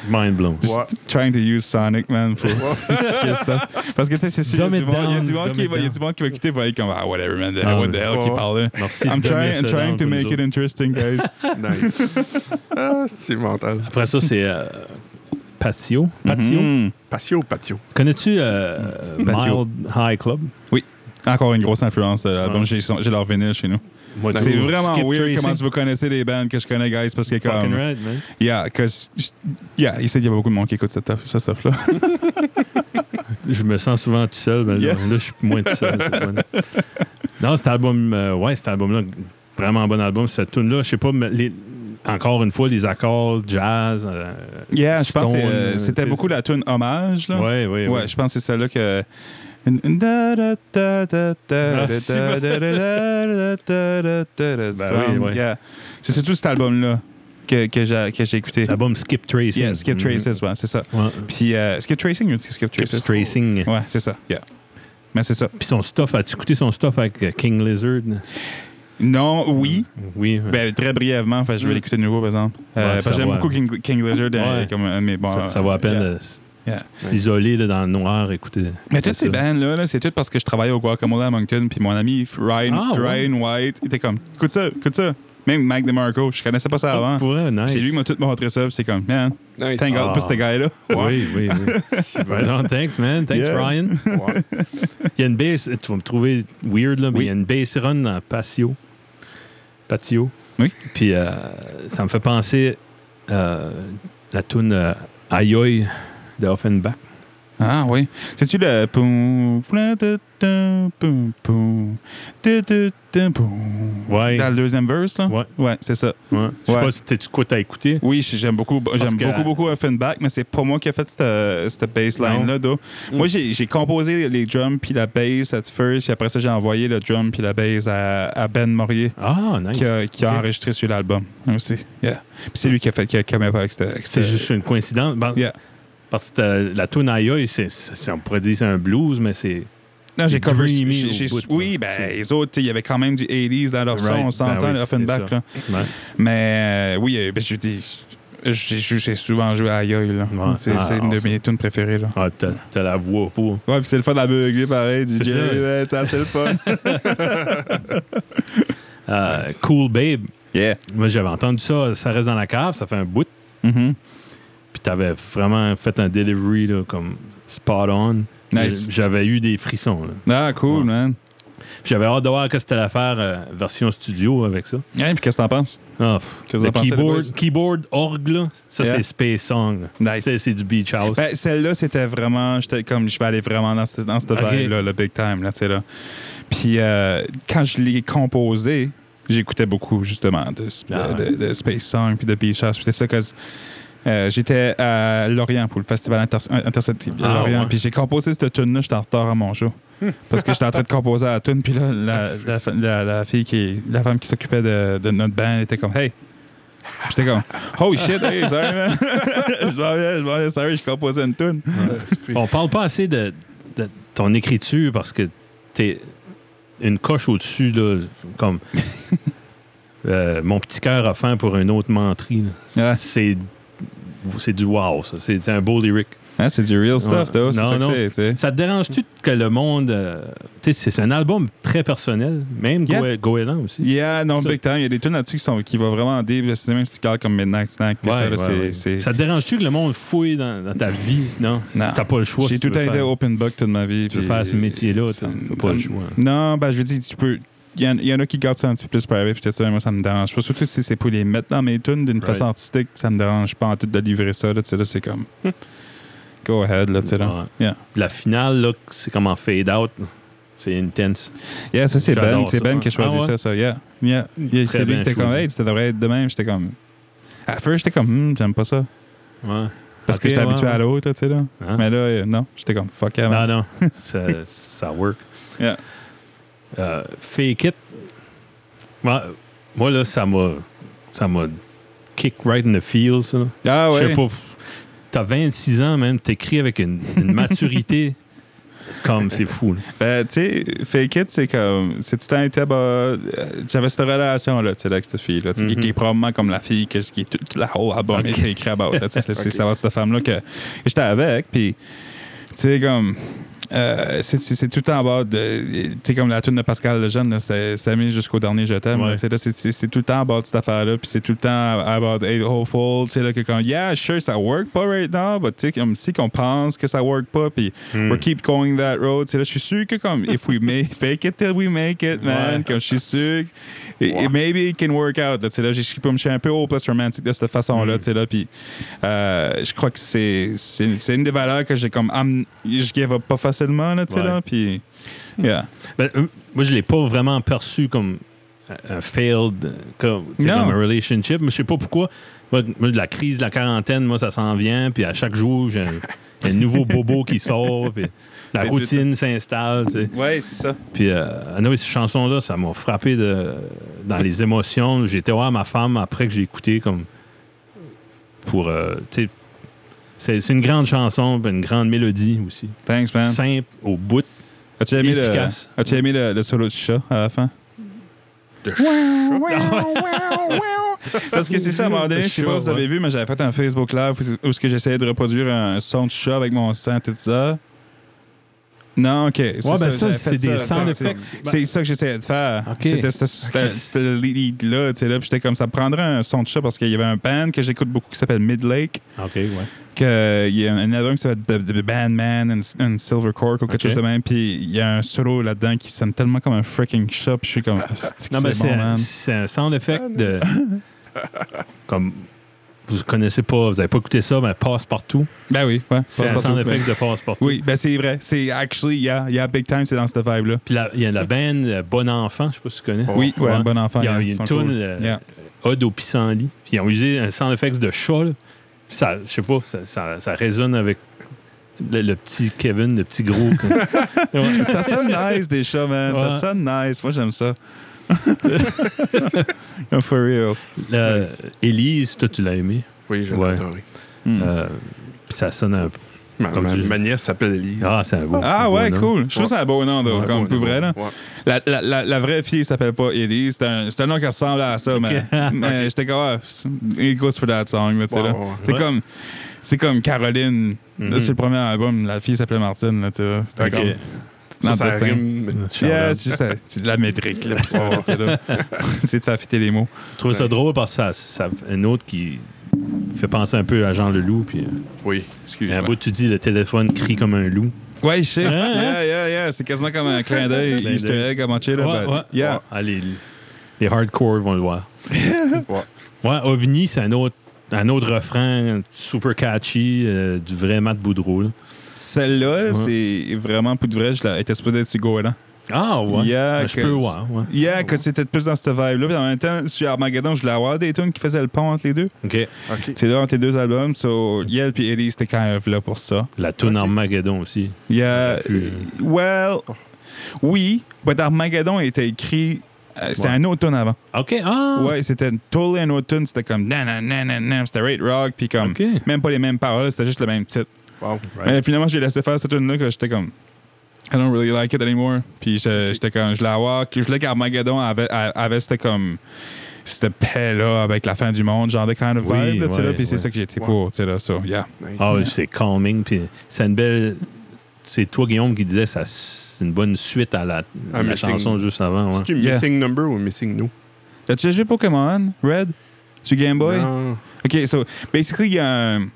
Speaker 2: Mind blown.
Speaker 3: Ouais.
Speaker 1: Trying to use Sonic, man, for
Speaker 3: Ouais.
Speaker 1: expliquer stuff. Parce que, tu sais, c'est sûr, il
Speaker 2: Dumb
Speaker 1: y a
Speaker 2: it
Speaker 1: du monde- il y a
Speaker 2: down,
Speaker 1: du monde
Speaker 2: dumb
Speaker 1: qui
Speaker 2: it
Speaker 1: va- il y a
Speaker 2: down.
Speaker 1: du monde qui va écouter, va être comme, ah, whatever, man,
Speaker 2: Ah,
Speaker 1: what the hell,
Speaker 3: ouais,
Speaker 1: qui
Speaker 3: ouais.
Speaker 1: parle, là.
Speaker 2: Merci.
Speaker 1: I'm
Speaker 2: de donner
Speaker 1: trying,
Speaker 2: ça
Speaker 1: I'm trying
Speaker 2: down
Speaker 1: to
Speaker 2: pour nous
Speaker 1: make it
Speaker 2: autres.
Speaker 1: interesting, guys.
Speaker 3: Nice. Ah, c'est mental.
Speaker 2: Après ça, c'est euh, Patio. Patio.
Speaker 1: Mhm.
Speaker 3: Patio, patio.
Speaker 2: Connais-tu euh,
Speaker 1: Patio.
Speaker 2: Mild High Club?
Speaker 1: Encore une grosse influence de l'album.
Speaker 2: Ouais.
Speaker 1: J'ai son- j'ai leur vinyle chez nous.
Speaker 2: Moi,
Speaker 1: C'est
Speaker 2: tout.
Speaker 1: vraiment
Speaker 2: Skip
Speaker 1: weird
Speaker 2: Tracy.
Speaker 1: comment vous connaissez les bands que je connais, guys, parce que
Speaker 2: Fucking
Speaker 1: comme...
Speaker 2: right, man.
Speaker 1: Yeah, 'cause- yeah, il sait qu'il y a beaucoup de monde qui écoute cette stuff- ce stuff-là.
Speaker 2: Je me sens souvent tout seul, mais
Speaker 1: Yeah.
Speaker 2: là, là, je suis moins tout seul. c'est le fun. non, cet album, euh, ouais, cet album-là, vraiment bon album. Cette tune-là, je sais pas, mais les- encore une fois, les accords jazz. euh,
Speaker 1: Yeah, je pense que c'est, euh,
Speaker 2: Stone,
Speaker 1: c'était
Speaker 2: tu sais,
Speaker 1: beaucoup la tune hommage, là.
Speaker 2: ouais, ouais, ouais.
Speaker 1: Ouais, je pense que c'est celle-là que.
Speaker 2: Ah,
Speaker 1: From-
Speaker 2: Ben ouais.
Speaker 1: yeah. C'est surtout cet album-là que, que j'ai que j'ai écouté.
Speaker 2: L'album Skip Tracing.
Speaker 1: Yeah, Skip Traces, ouais, c'est ça.
Speaker 2: Mhm. Ouais.
Speaker 1: Puis euh, Skip Tracing ou Skip Traces?
Speaker 2: Skip Tracing.
Speaker 1: Ouais, c'est ça. Yeah. Mais c'est ça.
Speaker 2: Puis son stuff, as-tu écouté son stuff avec euh, King Lizard?
Speaker 1: Non, oui.
Speaker 2: Oui. hein. ouais.
Speaker 1: Ben, très brièvement, fait, je vais
Speaker 2: Mm.
Speaker 1: l'écouter de nouveau, par exemple. Euh,
Speaker 2: Ouais,
Speaker 1: parce
Speaker 2: ça
Speaker 1: que j'aime
Speaker 2: va.
Speaker 1: beaucoup King, King Lizard. euh,
Speaker 2: Ouais.
Speaker 1: comme, euh, mais bon,
Speaker 2: ça, ça vaut à peine
Speaker 1: yeah.
Speaker 2: de s-
Speaker 1: Yeah.
Speaker 2: s'isoler là, dans le noir, écouter.
Speaker 1: Mais toutes
Speaker 2: écouter
Speaker 1: ces
Speaker 2: ça.
Speaker 1: bands-là, là, c'est tout parce que je travaillais au Guacamole à Moncton, puis mon ami Ryan,
Speaker 2: Ah, ouais.
Speaker 1: Ryan White, il était comme, écoute ça, écoute ça. Même Mike DeMarco, je connaissais pas ça avant.
Speaker 2: Ah, pour vrai, nice.
Speaker 1: C'est lui qui m'a tout montré ça, puis c'est comme, man,
Speaker 3: Nice.
Speaker 1: thank God
Speaker 2: Ah.
Speaker 1: pour ce gars-là.
Speaker 2: Oui, oui, oui. Ouais,
Speaker 3: hein.
Speaker 2: non, thanks, man. Thanks,
Speaker 1: Yeah.
Speaker 2: Ryan.
Speaker 3: Ouais.
Speaker 2: Il y a une base, tu vas me trouver weird, là, mais
Speaker 1: Oui.
Speaker 2: il y a une base run dans Patio. Patio.
Speaker 1: Oui.
Speaker 2: Puis euh, ça me fait penser euh, la tune euh, Aïe Aïe de Offenbach.
Speaker 1: Ah oui. C'est-tu le poum, plein de temps, poum, poum, de- de- de- poum.
Speaker 2: Ouais.
Speaker 1: Dans le deuxième verse, là?
Speaker 2: Ouais.
Speaker 1: Ouais, c'est ça.
Speaker 2: Ouais. Je
Speaker 1: Ah.
Speaker 2: sais
Speaker 1: Ouais.
Speaker 2: pas si t'es- tu quoi t'as écouté.
Speaker 1: Oui, j'aime beaucoup, j'aime
Speaker 2: que-
Speaker 1: beaucoup, beaucoup Offenbach, mais c'est pas moi qui a fait cette, euh, cette baseline-là. d'eau.
Speaker 3: Mm.
Speaker 1: Moi, j'ai j'ai composé les drums puis la bass at first, puis après ça, j'ai envoyé le drum puis la bass à, à Ben Morier,
Speaker 2: Ah, nice.
Speaker 1: qui a, qui a
Speaker 2: Ok.
Speaker 1: enregistré sur l'album aussi. Yeah. Puis c'est lui qui a fait, qui a come up avec cette. avec
Speaker 2: C'est
Speaker 1: cette-
Speaker 2: juste une coïncidence. Ben,
Speaker 1: Yeah.
Speaker 2: Parce que euh, la tune Aïe Aïe, c'est- c'est- on pourrait dire c'est un blues, mais c'est.
Speaker 1: Non, j'ai
Speaker 2: c'est
Speaker 1: cover.
Speaker 2: dreamy
Speaker 1: j'ai-
Speaker 2: au
Speaker 1: j'ai-
Speaker 2: bout,
Speaker 1: oui,
Speaker 2: là.
Speaker 1: ben,
Speaker 2: C'est-
Speaker 1: les autres, tu sais, il y avait quand même du 80s dans leur son,
Speaker 2: Right.
Speaker 1: on s'entend,
Speaker 2: Ben oui,
Speaker 1: le Offenbach.
Speaker 2: c'était ça.
Speaker 1: Là.
Speaker 2: Ouais.
Speaker 1: Mais euh, oui, euh, ben, je dis, j'ai j'ai souvent joué à Aïe, là.
Speaker 2: Ouais.
Speaker 1: C'est
Speaker 2: Ah,
Speaker 1: c'est une de
Speaker 2: awesome.
Speaker 1: mes tunes préférées, là.
Speaker 2: Ah, t'as t'as la voix pour.
Speaker 1: Ouais, puis c'est le fun de la bugler, pareil, du
Speaker 2: C'est
Speaker 1: Jerry,
Speaker 2: ça.
Speaker 1: ouais, ça, c'est le fun.
Speaker 2: Euh, Cool Babe.
Speaker 1: yeah.
Speaker 2: Moi, j'avais entendu ça. Ça reste dans la cave. Ça fait un bout.
Speaker 1: Mhm.
Speaker 2: Puis t'avais vraiment fait un delivery là, comme spot on.
Speaker 1: Nice.
Speaker 2: J'avais eu des frissons. là.
Speaker 1: Ah, cool,
Speaker 2: Ouais.
Speaker 1: man.
Speaker 2: Puis J'avais hâte de voir que c'était l'affaire euh, version studio avec ça.
Speaker 1: Ouais, puis qu'est-ce que t'en penses?
Speaker 2: Ah, pff,
Speaker 1: Que vous en
Speaker 2: le
Speaker 1: pensez, les
Speaker 2: keyboard,
Speaker 1: boys?
Speaker 2: keyboard orgue, là, ça
Speaker 1: Yeah.
Speaker 2: c'est Space Song. là.
Speaker 1: Nice.
Speaker 2: C'est c'est du Beach House.
Speaker 1: Ben, celle-là, c'était vraiment. J'étais comme, je vais aller vraiment dans cette, dans cette
Speaker 2: Ok.
Speaker 1: vibe-là, le big time, là, tu sais, là. Puis, euh, quand je l'ai composé, j'écoutais beaucoup, justement, de, sp-
Speaker 2: Ah
Speaker 1: de,
Speaker 2: ouais.
Speaker 1: de Space Song, puis de Beach House, puis tout ça, cause. euh, J'étais à Lorient pour le festival inter- interceptif à
Speaker 2: Ah,
Speaker 1: Lorient,
Speaker 2: ouais.
Speaker 1: puis j'ai composé cette tune-là, j'étais en retard à mon show. Parce que j'étais en train de composer la tune, puis là,
Speaker 2: Ah,
Speaker 1: la, la, la- la fille qui, la femme qui s'occupait de, de notre band était comme Hey! J'étais comme Oh shit, hey, sorry man! je m'en viens, je m'en viens, sorry, je composais une tune.
Speaker 2: On parle pas assez de, de ton écriture parce que t'es une coche au-dessus, là, comme euh, mon petit cœur a faim pour une autre menterie. là.
Speaker 1: Ouais.
Speaker 2: C'est c'est du wow, ça. C'est c'est un beau lyric.
Speaker 1: Hein, c'est du real
Speaker 2: Ouais.
Speaker 1: stuff, toi. C'est
Speaker 2: Non,
Speaker 1: ça que
Speaker 2: non.
Speaker 1: c'est, tu sais.
Speaker 2: Ça te dérange-tu que le monde. euh, tu sais, c'est un album très personnel, même
Speaker 1: Yeah.
Speaker 2: Goé- Goéland aussi.
Speaker 1: Yeah, non,
Speaker 2: Ça-
Speaker 1: big time. Il y a des tunes là-dessus qui, sont, qui vont vraiment en deep. là. C'est même un petit gars comme Midnight Snack. puis
Speaker 2: Ouais,
Speaker 1: ça, là,
Speaker 2: ouais,
Speaker 1: c'est-
Speaker 2: ouais.
Speaker 1: c'est-
Speaker 2: Ça te dérange-tu que le monde fouille dans, dans ta vie? Non.
Speaker 1: Non.
Speaker 2: T'as pas le choix.
Speaker 1: J'ai
Speaker 2: si
Speaker 1: tout
Speaker 2: tu
Speaker 1: le temps
Speaker 2: veux
Speaker 1: été
Speaker 2: faire-
Speaker 1: open book toute ma vie.
Speaker 2: tu veux
Speaker 1: puis-
Speaker 2: faire ce métier-là,
Speaker 1: ça
Speaker 2: t'as
Speaker 1: me-
Speaker 2: pas le
Speaker 1: ça me-
Speaker 2: choix.
Speaker 1: Non, ben je veux dire, tu peux. Il y, en, il y en a qui gardent ça un petit peu plus private, puis tout ça, mais moi, ça me dérange pas. Surtout si c'est pour les mettre dans mes tunes d'une
Speaker 2: Right. Hum.
Speaker 1: façon artistique, ça me dérange pas en tout de livrer ça, là, tu sais, là, c'est comme. Go ahead, là, tu sais, là.
Speaker 2: Ouais.
Speaker 1: Yeah.
Speaker 2: La finale, là, c'est comme en fade-out. C'est intense.
Speaker 1: Yeah, ça, c'est Ben,
Speaker 2: J'adore
Speaker 1: c'est
Speaker 2: ça.
Speaker 1: Ben qui a choisi
Speaker 2: Ah ouais?
Speaker 1: ça, ça, yeah. Yeah. Yeah, C'est
Speaker 2: Très
Speaker 1: lui
Speaker 2: bien
Speaker 1: qui était comme,
Speaker 2: choisi.
Speaker 1: hey, ça devrait être de même. J'étais comme. À first, j'étais comme, hmm, j'aime pas ça.
Speaker 2: Ouais.
Speaker 1: Parce que
Speaker 2: Ok,
Speaker 1: j'étais
Speaker 2: ouais,
Speaker 1: habitué à
Speaker 2: ouais.
Speaker 1: l'autre, là, tu sais, là.
Speaker 2: Hein?
Speaker 1: Mais là, euh, non, j'étais comme, fuck yeah, man.
Speaker 2: Non, non, ça, ça work.
Speaker 1: Yeah.
Speaker 2: Euh, fake it. Moi, moi, là, ça m'a. Ça m'a kick right in the feels. là.
Speaker 1: Ah
Speaker 2: Je
Speaker 1: ouais.
Speaker 2: sais pas. pff, T'as 26 ans, même. T'écris avec une, une maturité. comme c'est fou. là.
Speaker 1: Ben, tu sais, Fake It, c'est comme. C'est tout le temps été. bah, euh, J'avais cette relation-là, tu sais, là, avec cette fille-là, tu sais, qui,
Speaker 2: Mhm.
Speaker 1: qui est probablement comme la fille, que, qui est toute la whole album
Speaker 2: Ok.
Speaker 1: est écrit about. là, tu sais, C'est c'est
Speaker 3: Ok.
Speaker 1: savoir cette femme-là que, que j'étais avec, puis, tu sais, comme. euh, c'est c'est- c'est tout le temps en bas de. Tu sais, comme la tune de Pascal Lejeune, là, c'est c'est mis jusqu'au dernier je t'aime. là,
Speaker 2: Ouais.
Speaker 1: tu sais, là, c'est- C'est c'est tout le temps en bas de cette affaire-là, puis c'est tout le temps about Eight Hopeful, tu sais, là, que comme, yeah, sure, ça work pas right now, mais tu sais, comme si qu'on pense que ça work pas, puis We'll keep going that road. C'est là, je suis sûr que comme if we make fake it till we make it, man.
Speaker 2: Ouais.
Speaker 1: Comme je suis sûr, que- it- it- maybe it can work out. Là, tu sais, là, je je peux me chier un peu au plus romantique de cette façon-là.
Speaker 2: Mm.
Speaker 1: tu sais, là, puis euh, je crois que c'est c'est c'est une des valeurs que j'ai comme am- je give up pas facilement là, tu sais
Speaker 2: Ouais.
Speaker 1: là. Puis yeah,
Speaker 2: Ben, euh, moi, je l'ai pas vraiment perçu comme un un failed, euh, comme, tu sais,
Speaker 1: Non.
Speaker 2: comme un relationship. Mais je sais pas pourquoi. Moi, de- moi, de la crise de la quarantaine, moi, ça s'en vient. Puis à chaque jour, j'ai un, un nouveau bobo qui sort. Puis la
Speaker 1: C'est
Speaker 2: routine s'installe. tu sais.
Speaker 1: ouais, c'est ça.
Speaker 2: Puis, euh, anyway, cette chanson-là, ça m'a frappé de, dans les émotions. J'étais voir ma femme après que j'ai écouté comme pour. euh, tu sais, c'est c'est une grande chanson, puis une grande mélodie aussi.
Speaker 1: Thanks, man.
Speaker 2: Simple, au bout.
Speaker 1: As-tu aimé le
Speaker 2: efficace.
Speaker 1: As-tu aimé le, le solo du chat à la fin? Ah
Speaker 3: De
Speaker 1: Parce que c'est ça, à un moment donné, je
Speaker 2: Le
Speaker 1: sais pas
Speaker 2: chat,
Speaker 1: si vous avez vu, mais j'avais fait un Facebook Live où, où ce que j'essayais de reproduire un son de chat avec mon synthétiseur. Non, OK. c'est
Speaker 2: Ouais, ben ça,
Speaker 1: j'avais
Speaker 2: c'est
Speaker 1: fait
Speaker 2: des
Speaker 1: ça.
Speaker 2: sound
Speaker 1: C'est-
Speaker 2: effects. Ben,
Speaker 1: C'est ça que j'essayais de faire.
Speaker 2: OK.
Speaker 1: C'était ce- C'était
Speaker 2: OK.
Speaker 1: c'était le lead-là, tu sais, là. Puis j'étais comme, ça me prendrait un son de chat parce qu'il y avait un band que j'écoute beaucoup qui s'appelle Midlake.
Speaker 2: OK, ouais.
Speaker 1: que Il y a un un album qui s'appelle The- The Bandman and, and Silver Cork ou quelque
Speaker 2: OK.
Speaker 1: chose de même. Puis il y a un solo là-dedans qui sonne tellement comme un freaking chat. Puis je suis comme, Ah, c'est
Speaker 2: Non, mais
Speaker 1: bon,
Speaker 2: c'est un-
Speaker 1: man.
Speaker 2: c'est un sound effect de. comme. Vous connaissez pas, vous avez pas écouté ça, mais passe-partout.
Speaker 1: Ben oui, ouais.
Speaker 2: C'est un
Speaker 1: Passe-partout,
Speaker 2: sound
Speaker 1: ouais.
Speaker 2: effect de passe-partout.
Speaker 1: Oui, ben c'est vrai. C'est actually, yeah, yeah, big time, c'est dans cette vibe-là.
Speaker 2: Puis la- il y a la band euh, Bon Enfant, je sais pas si tu connais.
Speaker 1: Oui, ouais,
Speaker 2: Ouais.
Speaker 1: un bon enfant.
Speaker 2: Il y
Speaker 1: yeah,
Speaker 2: a, il y a
Speaker 1: ils
Speaker 2: une
Speaker 1: sont
Speaker 2: toune,
Speaker 1: cool.
Speaker 2: euh,
Speaker 1: Yeah.
Speaker 2: Ode au pissenlit. Puis ils ont usé un sound effects de chat. là. Puis ça, je sais pas, ça, ça- ça résonne avec le, le petit Kevin, le petit gros. Ouais.
Speaker 1: Ça sonne hein? nice, des chats, man. Ça
Speaker 2: Ouais.
Speaker 1: sonne nice. Moi, j'aime ça. Comme For real.
Speaker 2: Le- Élise, Euh, toi, tu l'as aimé.
Speaker 3: Oui, j'ai
Speaker 2: Ouais.
Speaker 3: adoré.
Speaker 1: Hmm.
Speaker 2: Euh, puis ça sonne un peu.
Speaker 3: Ma,
Speaker 2: Comme
Speaker 3: ma-
Speaker 2: tu-
Speaker 3: ma nièce s'appelle Elise.
Speaker 2: Ah, c'est un beau. un
Speaker 1: Ah
Speaker 2: beau
Speaker 1: ouais,
Speaker 2: nom.
Speaker 1: cool. Je trouve que c'est un beau nom,
Speaker 3: Ouais,
Speaker 1: donc, comme
Speaker 3: ouais,
Speaker 1: plus
Speaker 3: ouais.
Speaker 1: vrai, là.
Speaker 3: Ouais.
Speaker 1: La, la, la, la vraie fille s'appelle pas Ellie. C'est un, c'est un nom qui ressemble à ça, mais, mais j'étais comme, ah, c'est- it goes for that song, là, tu sais,
Speaker 3: Ouais,
Speaker 1: là.
Speaker 3: ouais, ouais.
Speaker 1: C'est
Speaker 2: Ouais.
Speaker 1: comme, c'est comme Caroline. Là,
Speaker 2: Mhm.
Speaker 1: c'est le premier album. La fille s'appelait Martine, là, tu sais, là. C'était
Speaker 2: Ok.
Speaker 1: comme,
Speaker 3: Ça, ça
Speaker 1: Not the thing.
Speaker 3: rime.
Speaker 1: Yeah, c'est juste, euh, c'est de la métrique. Là, pis ça, là, tu sais, là. c'est de faire fitter les mots.
Speaker 2: Je trouve ça
Speaker 3: Nice.
Speaker 2: drôle parce que ça, ça- un autre qui fait penser un peu à Jean Leloup. Puis euh,
Speaker 3: Oui.
Speaker 2: un bout, tu dis le téléphone crie comme un loup.
Speaker 1: Ouais, je sais.
Speaker 2: Hein, hein?
Speaker 1: Yeah, yeah, yeah. C'est quasiment comme un clin d'œil
Speaker 2: Clin
Speaker 1: easter
Speaker 2: d'œil.
Speaker 1: egg à moitié. Là, but- Yeah.
Speaker 2: Ah, les, les hardcore vont le voir.
Speaker 3: Ouais.
Speaker 2: Ouais, OVNI, c'est un autre, un autre refrain super catchy euh, du vrai Matt Boudreau. là.
Speaker 1: Celle-là, là,
Speaker 2: Ouais.
Speaker 1: c'est vraiment, pour de vrai, je l'ai- elle était supposée être sur Goéland.
Speaker 2: Ah, ouais.
Speaker 1: Yeah,
Speaker 2: Ah, je
Speaker 1: que-
Speaker 2: peux voir. Ouais.
Speaker 1: Yeah, que c'était plus dans cette vibe-là. Puis en même temps, sur Armageddon, je voulais avoir des tunes qui faisaient le pont entre les deux.
Speaker 2: OK.
Speaker 3: OK.
Speaker 1: C'est là, entre les deux albums. So, Yell puis Ellie, c'était quand même là pour ça.
Speaker 2: La toune
Speaker 3: Ok.
Speaker 2: Armageddon aussi.
Speaker 1: Yeah.
Speaker 2: Ah, Puis, euh,
Speaker 1: Well, oui, but Armageddon a été écrit Euh, C'était
Speaker 2: Ouais.
Speaker 1: un automne avant.
Speaker 2: OK. Ah!
Speaker 1: Ouais, c'était totally un automne. C'était comme nananananam, C'était Rate Rock. Puis comme,
Speaker 2: OK.
Speaker 1: même pas les mêmes paroles. C'était juste le même titre.
Speaker 3: Wow.
Speaker 2: Right.
Speaker 1: Mais finalement, j'ai laissé faire cette tune-là que j'étais comme. I don't really like it anymore. Puis je- j'étais comme, je la walk. Je voulais qu'Armageddon avait, avait cette comme. Cette paix-là avec la fin du monde, genre de kind of vibe.
Speaker 2: Oui,
Speaker 1: là, tu sais, là.
Speaker 2: ouais,
Speaker 1: puis c'est
Speaker 2: ouais.
Speaker 1: ça que j'étais
Speaker 3: Ouais.
Speaker 1: pour. tu sais, Là, so, yeah.
Speaker 3: Nice.
Speaker 2: Ah, oui, c'est calming. Puis c'est une belle. C'est toi, Guillaume, qui disais ça. C'est une bonne suite à la,
Speaker 3: Ah,
Speaker 2: la
Speaker 3: mais c'est-
Speaker 2: chanson juste avant. ouais.
Speaker 3: C'est-tu
Speaker 1: Yeah.
Speaker 3: Missing Number ou Missing No?
Speaker 1: As-tu joué Pokémon, Red? Sur Game Boy?
Speaker 3: Non.
Speaker 1: OK, so basically, il y a un.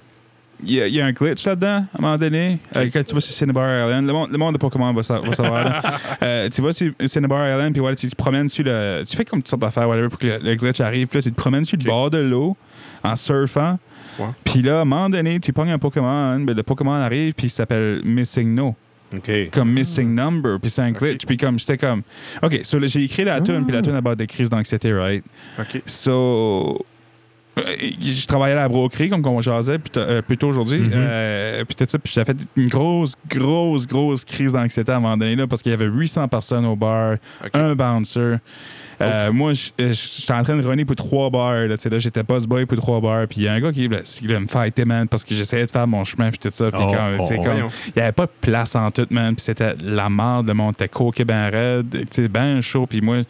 Speaker 1: Il y, a, il y a un glitch là-dedans, à un moment donné. Euh, quand tu vas sur Cinnabar Island, le monde, le monde de Pokémon va, sa- va savoir. là. Euh, tu vas sur Cinnabar Island, puis ouais, tu te promènes sur le. Tu fais comme toutes sortes d'affaires, whatever, pour que le, le glitch arrive. Puis là, tu te promènes sur le
Speaker 3: Ok.
Speaker 1: bord de l'eau en surfant.
Speaker 3: Ouais.
Speaker 1: Puis là, à un moment donné, tu pognes un Pokémon, ben, le Pokémon arrive, puis il s'appelle Missing No
Speaker 2: OK.
Speaker 1: comme
Speaker 3: Ah.
Speaker 1: Missing Number, puis c'est un glitch, puis comme j'étais comme, ok, so là, j'ai écrit
Speaker 3: Ah.
Speaker 1: la tune, puis la tune about des crises d'anxiété, right?
Speaker 3: OK.
Speaker 1: So, euh, je travaillais à la broquerie, comme on jasait plus, tôt- euh, plus tôt aujourd'hui,
Speaker 2: Mhm.
Speaker 1: euh, puis tout ça, puis j'ai fait une grosse, grosse, grosse crise d'anxiété à un moment donné, là, parce qu'il y avait 800 personnes au bar,
Speaker 3: OK.
Speaker 1: un bouncer. Euh,
Speaker 2: Oh.
Speaker 1: Moi, je- je- j'étais en train de runner pour trois bars. Là, tu sais, là, j'étais boss boy pour trois bars. Puis il y a un gars qui voulait, qui voulait me fighter, man, parce que j'essayais de faire mon chemin. Puis tout ça. Puis
Speaker 2: Oh,
Speaker 1: quand-
Speaker 2: oh,
Speaker 1: c'est
Speaker 2: oh.
Speaker 1: comme-
Speaker 3: Voyons.
Speaker 1: il n'y avait pas de place en tout, man. Puis c'était la merde. Le monde était coqué, ben raide. Tu sais, ben chaud. Puis moi,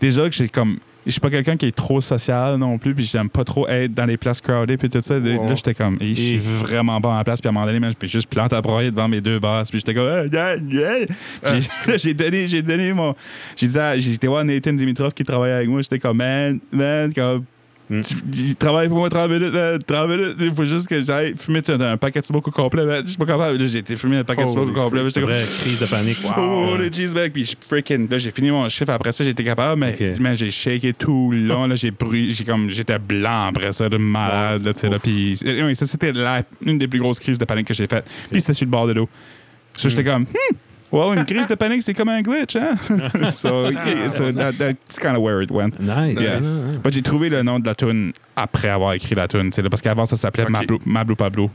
Speaker 1: déjà que j'ai comme. Je suis pas quelqu'un qui est trop social non plus, puis j'aime pas trop être dans les places crowded, puis tout ça. Là,
Speaker 3: Ouais.
Speaker 1: là, j'étais comme, Hey, je suis
Speaker 2: Et-
Speaker 1: vraiment pas en place, puis à un moment donné, man, je me suis juste plante à broyer devant mes deux bosses, puis j'étais comme, Hey, yeah, yeah. Puis
Speaker 2: Euh.
Speaker 1: là, j'ai donné, j'ai donné mon. J'ai dit, à- j'ai été voir Nathan Dimitrov qui travaillait avec moi, j'étais comme, man, man, comme.
Speaker 3: Hmm.
Speaker 2: Mm.
Speaker 1: tu- Il travaille pour moi 30 minutes, man, 30 minutes. Il faut juste que j'aille fumer un, un paquet de smoke au complet, man. Je suis pas capable. Là, j'ai été fumer un paquet de smoke au
Speaker 3: Holy
Speaker 1: complet.
Speaker 3: freak.
Speaker 1: J'étais comme,
Speaker 2: Vraie crise de panique.
Speaker 3: Wow.
Speaker 1: Oh, le cheeseburger. Puis je freaking. Là, j'ai fini mon chiffre. Après ça, j'étais capable, mais
Speaker 2: Ok.
Speaker 1: mais j'ai shaké tout le long. Là, j'ai brûlé. J'ai comme. J'étais blanc après ça, de malade, là, tu sais, là. Puis. euh, oui, ça, c'était la- une des plus grosses crises de panique que j'ai faites. Puis c'était sur le bord de l'eau. Ça, j'étais comme. Hmm, Well, une crise de panique, c'est comme un glitch, hein? so, okay, so
Speaker 3: Ah.
Speaker 1: that, that's kind of where it went.
Speaker 2: Nice.
Speaker 1: Yeah.
Speaker 2: Ah,
Speaker 1: But j'ai trouvé le nom de la tune après avoir écrit la tune, tu sais, là, parce qu'avant ça s'appelait
Speaker 3: Ok.
Speaker 1: Mablo, Mablo Pablo,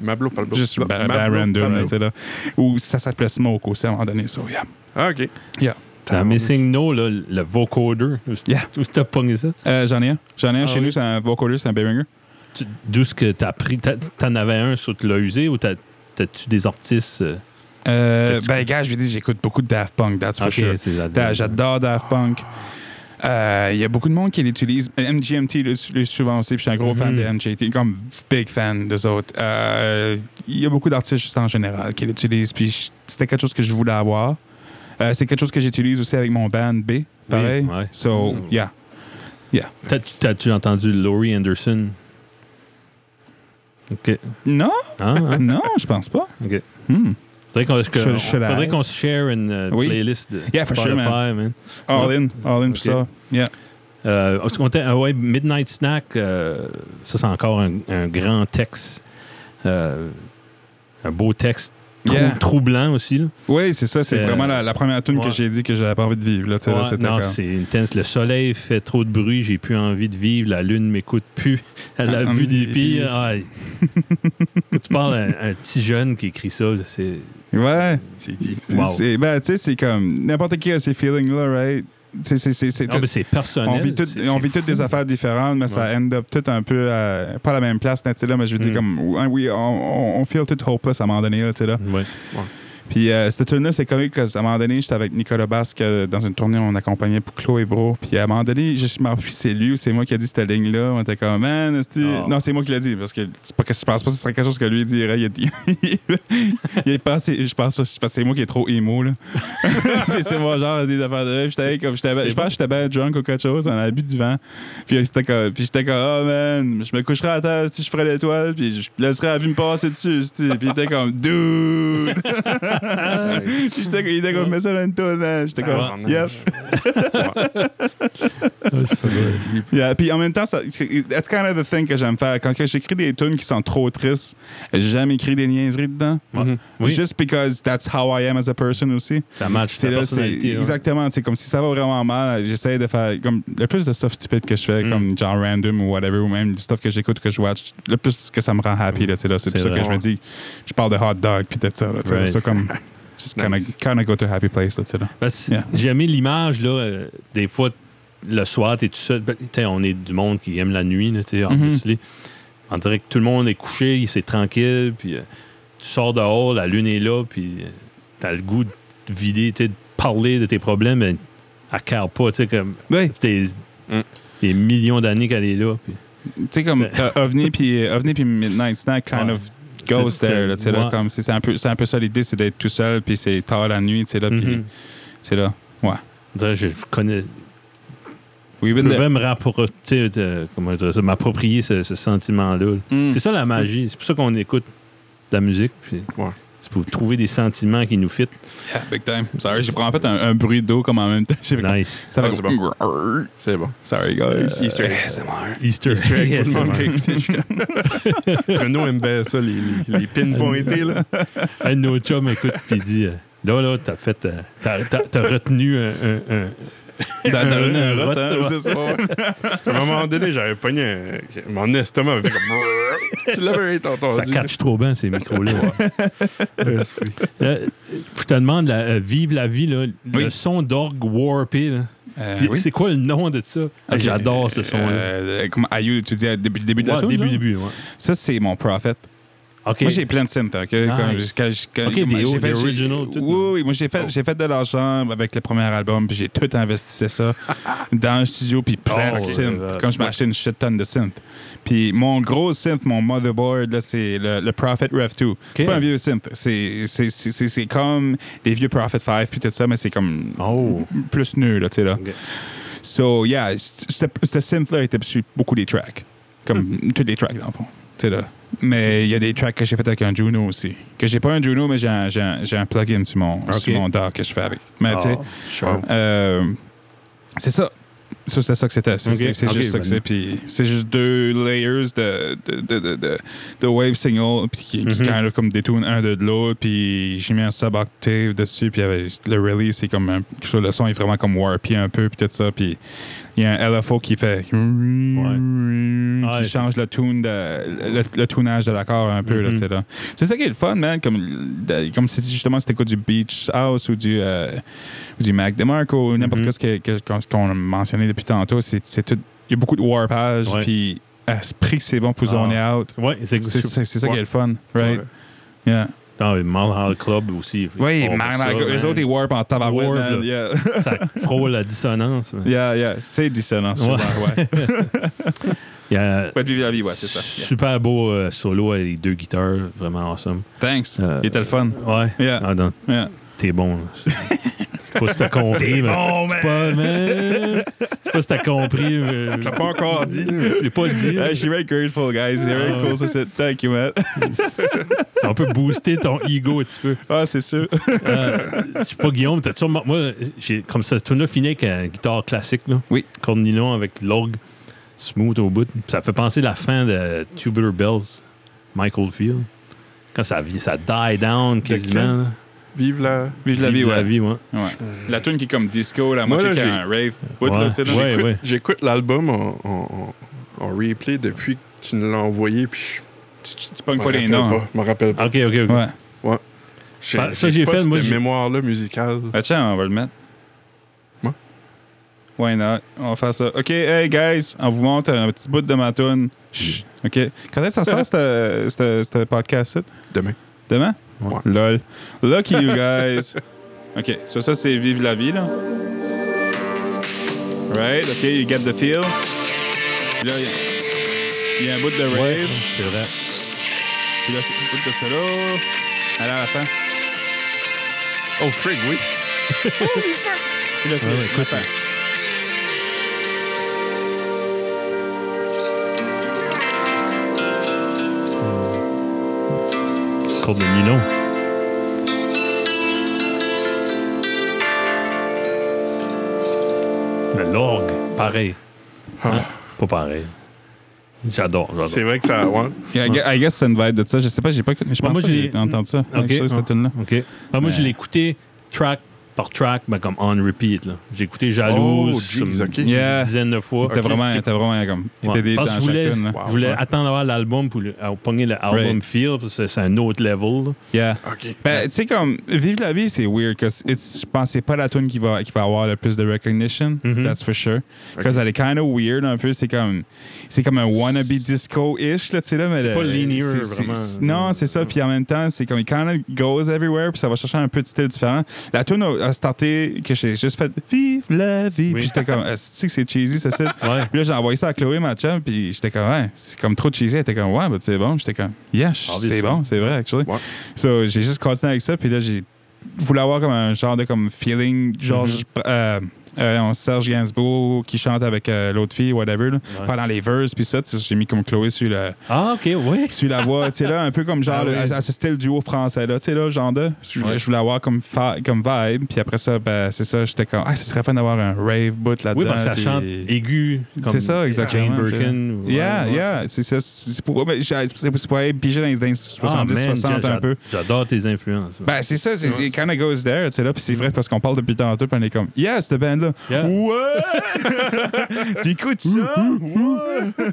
Speaker 3: Mablo Pablo.
Speaker 1: juste ben, ben
Speaker 3: Mablo
Speaker 1: random, là,
Speaker 3: Pablo.
Speaker 1: tu sais, là. Ou ça s'appelait Smoke aussi à un moment donné, so yeah.
Speaker 3: Ah, OK.
Speaker 2: ah. Dans Missing No, là, le vocoder. Où est-ce-
Speaker 1: Yeah.
Speaker 2: où est-ce que t'as pogné ça?
Speaker 1: Euh, j'en ai un. J'en ai un
Speaker 2: Ah
Speaker 1: chez
Speaker 2: oui.
Speaker 1: nous, c'est un vocoder, c'est un Behringer.
Speaker 2: Tu- D'où ce que t'as pris? T'as- T'en avais un sur tu l'as usé ou t'as- t'as-tu des artistes? euh,
Speaker 1: Euh,
Speaker 2: Qu'est-ce
Speaker 1: ben, gars, je vais dire, j'écoute beaucoup de Daft Punk, that's for
Speaker 2: ok,
Speaker 1: sure.
Speaker 2: c'est
Speaker 1: Da-
Speaker 2: là-dedans.
Speaker 1: J'adore Daft Punk. Euh, Il y a beaucoup de monde qui l'utilise. MGMT le souvent aussi, puis je suis un gros fan
Speaker 2: Mhm.
Speaker 1: de MGMT, comme big fan des autres. Euh, Il y a beaucoup d'artistes juste en général qui l'utilisent, puis je- c'était quelque chose que je voulais avoir. Euh, c'est quelque chose que j'utilise aussi avec mon band B, pareil.
Speaker 2: Oui, ouais. Mhm.
Speaker 1: So, yeah.
Speaker 2: T'as-tu t'as-tu entendu Laurie Anderson? OK.
Speaker 1: Non,
Speaker 2: Ah, hein?
Speaker 1: non, je pense pas.
Speaker 2: OK.
Speaker 1: Hmm.
Speaker 2: Faudrait qu'on que-
Speaker 1: Should- should I?
Speaker 2: faudrait qu'on se share une euh,
Speaker 1: Oui.
Speaker 2: playlist de
Speaker 1: Yeah, for sure,
Speaker 2: Spotify, man.
Speaker 1: All in, all in pour
Speaker 2: Ok.
Speaker 1: ça. Yeah.
Speaker 2: Euh, on se comptait- ah ouais, Midnight Snack, euh, ça c'est encore un, un grand texte. Euh, un beau texte. trou-
Speaker 1: Yeah.
Speaker 2: Troublant aussi. là.
Speaker 1: Oui, c'est ça. C'est
Speaker 2: C'est,
Speaker 1: vraiment
Speaker 2: euh,
Speaker 1: la, la première tune
Speaker 2: ouais.
Speaker 1: que j'ai dit que j'avais pas envie de vivre. Là, tu sais, là,
Speaker 2: Ouais,
Speaker 1: c'était
Speaker 2: non,
Speaker 1: comme-
Speaker 2: c'est intense. Le soleil fait trop de bruit, j'ai plus envie de vivre, la lune m'écoute plus, elle a
Speaker 1: Ah,
Speaker 2: vu
Speaker 1: ah,
Speaker 2: des
Speaker 1: mais-
Speaker 2: pires. aïe. Quand tu parles à un, un petit jeune qui écrit ça, c'est.
Speaker 1: Ouais.
Speaker 3: C'est dit.
Speaker 2: Wow.
Speaker 1: C'est, ben, tu sais, c'est comme n'importe qui a ses feelings là, right? Tu sais, c'est, c'est, c'est
Speaker 2: Non,
Speaker 1: tout-
Speaker 2: mais c'est personnel.
Speaker 1: on vit, tout-
Speaker 2: c'est-
Speaker 1: on
Speaker 2: c'est
Speaker 1: vit toutes
Speaker 2: fou.
Speaker 1: des affaires différentes, mais ça end up tout un peu à- pas à la même place, là, tu sais, là, mais je veux dire,
Speaker 2: Mm.
Speaker 1: comme, ouais, oui, on, on, on feel tout hopeless à un moment donné, là, tu sais, là.
Speaker 2: Ouais.
Speaker 1: Puis euh, cette tune-là, c'est comique parce qu'à un moment donné, j'étais avec Nicolas Basque euh, dans une tournée, on accompagnait pour Chloé Bro. Puis à un moment donné, je je m'en rappelle plus si c'est lui ou c'est moi qui a dit cette ligne-là. On était comme, man, esti-
Speaker 2: Ah.
Speaker 1: non, c'est moi qui l'ai dit parce que c'est pas que je pense pas que ce serait quelque chose que lui dirait. Il a dit, il est passé, je pense, parce que c'est moi qui est trop émo, là. c'est c'est mon genre des affaires de rêve. J'étais comme, j'étais ben-
Speaker 2: c'est
Speaker 1: je pense que j'étais bien drunk ou quelque chose, en habit du vent. Puis euh, c'était comme, puis j'étais comme, oh man, je me coucherais à terre si je ferais l'étoile, puis je laisserais la vie me passer dessus, esti. Puis il était comme, dude! Puis j'étais il était comme, mais ça dans une tonne, hein. J'étais comme,
Speaker 3: Tabarnak.
Speaker 1: yep.
Speaker 2: C'est vrai.
Speaker 1: Yeah. Puis en même temps, ça, that's kind of the thing que j'aime faire. Quand que j'écris des tunes qui sont trop tristes, j'aime écrire des niaiseries dedans.
Speaker 2: Ouais. Oui,
Speaker 1: Just because that's how I am as a person aussi.
Speaker 2: ça match.
Speaker 1: C'est
Speaker 2: ta
Speaker 1: là, c'est
Speaker 2: personnalité, hein.
Speaker 1: exactement. C'est comme si ça va vraiment mal, j'essaie de faire comme le plus de stuff stupide que je fais,
Speaker 2: Mm.
Speaker 1: comme genre random ou whatever, ou même du stuff que j'écoute, que je watch, le plus que ça me rend happy. Là, tu sais, là, c'est
Speaker 2: Mm. C'est
Speaker 1: pour ça
Speaker 2: vrai.
Speaker 1: que je me dis, je parle de hot dog puis de ça. Là, tu sais,
Speaker 2: Right.
Speaker 1: Ça comme just kind
Speaker 3: Nice.
Speaker 1: of go to a happy place. Là, tu sais, là.
Speaker 2: Parce que
Speaker 1: Yeah.
Speaker 2: J'ai aimé l'image, là, euh, des fois, le soir, t'es tout seul. Ben, t'sais, on est du monde qui aime la nuit, là, t'sais,
Speaker 1: Mm-hmm.
Speaker 2: obviously. On dirait que tout le monde est couché, il- c'est tranquille, puis euh, tu sors dehors, la lune est là, puis euh, t'as le goût de vider, t'sais, de parler de tes problèmes, mais elle care pas, tu sais, comme
Speaker 1: Oui,
Speaker 2: t'es
Speaker 3: Mm.
Speaker 2: des millions d'années qu'elle est là. Puis,
Speaker 1: tu sais, comme euh, OVNI puis euh, OVNI puis Midnight Snack kind
Speaker 2: Ouais.
Speaker 1: of goes
Speaker 2: C'est-
Speaker 1: there. là, tu sais, là,
Speaker 2: ouais.
Speaker 1: comme, C'est c'est un, peu- c'est un peu ça l'idée, c'est d'être tout seul, puis c'est tard la nuit, tu sais, là, puis
Speaker 2: Mhm.
Speaker 1: c'est là.
Speaker 2: On dirait que je, je connais,
Speaker 1: We've
Speaker 2: je
Speaker 1: been there.
Speaker 2: pouvais me rapprocher, t'sais, de- comment je dirais ça, m'approprier ce, ce sentiment-là. là.
Speaker 1: Mm.
Speaker 2: C'est ça la magie. C'est pour ça qu'on écoute de la musique. puis
Speaker 3: Ouais.
Speaker 2: C'est pour trouver des sentiments qui nous fit.
Speaker 1: Yeah, big time. Sorry, j'ai pris en fait un, un bruit d'eau comme en même temps. J'ai fait comme-
Speaker 2: Nice.
Speaker 1: Ça va
Speaker 3: Ah,
Speaker 1: comme-
Speaker 3: c'est C'est bon.
Speaker 1: Sorry, guys.
Speaker 2: Euh,
Speaker 3: Easter egg.
Speaker 2: Easter.
Speaker 3: Easter egg, tout le
Speaker 2: Yes,
Speaker 3: monde qui a écouté jusqu'à- Renaud aime bien ça, les, les, les pinpointés. Là.
Speaker 2: man. Un de nos chums écoute puis il dit euh, Là, là, t'as fait. euh, T'as, t'as- t'as retenu un. un- un-
Speaker 1: Dans- dans une
Speaker 2: Un
Speaker 1: rotte, hein,
Speaker 2: rot,
Speaker 1: c'est ça.
Speaker 3: À un moment donné, j'avais pogné un- mon estomac. avait fait comme- Tu l'avais
Speaker 1: Oh,
Speaker 3: entendu.
Speaker 2: ça catch trop bien, ces micros-là.
Speaker 3: Ouais, c'est vrai.
Speaker 2: Euh, je te demande, la, euh, vive la vie, là, le
Speaker 1: Oui.
Speaker 2: son d'orgue warpé. là.
Speaker 1: Euh,
Speaker 2: c'est,
Speaker 1: oui.
Speaker 2: c'est quoi le nom de ça Ah,
Speaker 1: Ok.
Speaker 2: J'adore ce son-là.
Speaker 1: Euh, comme Ayu, tu dis début, début de la
Speaker 2: Ouais,
Speaker 1: tune,
Speaker 2: début,
Speaker 1: genre?
Speaker 2: début. ouais.
Speaker 1: Ça, c'est mon prophet.
Speaker 2: Ok.
Speaker 1: Moi, j'ai plein de synths. OK? Quand-
Speaker 2: Nice.
Speaker 1: quand- quand-
Speaker 2: Ok, des-
Speaker 1: moi,
Speaker 2: des
Speaker 1: j'ai j'ai-
Speaker 2: original,
Speaker 1: Oui,
Speaker 2: tout, Oh. non?
Speaker 1: oui, moi, j'ai fait, j'ai fait de l'argent avec le premier album, puis j'ai tout investi ça dans un studio, puis plein
Speaker 2: Oh,
Speaker 1: de
Speaker 2: ok.
Speaker 1: synths.
Speaker 2: Euh,
Speaker 1: Comme je m'ai acheté une shit tonne de synths. Puis mon gros synth, mon motherboard, là, c'est le, le Prophet Rev 2. C'est pas un vieux synth. C'est, c'est, c'est, c'est- c'est comme des vieux Prophet 5, puis tout ça, mais c'est comme
Speaker 2: Oh.
Speaker 1: plus nul, là, tu sais, là.
Speaker 2: Ok.
Speaker 1: So, yeah, c- c- ce synth-là était sur beaucoup des tracks. Comme
Speaker 2: Hmm.
Speaker 1: tous les tracks, dans le fond. Tu sais, là. Mais il y a des tracks que j'ai fait avec un Juno aussi. Que j'ai pas un Juno, mais j'ai un, j'ai un- j'ai un plugin sur mon,
Speaker 2: Ok.
Speaker 1: sur mon dock que je fais avec. Mais tu sais,
Speaker 2: Ah, sure.
Speaker 1: euh, c'est ça. Ça, c'est ça que c'était. C'est
Speaker 2: Ok.
Speaker 1: c'est- c'est
Speaker 2: Ok,
Speaker 1: juste ça que c'est.
Speaker 2: ben-
Speaker 1: Puis c'est juste deux layers de, de, de, de, de- de wave signal puis qui, qui
Speaker 2: Mhm.
Speaker 1: kind of comme détournent un de l'autre. Puis j'ai mis un sub-octave dessus. Puis il y avait- le release, c'est comme un- quelque chose- le son est vraiment comme warpy un peu. Puis tout ça. Puis il y a un LFO qui fait. Qui
Speaker 2: Ouais.
Speaker 1: change le, tune de, le, le tournage de l'accord un peu. là,
Speaker 2: Mhm.
Speaker 1: tu sais, là. C'est ça qui est le fun, man. Comme, de- comme si justement c'était quoi du Beach House ou du, euh, ou du Mac DeMarco ou n'importe
Speaker 2: Mhm.
Speaker 1: quoi ce que- que- qu'on qu'on a mentionné depuis tantôt. c'est c'est tout- Il y a beaucoup de warpage,
Speaker 2: Ouais.
Speaker 1: puis à ce prix que c'est bon pour
Speaker 2: Ah.
Speaker 1: zoner out.
Speaker 2: Ouais, c'est,
Speaker 1: C'est c'est- c'est ça qui est le fun, right?
Speaker 3: Ouais.
Speaker 1: Yeah.
Speaker 2: Non, mais Mulhall Club aussi.
Speaker 1: Oui,
Speaker 2: Ils font
Speaker 1: man,
Speaker 2: ça,
Speaker 1: like, eux
Speaker 2: man.
Speaker 1: autres, ils warp en tabarouette,
Speaker 2: Warp,
Speaker 1: man.
Speaker 2: là.
Speaker 1: Yeah.
Speaker 2: Ça frôle la dissonance. hein. man.
Speaker 1: yeah, yeah. C'est dissonant, souvent, ouais.
Speaker 2: Il y a
Speaker 1: Ouais, vive la vie, ouais, c'est ça. Yeah.
Speaker 2: super beau euh, solo avec les deux guitares, vraiment awesome.
Speaker 1: Thanks.
Speaker 2: Euh,
Speaker 1: Il était le fun.
Speaker 2: Ouais.
Speaker 1: Yeah,
Speaker 2: Ah, non,
Speaker 1: yeah.
Speaker 2: t'es bon. là. Je sais pas si t'as compris. mais-
Speaker 1: bon, man.
Speaker 2: Je sais pas, man. Je sais pas si t'as compris. mais-
Speaker 3: Je l'ai pas encore dit.
Speaker 2: Je l'ai pas dit.
Speaker 1: Yeah, she's very grateful, guys. You're very
Speaker 2: Ah.
Speaker 1: cool, c'est ça. Thank you, man.
Speaker 2: Ça peut booster ton ego un petit peu.
Speaker 1: Ah, c'est sûr.
Speaker 2: Euh, je sais pas, Guillaume, t'as toujours. Moi, j'ai, comme ça, ce tune-là finit avec une guitare classique, là.
Speaker 1: Oui.
Speaker 2: Corde nylon avec l'orgue smooth au bout. Ça fait penser la fin de Tubular Bells, Michael Field. Quand ça, vi- ça die down quasiment. là.
Speaker 3: Vive la.
Speaker 1: Vive la vie,
Speaker 2: Vive
Speaker 1: ouais.
Speaker 2: ouais.
Speaker 1: Ouais. La tune qui est comme disco, la
Speaker 3: Moi,
Speaker 1: moitié
Speaker 3: là,
Speaker 1: qui a
Speaker 3: j'ai-
Speaker 1: un rave. bout, là, tu sais, là.
Speaker 2: Ouais,
Speaker 3: J'écoute-
Speaker 2: ouais.
Speaker 3: J'écoute l'album en, en- en- en replay depuis que tu nous l'as envoyé. Puis je. Tu,
Speaker 1: Tu pognes pas les noms.
Speaker 3: Je m'en rappelle pas.
Speaker 2: Ok, ok, ok.
Speaker 1: Ouais.
Speaker 2: Ah, hein. ça, j'ai fait,
Speaker 3: pas
Speaker 2: moi,
Speaker 3: cette
Speaker 2: j'ai-
Speaker 3: mémoire-là musicale.
Speaker 1: Attends, Ah, on va le mettre.
Speaker 3: Ouais.
Speaker 1: Why not? On va faire ça. OK, hey guys, on vous montre un petit bout de ma toune. Chut. OK. Quand est-ce que ça sort, ce- ce ce podcast-ci?
Speaker 3: Demain.
Speaker 1: Demain?
Speaker 3: Ouais.
Speaker 1: Lol. Lucky you guys. OK, ça, ça c'est Vive la vie, là. Right, OK, you get the feel. Puis là, il y a- il y, a un bout de rave.
Speaker 2: Ouais, c'est vrai.
Speaker 1: Puis là, c'est un bout de solo. Allez, à la fin.
Speaker 3: Oh, frig, oui.
Speaker 1: Puis là, c'est
Speaker 2: Ouais, ouais, écoute,
Speaker 1: attends.
Speaker 2: Corde de nylon. Mais l'orgue, pareil. Hein? Pas pareil. J'adore, j'adore.
Speaker 3: Ah, C'est vrai que ça. Ouais.
Speaker 1: Yeah, I gue- I guess c'est une vibe de ça. Je sais pas, j'ai pas écouté, mais je
Speaker 2: Bah,
Speaker 1: pense
Speaker 2: moi,
Speaker 1: pas
Speaker 2: j'ai-
Speaker 1: que j'ai entendu ça.
Speaker 2: Ok.
Speaker 1: Quelque chose, cette tune-là.
Speaker 2: OK. Ah, moi,
Speaker 1: Ouais.
Speaker 2: je l'ai écouté track par track, ben, comme on repeat. là. J'ai écouté Jalouse
Speaker 3: Oh, jeez,
Speaker 2: comme
Speaker 3: ok.
Speaker 2: une
Speaker 1: Yeah.
Speaker 2: dizaine de fois.
Speaker 1: T'as
Speaker 3: Ok,
Speaker 1: vraiment,
Speaker 3: ok.
Speaker 1: t'as vraiment comme.
Speaker 2: Ouais.
Speaker 1: T'as des
Speaker 2: Parce que
Speaker 1: temps
Speaker 2: je voulais,
Speaker 1: chacune. là.
Speaker 2: je voulais
Speaker 1: Ouais.
Speaker 2: attendre d'avoir l'album pour le- euh, pogner le album
Speaker 1: Right.
Speaker 2: feel, parce que c'est un autre level. là.
Speaker 1: Yeah.
Speaker 3: OK.
Speaker 1: Ben, tu sais, comme, vivre la vie, c'est weird, parce que je pense que c'est pas la tune qui va, qui va avoir le plus de recognition,
Speaker 2: Mhm.
Speaker 1: that's for sure. Parce qu'elle est kind of weird un peu, c'est comme, c'est comme un wannabe disco-ish, là, tu sais, là, mais...
Speaker 2: C'est
Speaker 1: le-
Speaker 2: pas linear,
Speaker 1: c'est- c'est-
Speaker 2: vraiment.
Speaker 1: c'est- Non, c'est ça, puis en même temps, c'est comme, it kind of goes everywhere, puis ça va chercher un petit style différent. La tune a, a starté, que j'ai juste fait, vive la vie,
Speaker 2: Oui.
Speaker 1: puis j'étais comme, tu sais que c'est cheesy, ça, c'est...
Speaker 2: Ouais.
Speaker 1: Puis là, j'ai envoyé ça à Chloé, ma chum, puis j'étais comme, ouais, c'est comme trop cheesy. Elle était comme, ouais, ben, c'est bon. J'étais comme, yeah, c'est
Speaker 2: Obviously.
Speaker 1: bon, c'est vrai, actually.
Speaker 3: Ouais.
Speaker 1: So, j'ai juste continué avec ça, puis là, j'ai voulu avoir comme un genre de comme feeling, genre,
Speaker 2: Mhm.
Speaker 1: je- euh, euh, on- Serge Gainsbourg qui chante avec euh, l'autre fille, whatever, là,
Speaker 2: Ouais.
Speaker 1: pendant les verses, puis ça, tu sais, j'ai mis comme Chloé sur, le,
Speaker 2: Ah, ok, oui.
Speaker 1: sur la voix, tu sais, là, un peu comme genre,
Speaker 2: Ah
Speaker 1: le-
Speaker 2: oui.
Speaker 1: à, à ce style duo français, là, tu sais, là, genre de, je, voulais-
Speaker 3: Ouais.
Speaker 1: je voulais avoir comme, fa- comme vibe, puis après ça, ben, c'est ça, j'étais comme, ah, ce serait fun d'avoir un rave boot là-dedans.
Speaker 2: Oui, parce que ça
Speaker 1: puis-
Speaker 2: chante aigu, comme
Speaker 1: C'est ça, exactement,
Speaker 2: Jane
Speaker 1: tu sais.
Speaker 2: Birkin. ouais,
Speaker 1: Yeah,
Speaker 2: ouais.
Speaker 1: yeah. C'est ça. C'est pour, mais j'ai- c'est c'est pour aller piger dans les années
Speaker 2: Ah,
Speaker 1: 70,
Speaker 2: man,
Speaker 1: 60 un
Speaker 2: j'a-
Speaker 1: peu.
Speaker 2: J'adore tes influences.
Speaker 1: Ben, c'est ça. C'est
Speaker 3: Ouais.
Speaker 1: it kind of goes there, tu sais, là. Puis c'est vrai, parce qu'on parle depuis tantôt, puis on est comme, yeah, cette band-là.
Speaker 2: Yeah.
Speaker 1: Ouais! T'écoutes ça? Ouais!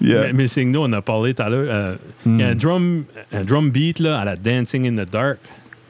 Speaker 2: Mais, mais c'est que nous, on a parlé tout à l'heure. euh, Il y
Speaker 1: Hmm.
Speaker 2: a un drum, un drum beat là, à la Dancing in the Dark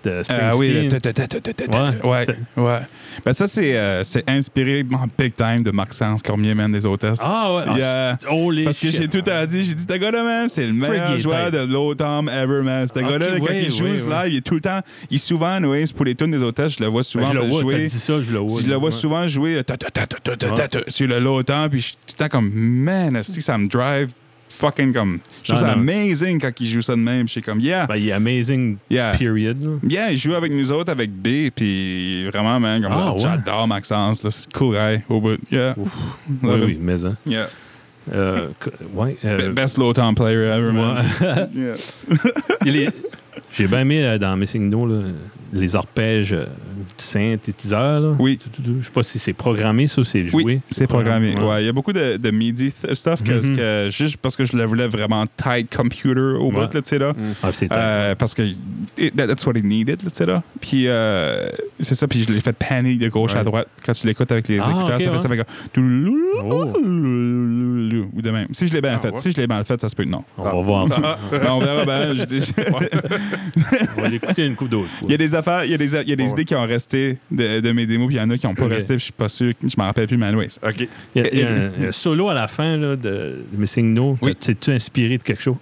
Speaker 2: de Springsteen.
Speaker 1: Ah oui, le ta- ta- ta- ta- ta- ta- ta- ouais, ouais. Ben ça, c'est euh, c'est inspiré en big time de Maxence Cormier, man, des hôtesses.
Speaker 2: Ah ouais. Ah,
Speaker 1: Yeah.
Speaker 2: c'est- holy
Speaker 1: Parce que
Speaker 2: shit. Ben,
Speaker 1: j'ai tout à dire, j'ai dit, ce gars-là, man, c'est le meilleur
Speaker 2: Freaky
Speaker 1: joueur
Speaker 2: type. Ah,
Speaker 1: de l'automne ever, man. Ce
Speaker 2: Ok,
Speaker 1: gars-là, là, quand
Speaker 2: oui,
Speaker 1: il joue
Speaker 2: oui,
Speaker 1: ce
Speaker 2: oui.
Speaker 1: live, il est tout le temps, il est souvent, Noé, pour les tunes des otages, je le vois
Speaker 2: Ben,
Speaker 1: souvent
Speaker 2: je le vois, t'as
Speaker 1: jouer.
Speaker 2: dit ça, je le vois.
Speaker 1: Je le vois
Speaker 2: Ouais.
Speaker 1: souvent jouer euh, ta, ta, ta, ta, ta, ta, ta,
Speaker 2: Ouais.
Speaker 1: ta, sur le l'automne, puis je suis tout le temps comme, man, est-ce que ça me drive fucking comme. Je trouve
Speaker 2: Non,
Speaker 1: ça
Speaker 2: non.
Speaker 1: amazing quand il joue ça de même. Je suis comme, yeah,
Speaker 2: Ben, il est amazing,
Speaker 1: yeah.
Speaker 2: period. là.
Speaker 1: Yeah, il joue avec nous autres, avec B, puis vraiment, man, comme
Speaker 2: Ah, ouais.
Speaker 1: j'adore Maxence, là, c'est cool guy, au bout. Yeah.
Speaker 2: Oui,
Speaker 1: Love
Speaker 2: oui,
Speaker 1: him.
Speaker 2: mais hein.
Speaker 1: Yeah.
Speaker 2: Euh, que- ouais, euh,
Speaker 1: Be- Best low-time player ever, man.
Speaker 2: ouais.
Speaker 1: Yeah.
Speaker 2: Il est- J'ai bien aimé euh, dans Missing No là, les arpèges euh, du synthétiseur. là.
Speaker 1: Oui.
Speaker 2: Tout, tout, tout. Je sais pas si c'est programmé, ça, c'est joué.
Speaker 1: Oui, c'est programmé.
Speaker 2: ouais.
Speaker 1: Ouais, il y a beaucoup de, de MIDI th- stuff que,
Speaker 2: Mhm.
Speaker 1: que- juste parce que je le voulais vraiment tight computer au
Speaker 2: Ouais.
Speaker 1: bout, là, tu sais, là.
Speaker 2: Ah, c'est
Speaker 1: Euh, parce que it- that- that's what it needed, là, tu sais, là. Puis euh, c'est ça, puis je l'ai fait panique de gauche à
Speaker 2: Ouais.
Speaker 1: droite. Quand tu l'écoutes avec les
Speaker 2: Ah,
Speaker 1: écouteurs,
Speaker 2: ok,
Speaker 1: ça fait
Speaker 2: ouais. Oh.
Speaker 1: ça fait comme. Ou de même. Si je l'ai bien
Speaker 3: Ah,
Speaker 1: fait.
Speaker 3: ouais.
Speaker 1: Si je l'ai mal fait, ça se peut que non.
Speaker 2: on va voir ensemble.
Speaker 1: Mais on verra bien. Je dis,
Speaker 2: on va l'écouter une coupe d'autres fois.
Speaker 1: Il y a des affaires, il y a des, il y a des
Speaker 3: Ouais.
Speaker 1: idées qui ont resté de, de mes démos, puis il y en a qui n'ont pas
Speaker 2: Ok.
Speaker 1: resté, puis je suis pas sûr, je m'en rappelle plus, mais anyways.
Speaker 3: OK.
Speaker 2: Il y a- il y a un, un solo à la fin là, de de Missing No.
Speaker 1: Oui.
Speaker 2: T'es-tu inspiré de quelque chose?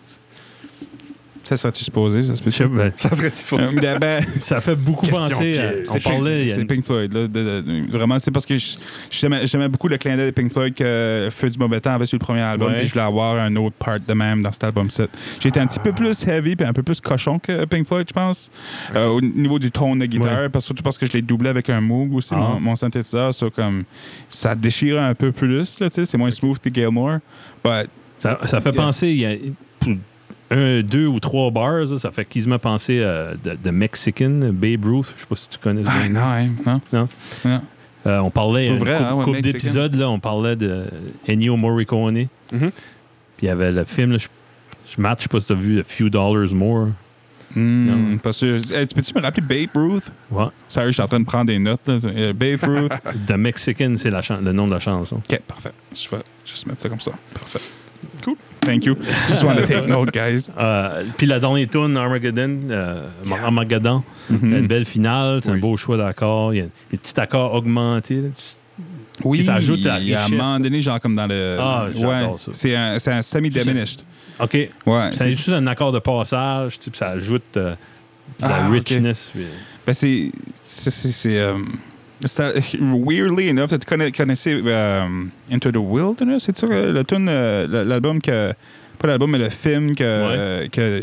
Speaker 1: Ça serait-tu supposé, ça se peut?
Speaker 2: Je sais pas, ben,
Speaker 3: Ça serait si faux.
Speaker 1: Euh, ben, ben,
Speaker 2: ça fait beaucoup
Speaker 3: Question
Speaker 2: penser. à-
Speaker 3: piège.
Speaker 2: on
Speaker 1: c'est Pink-
Speaker 2: parlait. il y a
Speaker 1: c'est
Speaker 2: une-
Speaker 1: Pink Floyd. là, de- de- vraiment, c'est parce que je- j'aimais j'aimais beaucoup le clin d'œil de Pink Floyd que Feu du mauvais temps avait sur le premier album,
Speaker 2: Ouais.
Speaker 1: puis je voulais avoir un autre part de même dans cet album-ci. J'étais un petit peu plus heavy puis un peu plus cochon que Pink Floyd, je pense, euh, au niveau du ton de guitare, parce que surtout parce que je l'ai doublé avec un Moog aussi,
Speaker 2: Ah.
Speaker 1: mon, mon synthétiseur, so comme, ça déchire un peu plus, là, tu sais, c'est moins smooth que Gilmore, but
Speaker 2: Ça, ça fait
Speaker 1: Yeah.
Speaker 2: penser, il y a pour un, deux ou trois bars, là, ça fait quasiment penser à de, de Mexican, Babe Ruth, je sais pas si tu connais.
Speaker 1: Ah, non, hein, non.
Speaker 2: Non.
Speaker 1: Non.
Speaker 2: Euh, on parlait,
Speaker 1: Pour
Speaker 2: une
Speaker 1: vrai,
Speaker 2: couple,
Speaker 1: hein, ouais,
Speaker 2: couple
Speaker 1: Mexican.
Speaker 2: d'épisodes, là, on parlait de Ennio Morricone.
Speaker 3: Mhm.
Speaker 2: Puis il y avait le film, là, je, je Matt, je sais pas si t'as vu, A Few Dollars More.
Speaker 1: Hmm,
Speaker 2: Non.
Speaker 1: pas sûr. Eh, tu peux-tu me rappeler Babe Ruth?
Speaker 2: Ouais.
Speaker 1: Sorry, je suis en train de prendre des notes. là. Euh, Babe Ruth.
Speaker 2: The Mexican, c'est la chan- le nom de la chanson.
Speaker 1: OK, parfait. Je vais juste mettre ça comme ça. Parfait. Cool. Thank you. Just want to take note, guys.
Speaker 2: Euh, puis la dernière tune, Armageddon, euh, Armageddon, il y a
Speaker 1: Euh,
Speaker 2: une belle finale, c'est
Speaker 1: Mm.
Speaker 2: un
Speaker 1: Oui.
Speaker 2: beau choix d'accords, il y a un petit accord augmenté. là.
Speaker 1: Oui,
Speaker 2: ça ajoute à la
Speaker 1: à un
Speaker 2: richesse.
Speaker 1: moment donné, genre comme dans le...
Speaker 2: Ah, j'adore
Speaker 1: ouais,
Speaker 2: ça.
Speaker 1: C'est un, c'est un semi-diminished.
Speaker 2: OK,
Speaker 1: Ouais.
Speaker 2: c'est
Speaker 1: c'est-
Speaker 2: juste un accord de passage, tu sais, puis ça ajoute euh, de la
Speaker 1: Ah, OK.
Speaker 2: richness. puis-
Speaker 1: Ben, c'est... C'est... c'est- c'est, euh, c'est- weirdly enough, tu connais, connaissais euh, Into the Wilderness, c'est ça, euh, le tune, euh, l'album que... Pas l'album, mais le film que,
Speaker 2: Ouais.
Speaker 1: que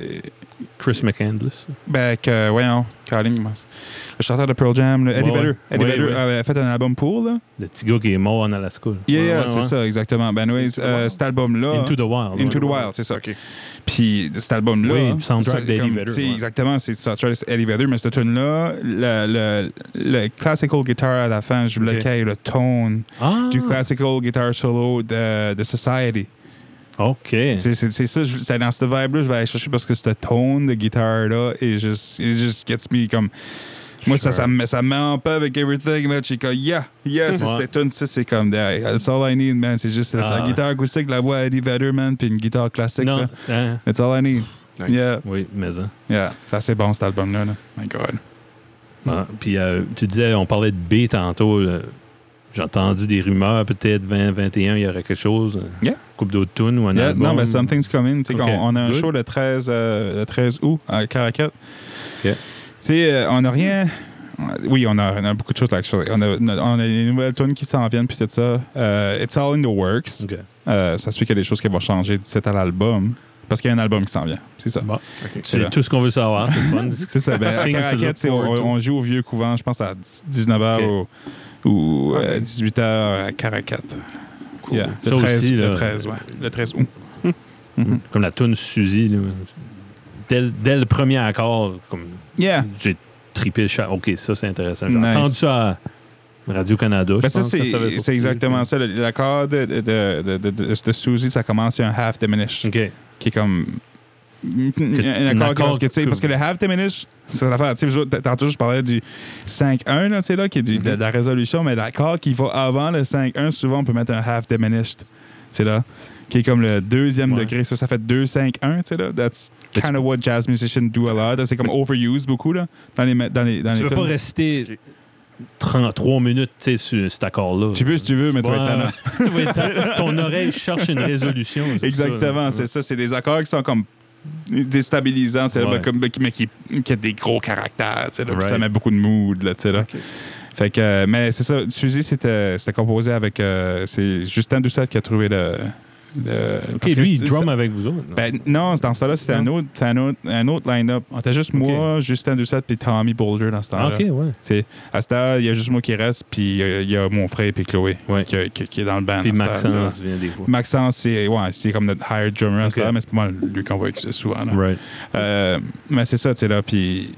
Speaker 2: Chris McCandless.
Speaker 1: Ben, que, voyons, Colin, comment ça- le chanteur de Pearl Jam, là, Eddie
Speaker 2: Ouais,
Speaker 1: Vedder,
Speaker 2: ouais.
Speaker 1: Eddie
Speaker 2: Ouais,
Speaker 1: Vedder
Speaker 2: ouais.
Speaker 1: avait fait un album pour, là.
Speaker 2: Le petit gars qui est mort en Alaska. là.
Speaker 1: Yeah,
Speaker 2: Ouais,
Speaker 1: yeah,
Speaker 2: ouais,
Speaker 1: c'est
Speaker 2: ouais.
Speaker 1: ça, exactement. Ben, anyways,
Speaker 3: Into the
Speaker 1: euh,
Speaker 3: Wild.
Speaker 1: cet album-là.
Speaker 2: Into the Wild.
Speaker 1: Into the
Speaker 2: ouais.
Speaker 1: Wild, c'est ça.
Speaker 3: OK.
Speaker 1: Puis cet album-là.
Speaker 2: Oui, le soundtrack
Speaker 1: c'est
Speaker 2: d'Eddie
Speaker 1: comme-
Speaker 2: Vedder,
Speaker 1: c'est
Speaker 2: ouais.
Speaker 1: Exactement, c'est le soundtrack d'Eddie Vedder, mais cette tune-là, le, le, le classical guitar à la fin, je voulais
Speaker 2: Ok.
Speaker 1: qu'il y ait le tone
Speaker 2: Ah,
Speaker 1: du classical guitar solo de, de Society.
Speaker 2: OK.
Speaker 1: Tu sais, C'est c'est ça, je- c'est dans cette vibe-là, je vais aller chercher parce que ce tone de guitare-là, et just, it just gets me comme. Moi, ça, ça, me, ça me met en paix avec everything, man. J'ai comme, yeah, yeah, c'est
Speaker 2: Ouais.
Speaker 1: cette tune, ça, c'est comme, hey, that's all I need, man. C'est juste la
Speaker 2: Ah.
Speaker 1: guitare acoustique, la voix à Eddie Vedder, man, puis une guitare classique,
Speaker 2: Non.
Speaker 1: là.
Speaker 2: hein,
Speaker 1: That's all I need.
Speaker 3: Nice.
Speaker 1: Yeah,
Speaker 2: oui, mais ça.
Speaker 1: yeah. Ça, c'est bon, cet album-là, là. My God.
Speaker 2: Ah, Puis euh, tu disais, on parlait de B tantôt. là. J'ai entendu des rumeurs, peut-être 20, 21, il y aurait quelque chose. euh,
Speaker 1: Yeah.
Speaker 2: Coupe d'autres tunes ou un
Speaker 1: Yeah,
Speaker 2: album.
Speaker 1: non, mais Something's Coming. Tu sais,
Speaker 2: Ok.
Speaker 1: qu'on- on, a un
Speaker 2: Good.
Speaker 1: show le 13, euh, le 13 août à Caracat. Tu sais, euh, on n'a rien. Oui, on a, on a beaucoup de choses. actually. On a, on a des nouvelles tunes qui s'en viennent, puis tout ça. Euh, it's all in the works.
Speaker 2: Ok.
Speaker 1: Euh, ça se peut qu'il y a des choses qui vont changer d'ici à l'album. Parce qu'il y a un album qui s'en vient. C'est ça.
Speaker 2: Bon.
Speaker 3: Ok.
Speaker 1: C'est là.
Speaker 2: C'est tout ce qu'on veut savoir. C'est le fun.
Speaker 1: C'est ça. Ben, à
Speaker 2: Things
Speaker 1: Caracat,
Speaker 2: to look
Speaker 1: tu sais, on,
Speaker 2: forward to.
Speaker 1: on joue au vieux couvent, je pense, à 19h ou, ou, euh, 18h à Caracat.
Speaker 3: Cool.
Speaker 1: Yeah. Le
Speaker 2: Ça
Speaker 1: 13,
Speaker 2: aussi,
Speaker 1: le
Speaker 2: là. Hmm.
Speaker 1: 13, ouais. Le 13 août. Mm-hmm.
Speaker 2: Comme la tune Suzy. là. Dès, le- dès le premier accord, comme
Speaker 1: Yeah.
Speaker 2: j'ai trippé le chat. OK, ça, c'est intéressant. J'ai
Speaker 1: Ah. Nice.
Speaker 2: entendu ça à Radio-Canada. je
Speaker 1: Ben, ça,
Speaker 2: pense que
Speaker 1: c'est
Speaker 2: ça avait sorti.
Speaker 1: c'est exactement ça. Le- L'accord de, de, de, de, de, de- de Suzy, ça commence sur un half diminish,
Speaker 2: OK.
Speaker 1: qui est comme. un
Speaker 2: un
Speaker 1: accord,
Speaker 2: accord
Speaker 1: qui- tu sais, parce que le half diminish, c'est l'affaire. Tu sais, je- Tantôt, je parlais du 5-1, là, tu sais, là, qui est du-
Speaker 2: Mm-hmm.
Speaker 1: de, de la résolution, mais l'accord qui va avant le 5-1, souvent, on peut mettre un half diminished, tu sais, là, qui est comme le deuxième
Speaker 2: Ouais.
Speaker 1: degré. Ça, ça fait 2-5-1, tu sais, là. That's kind of what jazz musicians do a lot. C'est comme overuse beaucoup, là, dans les. Dans les, dans
Speaker 2: Tu
Speaker 1: les
Speaker 2: veux pas
Speaker 1: tunes.
Speaker 2: rester 33 minutes tu sais, sur cet accord-là.
Speaker 1: Tu peux si tu veux, mais tu vas être tannant.
Speaker 2: Ouais. Tu vas être tannant. Ton oreille cherche une résolution. c'est
Speaker 1: Exactement,
Speaker 2: ça.
Speaker 1: c'est ça. C'est des accords qui sont comme déstabilisants, tu sais, là,
Speaker 2: Ouais.
Speaker 1: ben, comme, ben, qui- mais qui, qui a des gros caractères, tu sais, là, puis ça
Speaker 2: Right.
Speaker 1: met beaucoup de mood, là, tu sais, là.
Speaker 3: Ok.
Speaker 1: Fait que, euh, mais c'est ça, Suzy, c'était c'était composé avec, euh, c'est Justin Doucet qui a trouvé le... le-
Speaker 2: OK,
Speaker 1: parce que
Speaker 2: lui, il
Speaker 1: c'est-
Speaker 2: drum avec vous autres.
Speaker 1: ben, non, dans ce temps-là, c'était un autre, c'était un autre, un autre line-up. On était juste moi, Justin Doucet, puis Tommy Boulder dans ce
Speaker 2: Ah,
Speaker 1: temps-là.
Speaker 2: OK, ouais.
Speaker 1: Tu sais, À ce temps, il y a juste moi qui reste, puis euh, il y a mon frère, puis Chloé,
Speaker 2: Ouais.
Speaker 1: qui, qui- qui est dans le band.
Speaker 2: Puis
Speaker 1: à ce temps, tu vois.
Speaker 2: Maxence vient des fois.
Speaker 1: Maxence, c'est ouais, c'est comme notre hired drummer, à ce
Speaker 2: Ok.
Speaker 1: temps-là, mais c'est pas mal lui qu'on va utiliser souvent. là.
Speaker 2: Right.
Speaker 1: Euh, mais c'est ça, tu sais, là. Puis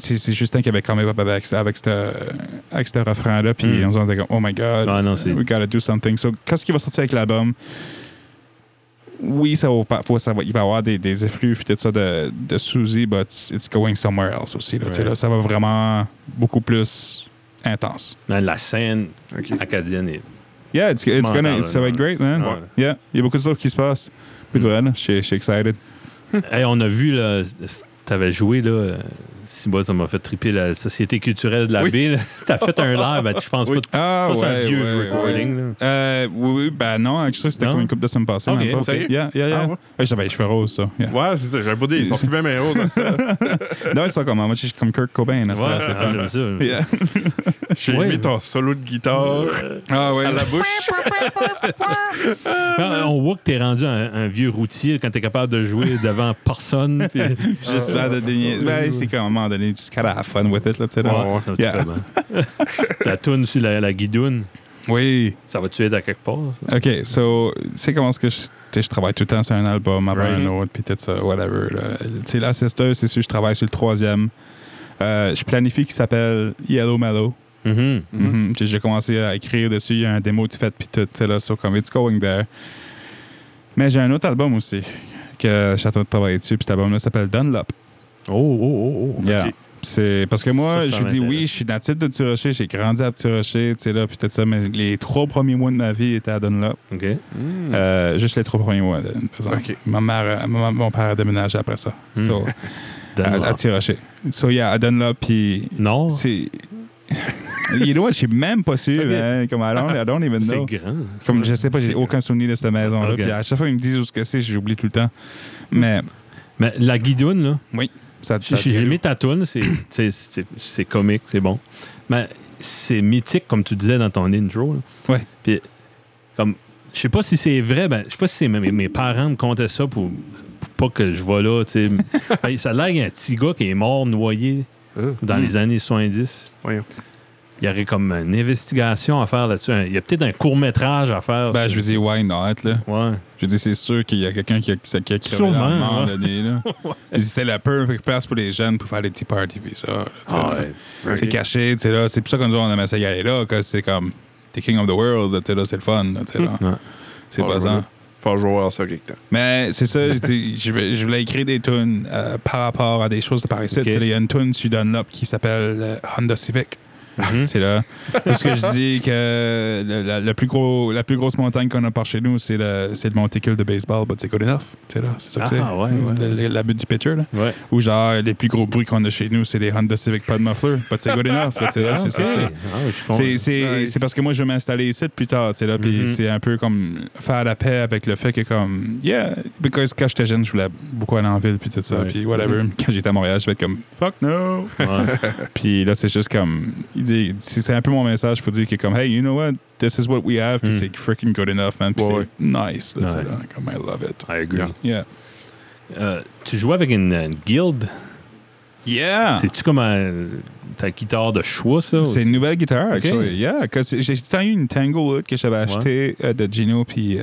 Speaker 1: c'est c'est Justin qui avait quand même up avec, avec ce avec ce refrain-là. Puis
Speaker 2: Mm.
Speaker 1: on se disait, comme, oh my God,
Speaker 2: Ah, non, c'est-
Speaker 1: we gotta do something. So, qu'est-ce qui va sortir avec l'album? Oui, ça va, pas- faut- ça va- il va y avoir des, des effluves puis tout ça de, de Suzy, but it's going somewhere else aussi. Là, tu sais,
Speaker 2: Right.
Speaker 1: là, ça va vraiment beaucoup plus intense.
Speaker 2: Dans La scène
Speaker 3: Ok.
Speaker 2: acadienne est
Speaker 1: Yeah, it's, it's
Speaker 2: Mental,
Speaker 1: gonna, ça va être
Speaker 2: là,
Speaker 1: great, man.
Speaker 2: ouais.
Speaker 1: Yeah, il y a beaucoup de choses qui se passent. Puis de vrai, là, je suis- je suis excited.
Speaker 2: Hey, on a vu, là, c- t'avais joué, là, euh, si moi, ça m'a fait triper la Société culturelle de la
Speaker 3: Oui.
Speaker 2: ville. T'as fait un live, ben, je pense
Speaker 3: Oui.
Speaker 2: pas.
Speaker 1: Ah,
Speaker 2: Ça, c'est un vieux recording, là.
Speaker 1: Euh, oui, oui, ben non, actually, c'était
Speaker 2: Non?
Speaker 1: comme une couple de semaines passées.
Speaker 2: Ok,
Speaker 1: même pas.
Speaker 3: sérieux?
Speaker 1: Yeah, yeah, yeah.
Speaker 3: Ah, ouais?
Speaker 1: Ouais, J'avais les cheveux roses, ça. Yeah.
Speaker 3: Ouais, c'est ça, j'avais pas dit, ils sont plus bien mes roses dans ça.
Speaker 1: non, ils sont comme, moi, je suis comme Kurt Cobain. là, c'était
Speaker 2: Ouais,
Speaker 1: assez
Speaker 2: ah,
Speaker 1: fun.
Speaker 2: j'aime ça.
Speaker 1: Yeah.
Speaker 3: J'ai
Speaker 2: Ouais.
Speaker 3: mis ton solo de guitare
Speaker 2: Euh,
Speaker 1: Ah, ouais.
Speaker 3: à la bouche.
Speaker 2: Ben, on voit que t'es rendu un, un vieux routier quand t'es capable de jouer devant personne. puis-
Speaker 1: Juste faire de dénier. Ben, c'est comme à un moment donné, just gotta have fun with it, là, tu sais.
Speaker 2: Ouais,
Speaker 1: là.
Speaker 2: non, tu
Speaker 1: Ah Yeah.
Speaker 2: fais bien. la toune sur la, la guidoune,
Speaker 1: Oui.
Speaker 2: ça va tuer à quelque part. ça?
Speaker 1: OK, so, tu sais comment est-ce que je, tu sais, je travaille tout le temps sur un album avant
Speaker 2: Right.
Speaker 1: un autre, puis tout ça, whatever. là. Tu sais, là, Sister, c'est sûr, je travaille sur le troisième. Euh, je planifie qui s'appelle Yellow Mellow.
Speaker 2: Mhm.
Speaker 3: Mm-hmm.
Speaker 1: Mhm. J'ai- J'ai commencé à écrire dessus, il y a un démo de fait, puis tout, tu sais, là, so comme it's going there. Mais j'ai un autre album aussi que je suis en train de travailler dessus, puis cet album-là s'appelle Dunlop.
Speaker 2: Oh, oh, oh, oh.
Speaker 1: Yeah. C'est parce que moi,
Speaker 2: Ça, ça
Speaker 1: je vous dis
Speaker 2: m'intéresse.
Speaker 1: oui, je suis natif de Petit Rocher, j'ai grandi à Petit Rocher, tu sais, là, puis tout ça, mais les trois premiers mois de ma vie étaient à Dunlop.
Speaker 2: OK.
Speaker 1: Euh, juste les trois premiers mois, là, par exemple.
Speaker 3: Ok.
Speaker 1: Ma mère, euh, ma- mon père a déménagé après ça.
Speaker 2: Hmm.
Speaker 1: So, à,
Speaker 2: Donne-la.
Speaker 1: à Petit Rocher. So, yeah, à Dunlop, puis
Speaker 2: Non, c'est
Speaker 1: Ah, c'est. you know what, je suis même pas sûr,
Speaker 2: Ok.
Speaker 1: man. Comme, I don't, I don't even know.
Speaker 2: grand.
Speaker 1: Comme, je sais pas, j'ai aucun souvenir de cette maison-là.
Speaker 2: Ok.
Speaker 1: Puis à chaque fois qu'ils me disent où ce que c'est, j'oublie tout le temps. Mais
Speaker 2: Mais la guidoune, là,
Speaker 1: ça.
Speaker 2: J'ai-
Speaker 1: ça-
Speaker 2: J'ai aimé ta toune, c'est- c'est- c'est c'est comique, c'est bon. Mais c'est mythique, comme tu disais dans ton intro. là.
Speaker 1: Ouais.
Speaker 2: Puis, comme, je sais pas si c'est vrai, ben, je sais pas si c'est mes, mes parents me comptaient ça pour, pour pas que je vois là, tu sais. Ben, ça a l'air qu'il y a un petit gars qui est mort noyé
Speaker 3: Euh.
Speaker 2: dans
Speaker 1: Hmm.
Speaker 2: les années 70.
Speaker 3: Voyons.
Speaker 2: Il y aurait comme une investigation à faire là-dessus. Un- Il y a peut-être un court-métrage à faire.
Speaker 1: Ben,
Speaker 2: sur-
Speaker 1: je veux dire, why not, là?
Speaker 2: Ouais.
Speaker 1: Je veux dire, c'est sûr qu'il y a quelqu'un qui a, qui a qui a crevé
Speaker 2: Sûrement,
Speaker 1: dans le moment
Speaker 2: hein.
Speaker 1: donné, là. Je dis, C'est la perfect place pour les jeunes pour faire des petits parties, puis ça. là, tu sais,
Speaker 2: Ah,
Speaker 1: là.
Speaker 2: ouais.
Speaker 1: C'est caché, tu sais, là. C'est pour ça qu'on nous, on aimait ça y aller, là, que c'est comme. T'es king of the world, là, tu sais, là, c'est le fun, là, tu sais, là.
Speaker 2: Ouais.
Speaker 1: C'est
Speaker 3: Ah,
Speaker 1: buzzant.
Speaker 3: ouais. Faut jouer à ça quelque temps.
Speaker 1: Mais c'est ça, c'est- je, vais- je voulais écrire des tunes euh, par rapport à des choses de par ici.
Speaker 2: Ok.
Speaker 1: Tu sais, Il y a une tune sur Dunlop qui s'appelle euh, Honda Civic.
Speaker 2: Mhm.
Speaker 1: C'est là. Parce que je dis que le- la, le plus gros, la plus grosse montagne qu'on a par chez nous, c'est le, c'est le monticule de baseball, but c'est good enough. C'est là, c'est ça que
Speaker 2: Ah,
Speaker 1: c'est.
Speaker 2: ouais, ouais.
Speaker 1: Le- le- la butte du pitcher, là.
Speaker 2: Ouais.
Speaker 1: Ou genre, les plus gros bruits qu'on a chez nous, c'est les Honda Civic pas de muffler, but c'est good enough. Tu sais, là, c'est ça que c'est.
Speaker 2: Ah, je suis content.
Speaker 1: C'est, c'est-
Speaker 3: Nice.
Speaker 1: c'est parce que moi, je veux m'installer ici plus tard, tu sais, là. Puis
Speaker 2: Mhm.
Speaker 1: c'est un peu comme faire la paix avec le fait que, comme, yeah, because quand j'étais jeune, je voulais beaucoup aller en ville, puis tout ça.
Speaker 2: Ouais.
Speaker 1: Puis whatever. Quand j'étais à Montréal, je vais être comme, fuck no.
Speaker 2: Ouais.
Speaker 1: puis là, c'est juste comme, il dit, c'est c'est un peu mon message pour dire que, comme, hey, you know what, this is what we have, puis
Speaker 2: Mm.
Speaker 1: c'est freaking good enough, man. Puis
Speaker 3: Ouais, ouais.
Speaker 1: c'est nice, là, tu sais,
Speaker 2: Ouais.
Speaker 1: là. Comme, I love it.
Speaker 2: I agree.
Speaker 3: Yeah.
Speaker 1: Yeah.
Speaker 2: Euh, tu jouais avec une, une guild.
Speaker 1: Yeah!
Speaker 2: C'est-tu comme un- euh, ta guitare de choix, ça? ou-
Speaker 1: Ah. C'est une nouvelle guitare,
Speaker 2: Ok.
Speaker 1: actually. Yeah, 'cause j'ai tout le temps eu une Tango Hood que j'avais achetée euh, de Gino puis euh,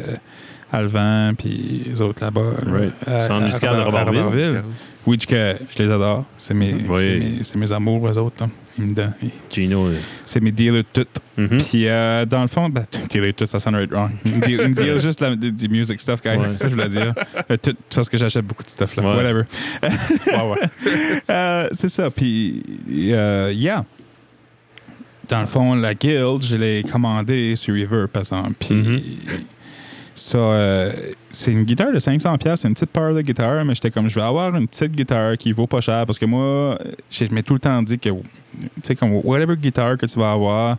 Speaker 1: Alvan puis les autres là-bas. là,
Speaker 2: Right.
Speaker 1: à-
Speaker 2: Sans
Speaker 1: à-
Speaker 2: Muscat de
Speaker 1: à- à
Speaker 2: Robertville.
Speaker 1: Robertville. Oui, que je les adore. C'est mes,
Speaker 2: Oui.
Speaker 1: c'est mes, c'est mes amours, eux autres. là. Ils me donnent- ils-
Speaker 2: Gino. euh,
Speaker 1: C'est mes dealers toutes.
Speaker 2: mhm.
Speaker 1: Puis euh, dans le fond, ben, dealers toutes, ça sonne right wrong. Ils me deal- ils me deal juste la- du du music stuff, guys.
Speaker 2: Ouais.
Speaker 1: C'est ça que je voulais dire. Euh, tout, parce que j'achète beaucoup de stuff, là.
Speaker 2: Ouais.
Speaker 1: Whatever.
Speaker 3: Ouais, ouais.
Speaker 1: Euh, c'est ça. Puis, euh, yeah. Dans le fond, la guild, je l'ai commandée sur River, par exemple. Puis,
Speaker 2: Mhm.
Speaker 1: ça, euh, c'est une guitare de 500$, c'est une petite paire de guitare, mais j'étais comme, je vais avoir une petite guitare qui vaut pas cher parce que moi, je m'ai tout le temps dit que, tu sais, comme, whatever guitare que tu vas avoir,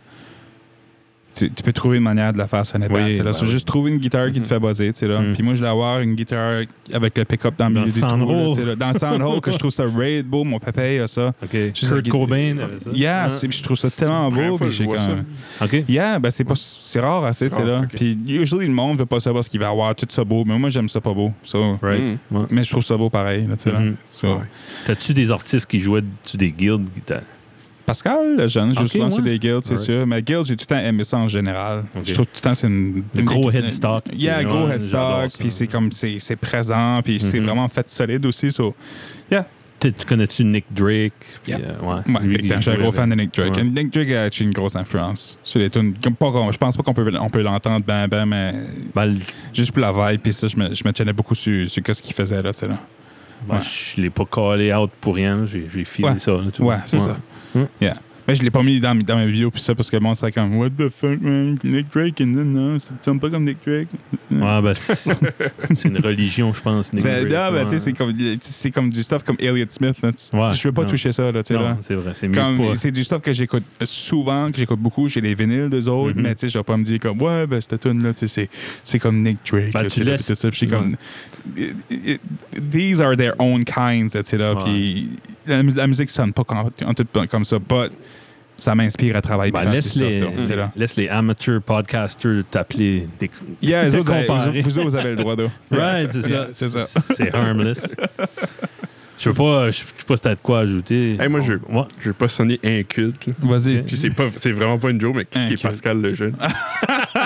Speaker 1: tu, tu peux trouver une manière de la faire sonner bien.
Speaker 2: Oui,
Speaker 1: tu sais, là.
Speaker 2: ben
Speaker 1: So,
Speaker 2: oui.
Speaker 1: Juste trouver une guitare qui te
Speaker 3: Mhm.
Speaker 1: fait buzzer, tu sais, là.
Speaker 2: Mhm.
Speaker 1: Puis moi, je voulais avoir une guitare avec le pick-up dans le
Speaker 2: Dans
Speaker 1: milieu
Speaker 2: le
Speaker 1: du trou,
Speaker 2: sandhole.
Speaker 1: là, tu sais, là. Dans le sandhole, que je trouve ça raid beau. Mon papa, il a ça.
Speaker 2: OK.
Speaker 1: sais,
Speaker 2: Kurt
Speaker 1: la guit-
Speaker 2: Cobain avait ça.
Speaker 1: Yeah,
Speaker 2: Ah.
Speaker 1: c'est- je trouve ça
Speaker 3: C'est la
Speaker 1: tellement
Speaker 3: première
Speaker 1: beau. Puis
Speaker 3: fois que je
Speaker 1: j'ai
Speaker 3: vois
Speaker 1: comme...
Speaker 2: OK.
Speaker 1: Yeah, ben c'est pas c'est rare assez, tu sais
Speaker 3: Ah,
Speaker 1: là.
Speaker 3: ok.
Speaker 1: Puis usually le monde veut pas ça parce qu'il va avoir tout ça beau, mais moi j'aime ça pas beau. So,
Speaker 2: Right. Ouais.
Speaker 1: Mais je trouve ça beau pareil, là, tu sais là.
Speaker 2: Mhm.
Speaker 1: So,
Speaker 3: Ouais.
Speaker 2: T'as-tu des artistes qui jouaient tu des guilds? T'as-
Speaker 1: Pascal, le jeune, je joue
Speaker 2: Ok,
Speaker 1: souvent sur
Speaker 2: ouais.
Speaker 1: les guilds, c'est
Speaker 2: Alright.
Speaker 1: sûr. Mais guilds, j'ai tout le temps aimé ça en général.
Speaker 2: Ok.
Speaker 1: Je trouve tout le temps c'est une,
Speaker 2: Le
Speaker 1: une-
Speaker 2: gros
Speaker 1: une-
Speaker 2: headstock.
Speaker 1: Yeah, gros
Speaker 2: Ouais, j'adore
Speaker 1: headstock.
Speaker 2: ça.
Speaker 1: Puis c'est comme c'est c'est présent, puis c'est
Speaker 2: Mhm.
Speaker 1: vraiment fait solide aussi. So,
Speaker 2: t'as- Tu connais-tu Nick Drake? Puis,
Speaker 1: Yeah.
Speaker 2: euh, ouais.
Speaker 1: Ouais,
Speaker 2: Lui,
Speaker 1: Big
Speaker 2: il
Speaker 1: Time, je suis un
Speaker 2: jouait
Speaker 1: gros
Speaker 2: avec-
Speaker 1: fan de Nick Drake.
Speaker 2: Ouais.
Speaker 1: Nick Drake a eu une grosse influence sur les tunes. Comme pas qu'on- je pense pas qu'on peut, on peut l'entendre ben ben, mais
Speaker 2: Ben, le-
Speaker 1: juste pour la vibe, puis ça, je me, je me tenais beaucoup sur, sur ce qu'il faisait là, tu sais là.
Speaker 2: ben,
Speaker 1: Ouais.
Speaker 2: Je l'ai pas callé out pour rien. J'ai j'ai filé
Speaker 1: Ouais.
Speaker 2: ça. là, tu
Speaker 1: Ouais,
Speaker 2: vois.
Speaker 1: c'est ça.
Speaker 2: Hmm.
Speaker 1: Yeah. Mais je l'ai pas mis dans, mes- dans mes vidéos puis ça parce que le monde serait comme What the fuck man, Nick Drake and then non, ça te sonne pas comme Nick Drake.
Speaker 2: Ouais, ben, c'est c'est une religion, je pense. Nick
Speaker 1: Mm. C'est
Speaker 2: Drake,
Speaker 1: non, ben,
Speaker 2: ouais.
Speaker 1: tu sais, c'est comme c'est comme du stuff comme Elliot Smith. là, tu-
Speaker 2: Ouais,
Speaker 1: je veux pas
Speaker 2: non.
Speaker 1: toucher ça là, tu sais là.
Speaker 2: Non, c'est vrai. C'est mieux
Speaker 1: Comme,
Speaker 2: pas.
Speaker 1: c'est du stuff que j'écoute souvent, que j'écoute beaucoup. J'ai les vinyles d'eux autres,
Speaker 2: Mhm.
Speaker 1: mais tu sais, je vais pas me dire comme, ouais, ben, cette tune-là, tu sais, c'est- c'est comme Nick Drake.
Speaker 2: Ben,
Speaker 1: là,
Speaker 2: tu
Speaker 1: sais, là,
Speaker 2: laisses-
Speaker 1: pis tout ça. Puis je suis comme, It- it- these are their own kinds, là, tu sais, là.
Speaker 2: Ouais.
Speaker 1: Puis la, mu- la musique sonne pas comme, en tout point comme ça, but ça m'inspire à travailler.
Speaker 2: Ben,
Speaker 1: puis faire
Speaker 2: laisse,
Speaker 1: du stuff,
Speaker 2: les,
Speaker 1: donc, tu sais, là.
Speaker 2: laisse les amateurs podcasters t'appeler. des-
Speaker 1: Yeah, eux autres, vous,
Speaker 2: comparer.
Speaker 1: autres- vous autres, vous avez le droit de.
Speaker 2: Right, c'est
Speaker 1: Yeah,
Speaker 2: ça.
Speaker 1: c'est ça.
Speaker 2: C'est harmless. Je sais pas, je sais pas si t'as de quoi ajouter.
Speaker 3: Hey, moi, je-
Speaker 2: Ouais.
Speaker 3: Je vais pas sonner inculte. là.
Speaker 1: Vas-y.
Speaker 3: Puis c'est pas, c'est vraiment pas une joke, mais qui, qui
Speaker 1: Inculte. Ah.
Speaker 3: est Pascal le jeune?
Speaker 1: Tu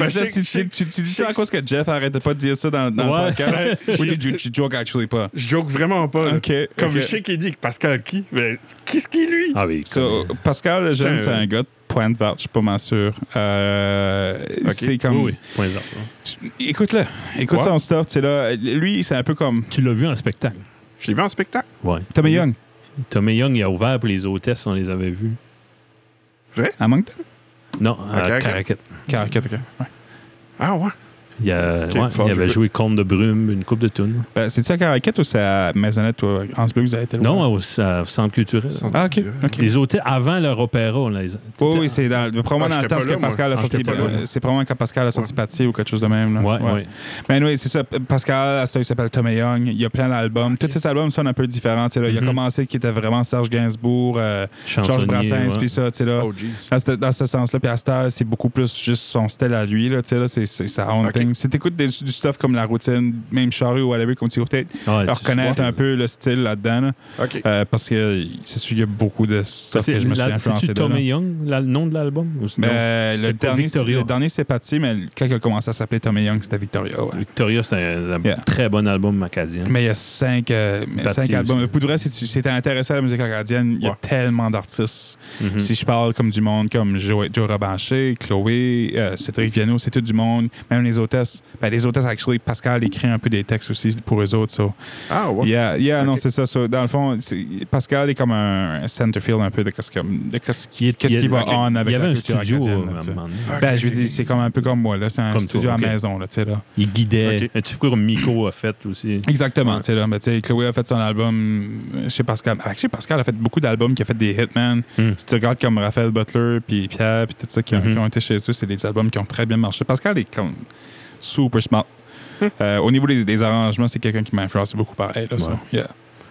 Speaker 3: Ben,
Speaker 1: dis ça-
Speaker 3: je sais-
Speaker 1: tu- tu- tu- tu dis ça à cause que Jeff arrêtait pas de dire ça dans, dans
Speaker 2: Ouais.
Speaker 1: le podcast. Ou tu- tu tu joke actually pas.
Speaker 3: Je joke vraiment pas. là.
Speaker 1: Ok,
Speaker 3: Comme
Speaker 1: ok.
Speaker 3: je sais qu'il dit que Pascal qui? Mais qu'est-ce qui lui?
Speaker 2: Ah oui,
Speaker 1: So,
Speaker 2: comme-
Speaker 1: Pascal Lejeune,
Speaker 3: C'est
Speaker 1: c'est
Speaker 3: un-
Speaker 1: un gars de Pointe Verte, je suis pas mal sûr. Euh,
Speaker 3: Ok.
Speaker 1: C'est comme.
Speaker 2: Oui, oui, point d'or.
Speaker 1: Écoute-le. Écoute
Speaker 3: Ouais.
Speaker 1: son stuff. tu sais, là, lui, c'est un peu comme
Speaker 2: Tu l'as vu en spectacle.
Speaker 3: Je l'ai vu en spectacle.
Speaker 2: Ouais.
Speaker 1: Tommy Young
Speaker 2: Tommy Young, il a ouvert pour les hôtesses, on les avait vus.
Speaker 1: à Moncton.
Speaker 2: Non, à
Speaker 3: ok.
Speaker 2: Caracat.
Speaker 1: Caracat, ok. Ouais.
Speaker 3: Ah ouais?
Speaker 2: Il, a-
Speaker 3: Ok,
Speaker 2: ouais,
Speaker 3: fort,
Speaker 2: il avait
Speaker 3: j'écoute.
Speaker 2: joué Comte de Brume, une coupe de tunes.
Speaker 1: Ben, C'est-tu à Caracat ou c'est à Maisonnette ou à Hansberg que vous avez été
Speaker 2: Non,
Speaker 1: loin?
Speaker 2: au, à- au centre culturel.
Speaker 1: Ah, ok.
Speaker 3: euh,
Speaker 1: ok.
Speaker 2: Les hôtesses, avant leur opéra, on les a.
Speaker 1: Oui, oui, c'est dans, probablement
Speaker 3: Ah,
Speaker 1: dans le
Speaker 3: j'étais
Speaker 1: temps
Speaker 3: pas là,
Speaker 1: que
Speaker 3: moi.
Speaker 1: Pascal a
Speaker 2: Ah,
Speaker 1: sorti.
Speaker 2: j'étais pas là.
Speaker 1: C'est probablement quand Pascal a sorti Patti ou quelque chose de même. Là.
Speaker 2: Ouais,
Speaker 1: Ouais.
Speaker 2: ouais.
Speaker 1: Mais Ben oui, c'est ça. Pascal, à ça, il s'appelle Tommy Young. Il y a plein d'albums. Tous ses albums sont un peu différents. tu sais, là. Il a
Speaker 2: Mhm.
Speaker 1: commencé qui était vraiment Serge Gainsbourg, euh, Georges
Speaker 2: Chansonnier,
Speaker 1: Brassens,
Speaker 2: ouais.
Speaker 1: puis ça, tu sais, là.
Speaker 3: Oh, jeez.
Speaker 1: Dans ce, dans ce sens-là, puis à cette heure, c'est beaucoup plus juste son style à lui, là, tu sais, là, c'est, c'est sa own
Speaker 3: Ok.
Speaker 1: thing. Si t'écoutes des- du stuff comme La Routine, même Charlie ou whatever, comme tu écoutes, peut-être
Speaker 2: Ah, Ouais, tu-
Speaker 1: reconnaître un peu le style là-dedans, là,
Speaker 3: Ok.
Speaker 1: euh, parce que c'est sûr qu'il y a beaucoup de stuff
Speaker 2: C'est-
Speaker 1: que je me suis
Speaker 2: la-
Speaker 1: influencé
Speaker 2: C'est-tu
Speaker 1: de là.
Speaker 2: Tommy Young, la- le nom de l'album? ou c'est-
Speaker 1: Ben,
Speaker 2: non?
Speaker 1: le,
Speaker 2: C'était pas
Speaker 1: dernier,
Speaker 2: Victoria.
Speaker 1: le dernier, c'est Patty, mais quand il a commencé à s'appeler Tommy Young, c'était Victoria, ouais.
Speaker 2: Victoria, c'est un, un
Speaker 1: Yeah.
Speaker 2: très bon album acadien.
Speaker 1: Mais il y a cinq, euh, mais
Speaker 2: Patty
Speaker 1: cinq albums.
Speaker 2: aussi.
Speaker 1: Pour de vrai, si tu si t'es intéressé à la musique acadienne, il y a
Speaker 3: Ouais.
Speaker 1: tellement d'artistes.
Speaker 2: Mhm.
Speaker 1: Si je
Speaker 2: Mm-hmm.
Speaker 1: parle comme du monde comme Joe, Joe Rabanché, Chloé, euh, Cédric Viano, c'est tout du monde. Même les hôtesses, hôtesses. Ben, les hôtesses, actually, Pascal écrit un peu des textes aussi pour eux autres. so.
Speaker 3: Ah, ouais.
Speaker 1: Yeah, yeah non,
Speaker 3: Ok.
Speaker 1: c'est ça, ça. Dans le fond, c'est- Pascal est comme un centerfield un peu de qu'est-ce qu'il de qu'est-ce qui,
Speaker 2: Il-
Speaker 1: qu'est-ce
Speaker 2: il-
Speaker 1: qui va
Speaker 2: ok.
Speaker 1: on
Speaker 2: Il
Speaker 1: avec
Speaker 2: y avait
Speaker 1: la
Speaker 2: un
Speaker 1: culture
Speaker 2: studio
Speaker 1: acadienne,
Speaker 2: euh,
Speaker 1: là,
Speaker 2: à
Speaker 1: tu
Speaker 2: un
Speaker 1: sais.
Speaker 2: moment donné.
Speaker 1: Ben, je lui dis, c'est comme un peu comme moi, là. C'est un
Speaker 2: Comme toi,
Speaker 1: studio à
Speaker 2: ok.
Speaker 1: maison, là, tu sais, là.
Speaker 2: Il guidait.
Speaker 3: Ok.
Speaker 2: Un petit peu comme Miko a fait aussi.
Speaker 1: Exactement,
Speaker 2: Ouais.
Speaker 1: tu sais, là. Mais tu sais, Chloé a fait son album euh, chez Pascal. Ah, Chez Pascal a fait beaucoup d'albums qui a fait des Hitman.
Speaker 2: Hmm.
Speaker 1: Si tu regardes comme Raphaël Butler, puis Pierre, puis tout ça, qui, ont-
Speaker 2: Mhm.
Speaker 1: qui ont été chez eux, c'est des albums qui ont très bien marché. Pascal est comme super smart. Euh, au niveau des, des arrangements, c'est quelqu'un qui m'a influencé beaucoup pareil, là, ça.
Speaker 2: Ouais.
Speaker 1: Yeah.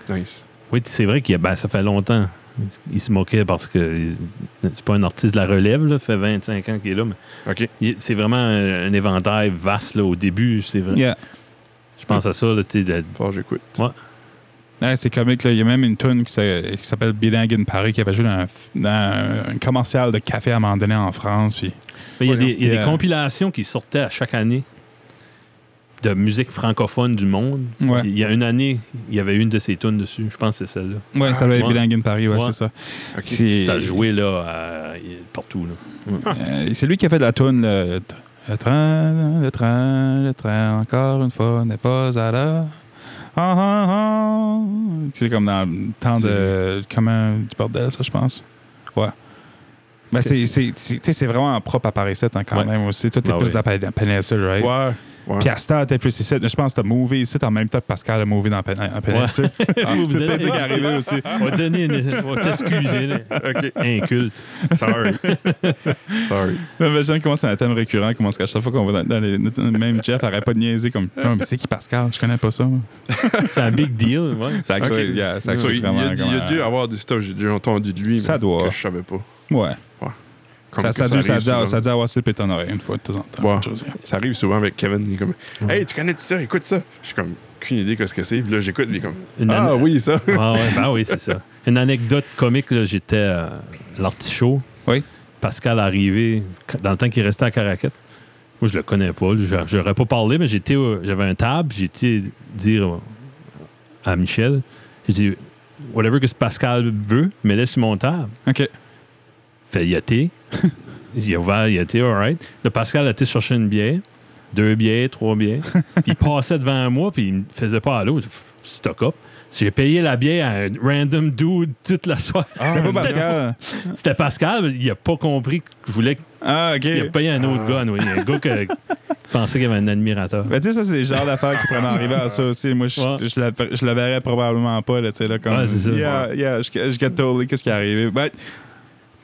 Speaker 3: Nice.
Speaker 2: Oui, c'est vrai qu'il y a- ben, ça fait longtemps. Il se moquait parce que c'est pas un artiste de la relève, là, fait 25 ans qu'il est là, mais
Speaker 3: OK.
Speaker 2: il- c'est vraiment un, un éventail vaste là, au début. C'est vrai.
Speaker 1: Yeah.
Speaker 2: Je pense à ça. Là, tu sais, de-
Speaker 3: Fort, j'écoute.
Speaker 1: Ouais, c'est comique. là. Il y a même une tune qui s'a- qui s'appelle Bilingue in Paris qui avait joué dans un, dans un commercial de café à un moment donné en France. Puis
Speaker 2: Mais il y a, des, il y a des
Speaker 1: Yeah.
Speaker 2: compilations qui sortaient à chaque année de musique francophone du monde.
Speaker 1: Ouais.
Speaker 2: Il y a une année, il y avait une de ces tunes dessus. Je pense que c'est celle-là.
Speaker 1: Ouais, ça doit être
Speaker 2: ouais.
Speaker 1: Bilingue in Paris, ouais,
Speaker 2: Ouais.
Speaker 1: c'est ça.
Speaker 3: OK.
Speaker 1: C'est-
Speaker 2: Ça jouait là, à- partout. Là.
Speaker 1: Euh, c'est lui qui a fait de la toune le, le train, le train, le train, encore une fois, n'est pas à l'heure. Ah, ah, ah. C'est comme dans le temps de. Comment du bordel, ça, je pense. Ouais. Mais c'est- c'est- c'est tu sais, c'est vraiment propre à Paris 7 hein, quand
Speaker 2: Ouais.
Speaker 1: même aussi. Toi, t'es
Speaker 2: Ah
Speaker 1: plus
Speaker 2: oui.
Speaker 1: de la, pén- la péninsule, right?
Speaker 3: Ouais. ouais.
Speaker 1: Puis à cette heure, t'es plus ici. Je pense que t'as mové ici en même temps que Pascal a mové dans la pén- en péninsule.
Speaker 2: Vous
Speaker 1: Ah. c'est
Speaker 2: vous
Speaker 1: peut-être
Speaker 2: donnez-
Speaker 1: ça qui est arrivé aussi.
Speaker 2: On va te donner une- on va t'excuser. là.
Speaker 3: OK.
Speaker 2: Inculte.
Speaker 3: Sorry. Sorry.
Speaker 1: J'imagine comment c'est un thème récurrent, comment est-ce qu'à chaque fois qu'on va dans, dans les. Même Jeff arrête pas de niaiser comme. Non, mais c'est qui Pascal Je connais pas ça. moi.
Speaker 2: C'est un big deal. Ouais.
Speaker 1: C'est
Speaker 3: Ok.
Speaker 1: actually- yeah, c'est
Speaker 3: So,
Speaker 1: actually
Speaker 3: il, y a,
Speaker 1: vraiment euh,
Speaker 3: il
Speaker 1: comme
Speaker 3: y a
Speaker 1: un-
Speaker 3: dû avoir des stuff, j'ai déjà entendu de lui,
Speaker 1: Ça
Speaker 3: mais
Speaker 1: doit.
Speaker 3: que je savais pas.
Speaker 1: euh, Ouais.
Speaker 3: Comme
Speaker 1: Ça,
Speaker 3: que
Speaker 1: ça, a dû- ça, a
Speaker 3: arrive
Speaker 1: dû- ça,
Speaker 3: souvent.
Speaker 1: a dû avoir ses pétons oreilles une fois de temps en temps.
Speaker 3: Ouais.
Speaker 1: quelque chose.
Speaker 3: Ça arrive souvent avec Kevin. Il est comme Hey, tu connais tout ça, écoute ça. Je suis comme aucune idée qu'est-ce que c'est. Puis là, j'écoute, puis il est comme
Speaker 2: Une
Speaker 3: Ah
Speaker 2: ane-
Speaker 3: oui, ça.
Speaker 2: Ah ouais, ben oui, c'est ça. Une anecdote comique, là, j'étais euh, à l'artichaut.
Speaker 1: Oui.
Speaker 2: Pascal arrivé, qu- dans le temps qu'il restait à Caracat. Moi, je le connais pas. je- J'aurais pas parlé, mais j'étais, euh, j'avais un table. J'étais dire euh, à Michel, j'ai dit, whatever que ce Pascal veut, mais laisse sur mon table.
Speaker 1: Ok.
Speaker 2: Fait yater. il a ouvert, il a été, all right. Le Pascal a été chercher une bière, deux bières, trois bières. puis il passait devant moi, puis il me faisait pas à l'eau. Stock up. J'ai payé la bière à un random dude toute la soirée.
Speaker 1: C'est pas
Speaker 2: C'était-
Speaker 1: Pascal.
Speaker 2: C'était Pascal, mais il a pas compris que je voulais qu'il
Speaker 1: Ah, ok.
Speaker 2: a payé un autre
Speaker 1: ah.
Speaker 2: gars. nous. Il y a un gars que- qui pensait qu'il avait un admirateur.
Speaker 1: Ben, tu sais, ça, c'est le genre d'affaire qui pourrait m'arriver à ça aussi. Moi, je,
Speaker 2: Ouais.
Speaker 1: je, la, je la verrais probablement pas, là, tu sais, là, comme.
Speaker 2: Ouais, c'est ça.
Speaker 1: Yeah, yeah, je, je get totally qu'est-ce qui est arrivé. Ben,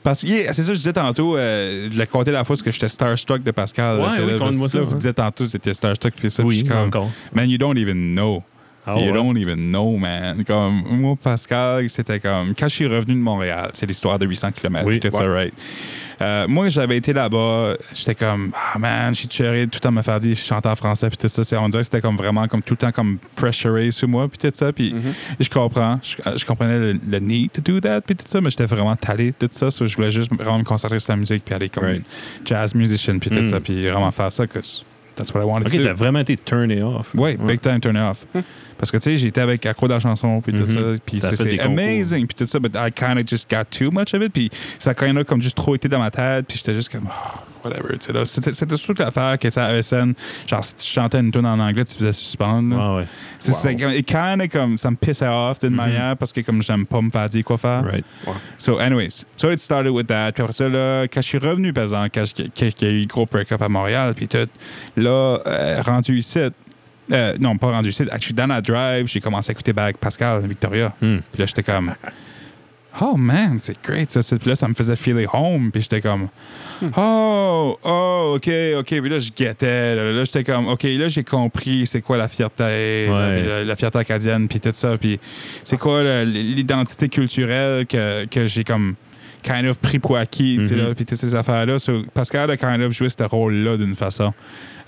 Speaker 1: parce que, yeah, c'est ça, je disais tantôt, euh, je l'ai compté la fois parce que j'étais starstruck de Pascal. là,
Speaker 2: Ouais,
Speaker 1: tu sais,
Speaker 2: oui,
Speaker 1: là, parce
Speaker 2: conte-moi
Speaker 1: que là,
Speaker 2: ça,
Speaker 1: Vous
Speaker 2: ouais.
Speaker 1: disiez tantôt, c'était starstruck, puis ça, puis je
Speaker 2: Oui,
Speaker 1: suis comme.
Speaker 2: encore.
Speaker 1: Man, you don't even know.
Speaker 2: Ah
Speaker 1: you
Speaker 2: ouais.
Speaker 1: don't even know, man. Comme, moi, Pascal, c'était comme. Quand je suis revenu de Montréal, c'est l'histoire de 800 km.
Speaker 2: Oui,
Speaker 1: tout ça,
Speaker 3: ouais.
Speaker 1: right? Euh, moi, j'avais été là-bas, j'étais comme, ah man, je suis cheuré tout le temps me faire dire, je chante en français, puis tout ça. C'est- On dirait que c'était comme vraiment, comme tout le temps, comme pressuré sur moi, puis tout ça. Puis
Speaker 2: Mm-hmm.
Speaker 1: je comprends, je, je comprenais le, le need to do that, puis tout ça, mais j'étais vraiment talé de tout ça. So, je voulais juste vraiment me concentrer sur la musique, puis aller comme
Speaker 2: Right.
Speaker 1: jazz musician, puis tout
Speaker 2: Mm.
Speaker 1: ça, puis vraiment faire ça, que that's what I wanted
Speaker 2: Ok,
Speaker 1: to do.
Speaker 2: t'as vraiment été turné off.
Speaker 1: Oui, big time turn off. Parce que, tu sais, j'étais avec Accro dans la chanson, puis tout
Speaker 2: Hmm. Mhm.
Speaker 1: ça, puis
Speaker 2: T'as
Speaker 1: c'est
Speaker 2: fait des
Speaker 1: c'est
Speaker 2: concours.
Speaker 1: amazing, puis tout ça, but I kind of just got too much of it, puis ça a kind of comme juste trop été dans ma tête, puis j'étais juste comme, oh, whatever, tu sais, là. C'était c'était surtout l'affaire que ça à ESN, genre, si tu chantais une tune en anglais, tu te faisais suspendre. là.
Speaker 2: Ah ouais.
Speaker 1: C'est c'est comme, it kind of comme, ça me pissait off d'une manière, parce que comme j'aime pas me faire dire quoi faire.
Speaker 2: Mhm. Right.
Speaker 1: So, anyways, so it started with that. Puis après ça, là, quand je suis revenu, par exemple, quand je- quand il y a eu le gros break-up à Montréal, puis tout, là, euh, rendu ici, euh, non, pas rendu ici, actually, dans la drive, j'ai commencé à écouter Back Pascal, Victoria.
Speaker 2: Hmm.
Speaker 1: Puis là, j'étais comme, oh man, c'est great ça. C'est- Puis là, ça me faisait filer home. Puis j'étais comme,
Speaker 2: Hmm.
Speaker 1: oh, oh, ok, ok. Puis là, je guettais. Là, Là, j'étais comme, ok, là, j'ai compris c'est quoi la fierté, là,
Speaker 2: Ouais.
Speaker 1: puis la, la fierté acadienne, puis tout ça. Puis c'est quoi le- l'identité culturelle que, que j'ai comme kind of pris pour acquis, tu sais,
Speaker 2: Mhm.
Speaker 1: là, puis toutes ces affaires-là. So, Pascal a kind of joué ce rôle-là d'une façon.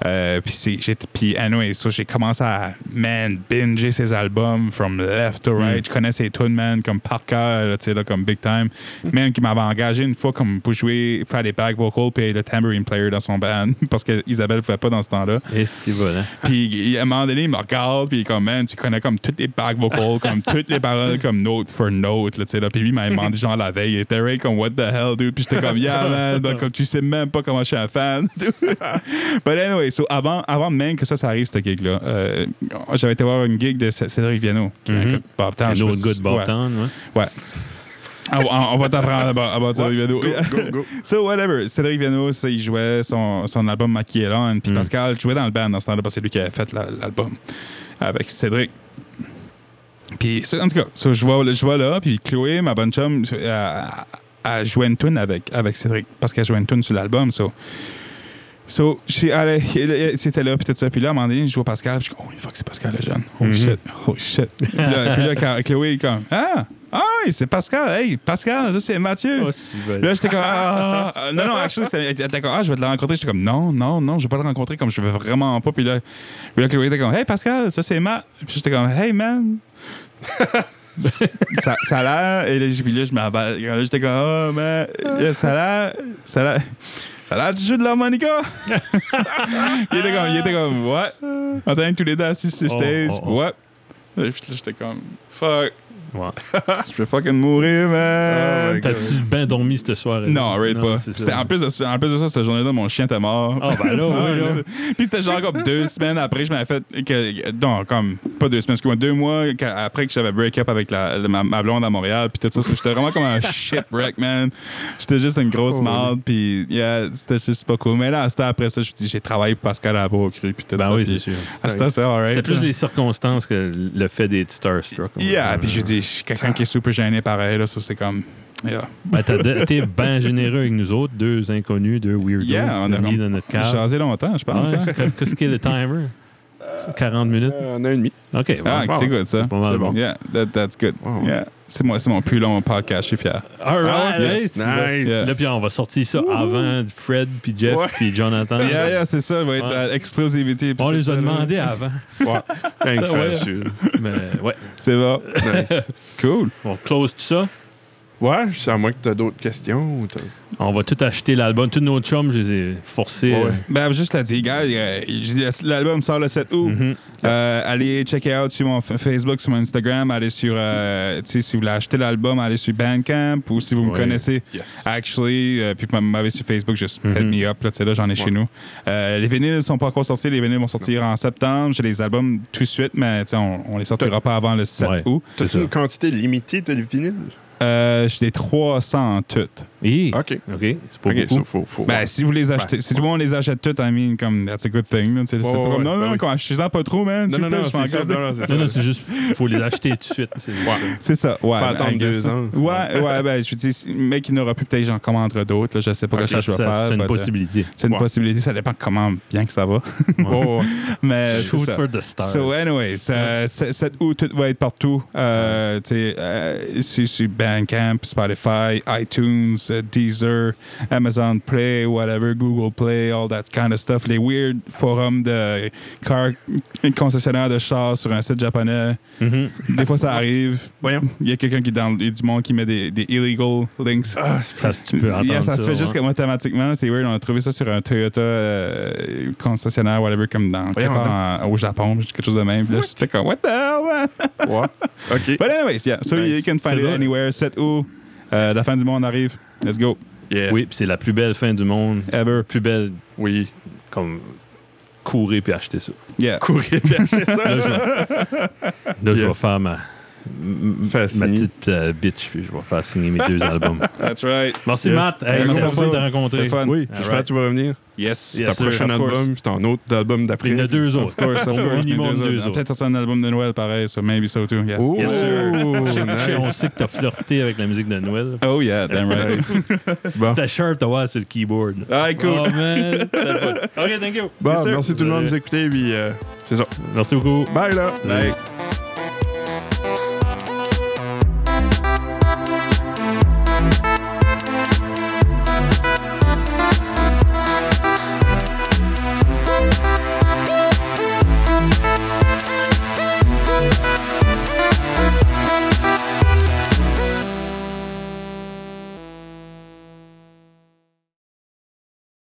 Speaker 1: Euh, puis c'est- j'ai- puis anyway, so j'ai commencé à man binger ses albums from left to right.
Speaker 2: Mm.
Speaker 1: Je connais ses tunes man comme par cœur, là, tu sais là comme big time. Même qui m'avait engagé une fois comme pour jouer faire des back vocals puis le tambourine player dans son band parce que Isabelle le faisait pas dans ce temps-là.
Speaker 2: Et c'est bon, hein?
Speaker 1: Puis il- à un moment donné, il me regarde, puis il est comme, man, tu connais comme toutes les back vocals, comme toutes les paroles, comme note for note, là, tu sais, là. Puis lui, il m'a demandé, genre, la veille, il était Ray, comme, what the hell, dude? Puis j'étais comme, yeah, man, ben, comme, tu sais même pas comment je suis un fan, dude. But anyway, so, avant, avant même que ça, ça arrive, cette gig-là, euh, j'avais été voir une gig de C- Cédric Viano. qui est
Speaker 2: Mhm.
Speaker 1: un gars de Bobtown,
Speaker 2: Un
Speaker 1: Ah, je sais
Speaker 2: autre
Speaker 1: pas
Speaker 2: gars
Speaker 1: si-
Speaker 2: de
Speaker 1: ouais.
Speaker 2: Barton, ouais.
Speaker 1: Ah, on, on va t'apprendre à bord- à bord de Cédric Viano.
Speaker 3: Go, go, go.
Speaker 1: So, whatever. Cédric Viano, ça, il jouait son, son album Maquillon, puis
Speaker 2: Mm.
Speaker 1: Pascal jouait dans le band dans ce temps-là, parce que c'est lui qui avait fait la- l'album avec Cédric. Puis, ça, en tout cas, ça, je, vois, je vois là, puis Chloé, ma bonne chum, elle, elle jouait une tune avec, avec Cédric, parce qu'elle jouait une tune sur l'album, so. So, j'ai- elle- elle- elle- c'était là, puis tout ça. Puis là, à un moment donné, je vois Pascal, puis je dis, oh, fuck, c'est Pascal le jeune. Oh
Speaker 2: Mhm.
Speaker 1: shit, oh shit. puis là, puis là, quand Chloé est comme, ah, ah, oui, c'est Pascal, hey, Pascal, ça c'est Mathieu. Là, j'étais comme, ah, ah, ah. non, non, actually, c'était- elle était comme, ah, je vais te le rencontrer. J'étais comme, non, non, non, je vais pas le rencontrer comme je veux vraiment pas. Puis là, puis là Chloé était comme, hey Pascal, ça c'est Matt. Puis j'étais comme, hey man. ça, ça a l'air. Et là, j'ai- puis là, je m'emballe. Là, J'étais comme, oh man, là, ça a l'air. Ça a l'air. Ça a l'air du jeu de l'harmonica! il, était comme, il était comme, what? On était tous les deux assis sur
Speaker 2: Oh,
Speaker 1: stage,
Speaker 2: oh, oh.
Speaker 1: what? Et puis là, j'étais comme, fuck,
Speaker 2: Ouais.
Speaker 1: je vais fucking mourir, man!
Speaker 3: Oh my
Speaker 2: T'as-tu bien dormi cette soirée?
Speaker 1: euh, Non, arrête pas.
Speaker 2: c'est ça.
Speaker 1: C'était- En plus, de, ça- en plus de ça, cette journée-là, mon chien était mort.
Speaker 2: Ah, ben là, oui, là.
Speaker 1: Puis c'était genre comme deux semaines après, je m'avais fait. Que, non, comme, pas deux semaines, excuse-moi, deux mois qu'a- après que j'avais break-up avec la, la- ma, ma blonde à Montréal. Puis tout ça, j'étais vraiment comme un shipwreck, man. J'étais juste une
Speaker 2: Oh,
Speaker 1: grosse marde. Puis, yeah, c'était juste pas cool. Mais là, c'était après ça, je me dis, j'ai travaillé pour Pascal à la au cru. Puis tout ça.
Speaker 2: Ben oui,
Speaker 1: puis-
Speaker 2: c'est sûr.
Speaker 1: Ah, C'était ça, alright.
Speaker 2: C'était plus les circonstances que le fait d'être starstruck.
Speaker 1: Yeah, puis je dis,
Speaker 2: dis
Speaker 1: je suis quelqu'un qui est super gêné pareil, là, ça, c'est comme. Yeah.
Speaker 2: Ben, t'as été bien généreux avec nous autres, deux inconnus, deux weirdos,
Speaker 1: Yeah, on a
Speaker 2: mis dans notre
Speaker 1: J'ai
Speaker 2: cave.
Speaker 1: jasé longtemps, je pense.
Speaker 2: Ouais,
Speaker 1: hein.
Speaker 2: que- Qu'est-ce qu'est le timer? C'est 40 minutes?
Speaker 3: Euh, on a une demi.
Speaker 2: OK, bon,
Speaker 1: Ah,
Speaker 3: Wow.
Speaker 1: c'est good, ça.
Speaker 2: pas mal
Speaker 3: c'est
Speaker 2: bon.
Speaker 3: bon.
Speaker 1: Yeah, that, that's good.
Speaker 3: Wow.
Speaker 1: Yeah. C'est moi, c'est mon plus long podcast, je suis fier.
Speaker 2: All right,
Speaker 1: Ah, yes.
Speaker 2: hey, tu
Speaker 3: Nice.
Speaker 2: vas-
Speaker 1: Yeah.
Speaker 2: Là, puis on va sortir ça avant Fred, puis Jeff,
Speaker 3: Ouais.
Speaker 2: puis Jonathan.
Speaker 1: Yeah, yeah, c'est ça, va être
Speaker 2: Ouais.
Speaker 1: euh, explosivité.
Speaker 2: On les a demandés avant.
Speaker 3: Ouais. Rien que
Speaker 2: Ouais.
Speaker 3: facile.
Speaker 2: Mais ouais,
Speaker 1: C'est bon.
Speaker 3: Nice.
Speaker 1: Cool.
Speaker 2: on close tout ça.
Speaker 3: Ouais, c'est à moins que t'as d'autres questions. ou t'as-
Speaker 2: On va tout acheter l'album. Tous nos chums, je les ai forcés.
Speaker 3: Ouais.
Speaker 1: Ben, juste la dire, gars, euh, je dis, l'album sort le 7 août.
Speaker 2: Mhm.
Speaker 1: Euh, allez checker out sur mon f- Facebook, sur mon Instagram. Allez sur, euh, tu sais, si vous voulez acheter l'album, allez sur Bandcamp ou si vous me
Speaker 2: Ouais.
Speaker 1: connaissez,
Speaker 3: Yes.
Speaker 1: Actually, euh, puis vous m'avez sur Facebook, juste
Speaker 2: Mhm.
Speaker 1: head me up, là, tu sais, là, j'en ai chez
Speaker 3: Ouais.
Speaker 1: nous. Euh, les vinyles sont pas encore sortis, les vinyles vont sortir en septembre. J'ai les albums tout de suite, mais tu sais, on, on les sortira pas avant le 7
Speaker 2: Ouais.
Speaker 1: août.
Speaker 2: C'est
Speaker 3: T'as-tu
Speaker 2: ça.
Speaker 3: une quantité limitée de vinyle?
Speaker 1: Euh, J'ai des 300 en tout.
Speaker 2: euh, Hi.
Speaker 3: OK.
Speaker 2: OK, c'est pas
Speaker 3: OK,
Speaker 2: beaucoup.
Speaker 3: ça, faut, faut
Speaker 1: Ben, si vous les achetez,
Speaker 3: Ouais.
Speaker 1: si tout le monde les achète toutes, I mean, comme, that's a good thing. là, tu sais, c'est
Speaker 3: Ouais,
Speaker 1: pas
Speaker 3: ouais,
Speaker 1: comme,
Speaker 3: ouais.
Speaker 1: non,
Speaker 3: Ben
Speaker 1: non,
Speaker 3: oui.
Speaker 1: non, achetez en pas trop, man.
Speaker 3: Non,
Speaker 1: s'il
Speaker 3: non,
Speaker 1: vous plaît,
Speaker 3: non,
Speaker 1: je vais
Speaker 3: c'est ça.
Speaker 1: encore-
Speaker 3: Non, non, c'est ça.
Speaker 2: Non, non, c'est juste, faut les acheter tout de suite. c'est juste ça.
Speaker 1: C'est ça, ouais.
Speaker 3: Pas
Speaker 1: I
Speaker 3: attendre
Speaker 1: guess.
Speaker 3: deux ans.
Speaker 1: Ouais, ouais, ben, je dis, mec, il n'aura plus peut-être, j'en commande d'autres, là, je sais pas
Speaker 2: Ça,
Speaker 1: que je vais
Speaker 2: ça,
Speaker 1: faire.
Speaker 2: c'est une
Speaker 1: but, euh,
Speaker 2: possibilité.
Speaker 1: C'est une
Speaker 3: Ouais.
Speaker 1: possibilité, ça dépend comment bien que ça va.
Speaker 2: Ouais.
Speaker 1: Mais c'est
Speaker 2: Euh, Shoot
Speaker 1: ça.
Speaker 2: for the stars.
Speaker 1: So, anyways, euh, c'est- cet août, tout va être partout. Euh, tu sais, euh, sur, sur Bandcamp, Spotify, iTunes, euh, Deezer, Amazon Play, whatever, Google Play, all that kind of stuff. Les weird forums de car concessionnaires de chars sur un site japonais.
Speaker 2: Mhm.
Speaker 1: Des fois, ça arrive.
Speaker 3: Voyons.
Speaker 1: Il y a quelqu'un qui, dans le- du monde, qui met des, des illegal links.
Speaker 3: Ah, c'est
Speaker 2: Ça, tu peux entendre
Speaker 1: Yeah, ça, se fait
Speaker 2: ouais.
Speaker 1: juste comme automatiquement, c'est weird. On a trouvé ça sur un Toyota euh, concessionnaire, whatever, comme dans quelque part en- au Japon, quelque chose de même. Puis Là, j'étais comme, what the hell, man?
Speaker 3: Ouais. OK.
Speaker 1: But anyways, yeah, so
Speaker 3: Nice.
Speaker 1: you can find
Speaker 2: C'est
Speaker 1: it
Speaker 2: bon.
Speaker 1: anywhere. 7 août, euh, la fin du monde arrive. Let's go.
Speaker 3: Yeah.
Speaker 2: Oui, puis c'est la plus belle fin du monde.
Speaker 1: Ever.
Speaker 2: Plus belle,
Speaker 3: Oui.
Speaker 2: comme courir puis acheter ça.
Speaker 1: Yeah.
Speaker 3: Courir puis acheter ça.
Speaker 2: Là, je vais, là, je
Speaker 3: Yeah.
Speaker 2: vais faire ma, m-
Speaker 3: Faire
Speaker 2: ma
Speaker 3: signer.
Speaker 2: petite euh, bitch, puis je vais faire signer mes deux albums.
Speaker 1: That's right.
Speaker 2: Merci,
Speaker 3: Yes.
Speaker 2: Matt. Hey,
Speaker 1: Merci
Speaker 2: merci
Speaker 1: à
Speaker 2: de
Speaker 1: toi.
Speaker 2: te rencontrer.
Speaker 1: Have fun.
Speaker 3: Oui,
Speaker 2: All
Speaker 3: j'espère
Speaker 2: right.
Speaker 3: que tu vas revenir.
Speaker 1: Yes.
Speaker 2: Yes,
Speaker 3: Ta
Speaker 2: sir.
Speaker 3: prochain
Speaker 1: of course.
Speaker 3: album, puis ton autre album d'après.
Speaker 2: Il y en a deux autres.
Speaker 1: Of course, of
Speaker 2: Au
Speaker 1: course.
Speaker 2: minimum
Speaker 1: On
Speaker 2: deux autres.
Speaker 1: a Peut-être sorti un album de Noël pareil, so maybe so too. Yeah.
Speaker 3: Oh,
Speaker 2: Yes, sir.
Speaker 3: nice.
Speaker 2: On sait que t'as flirté avec la musique de Noël.
Speaker 1: Oh yeah, damn right.
Speaker 3: Nice. Bon,
Speaker 2: C'était sharp de voir sur le keyboard.
Speaker 1: Ah, cool.
Speaker 2: Oh, man. C'était fun. OK, thank you.
Speaker 3: Bon,
Speaker 1: Yes, sir.
Speaker 3: merci tout le monde de nous écouter, puis euh, c'est ça.
Speaker 2: Merci beaucoup.
Speaker 3: Bye là.
Speaker 1: Like,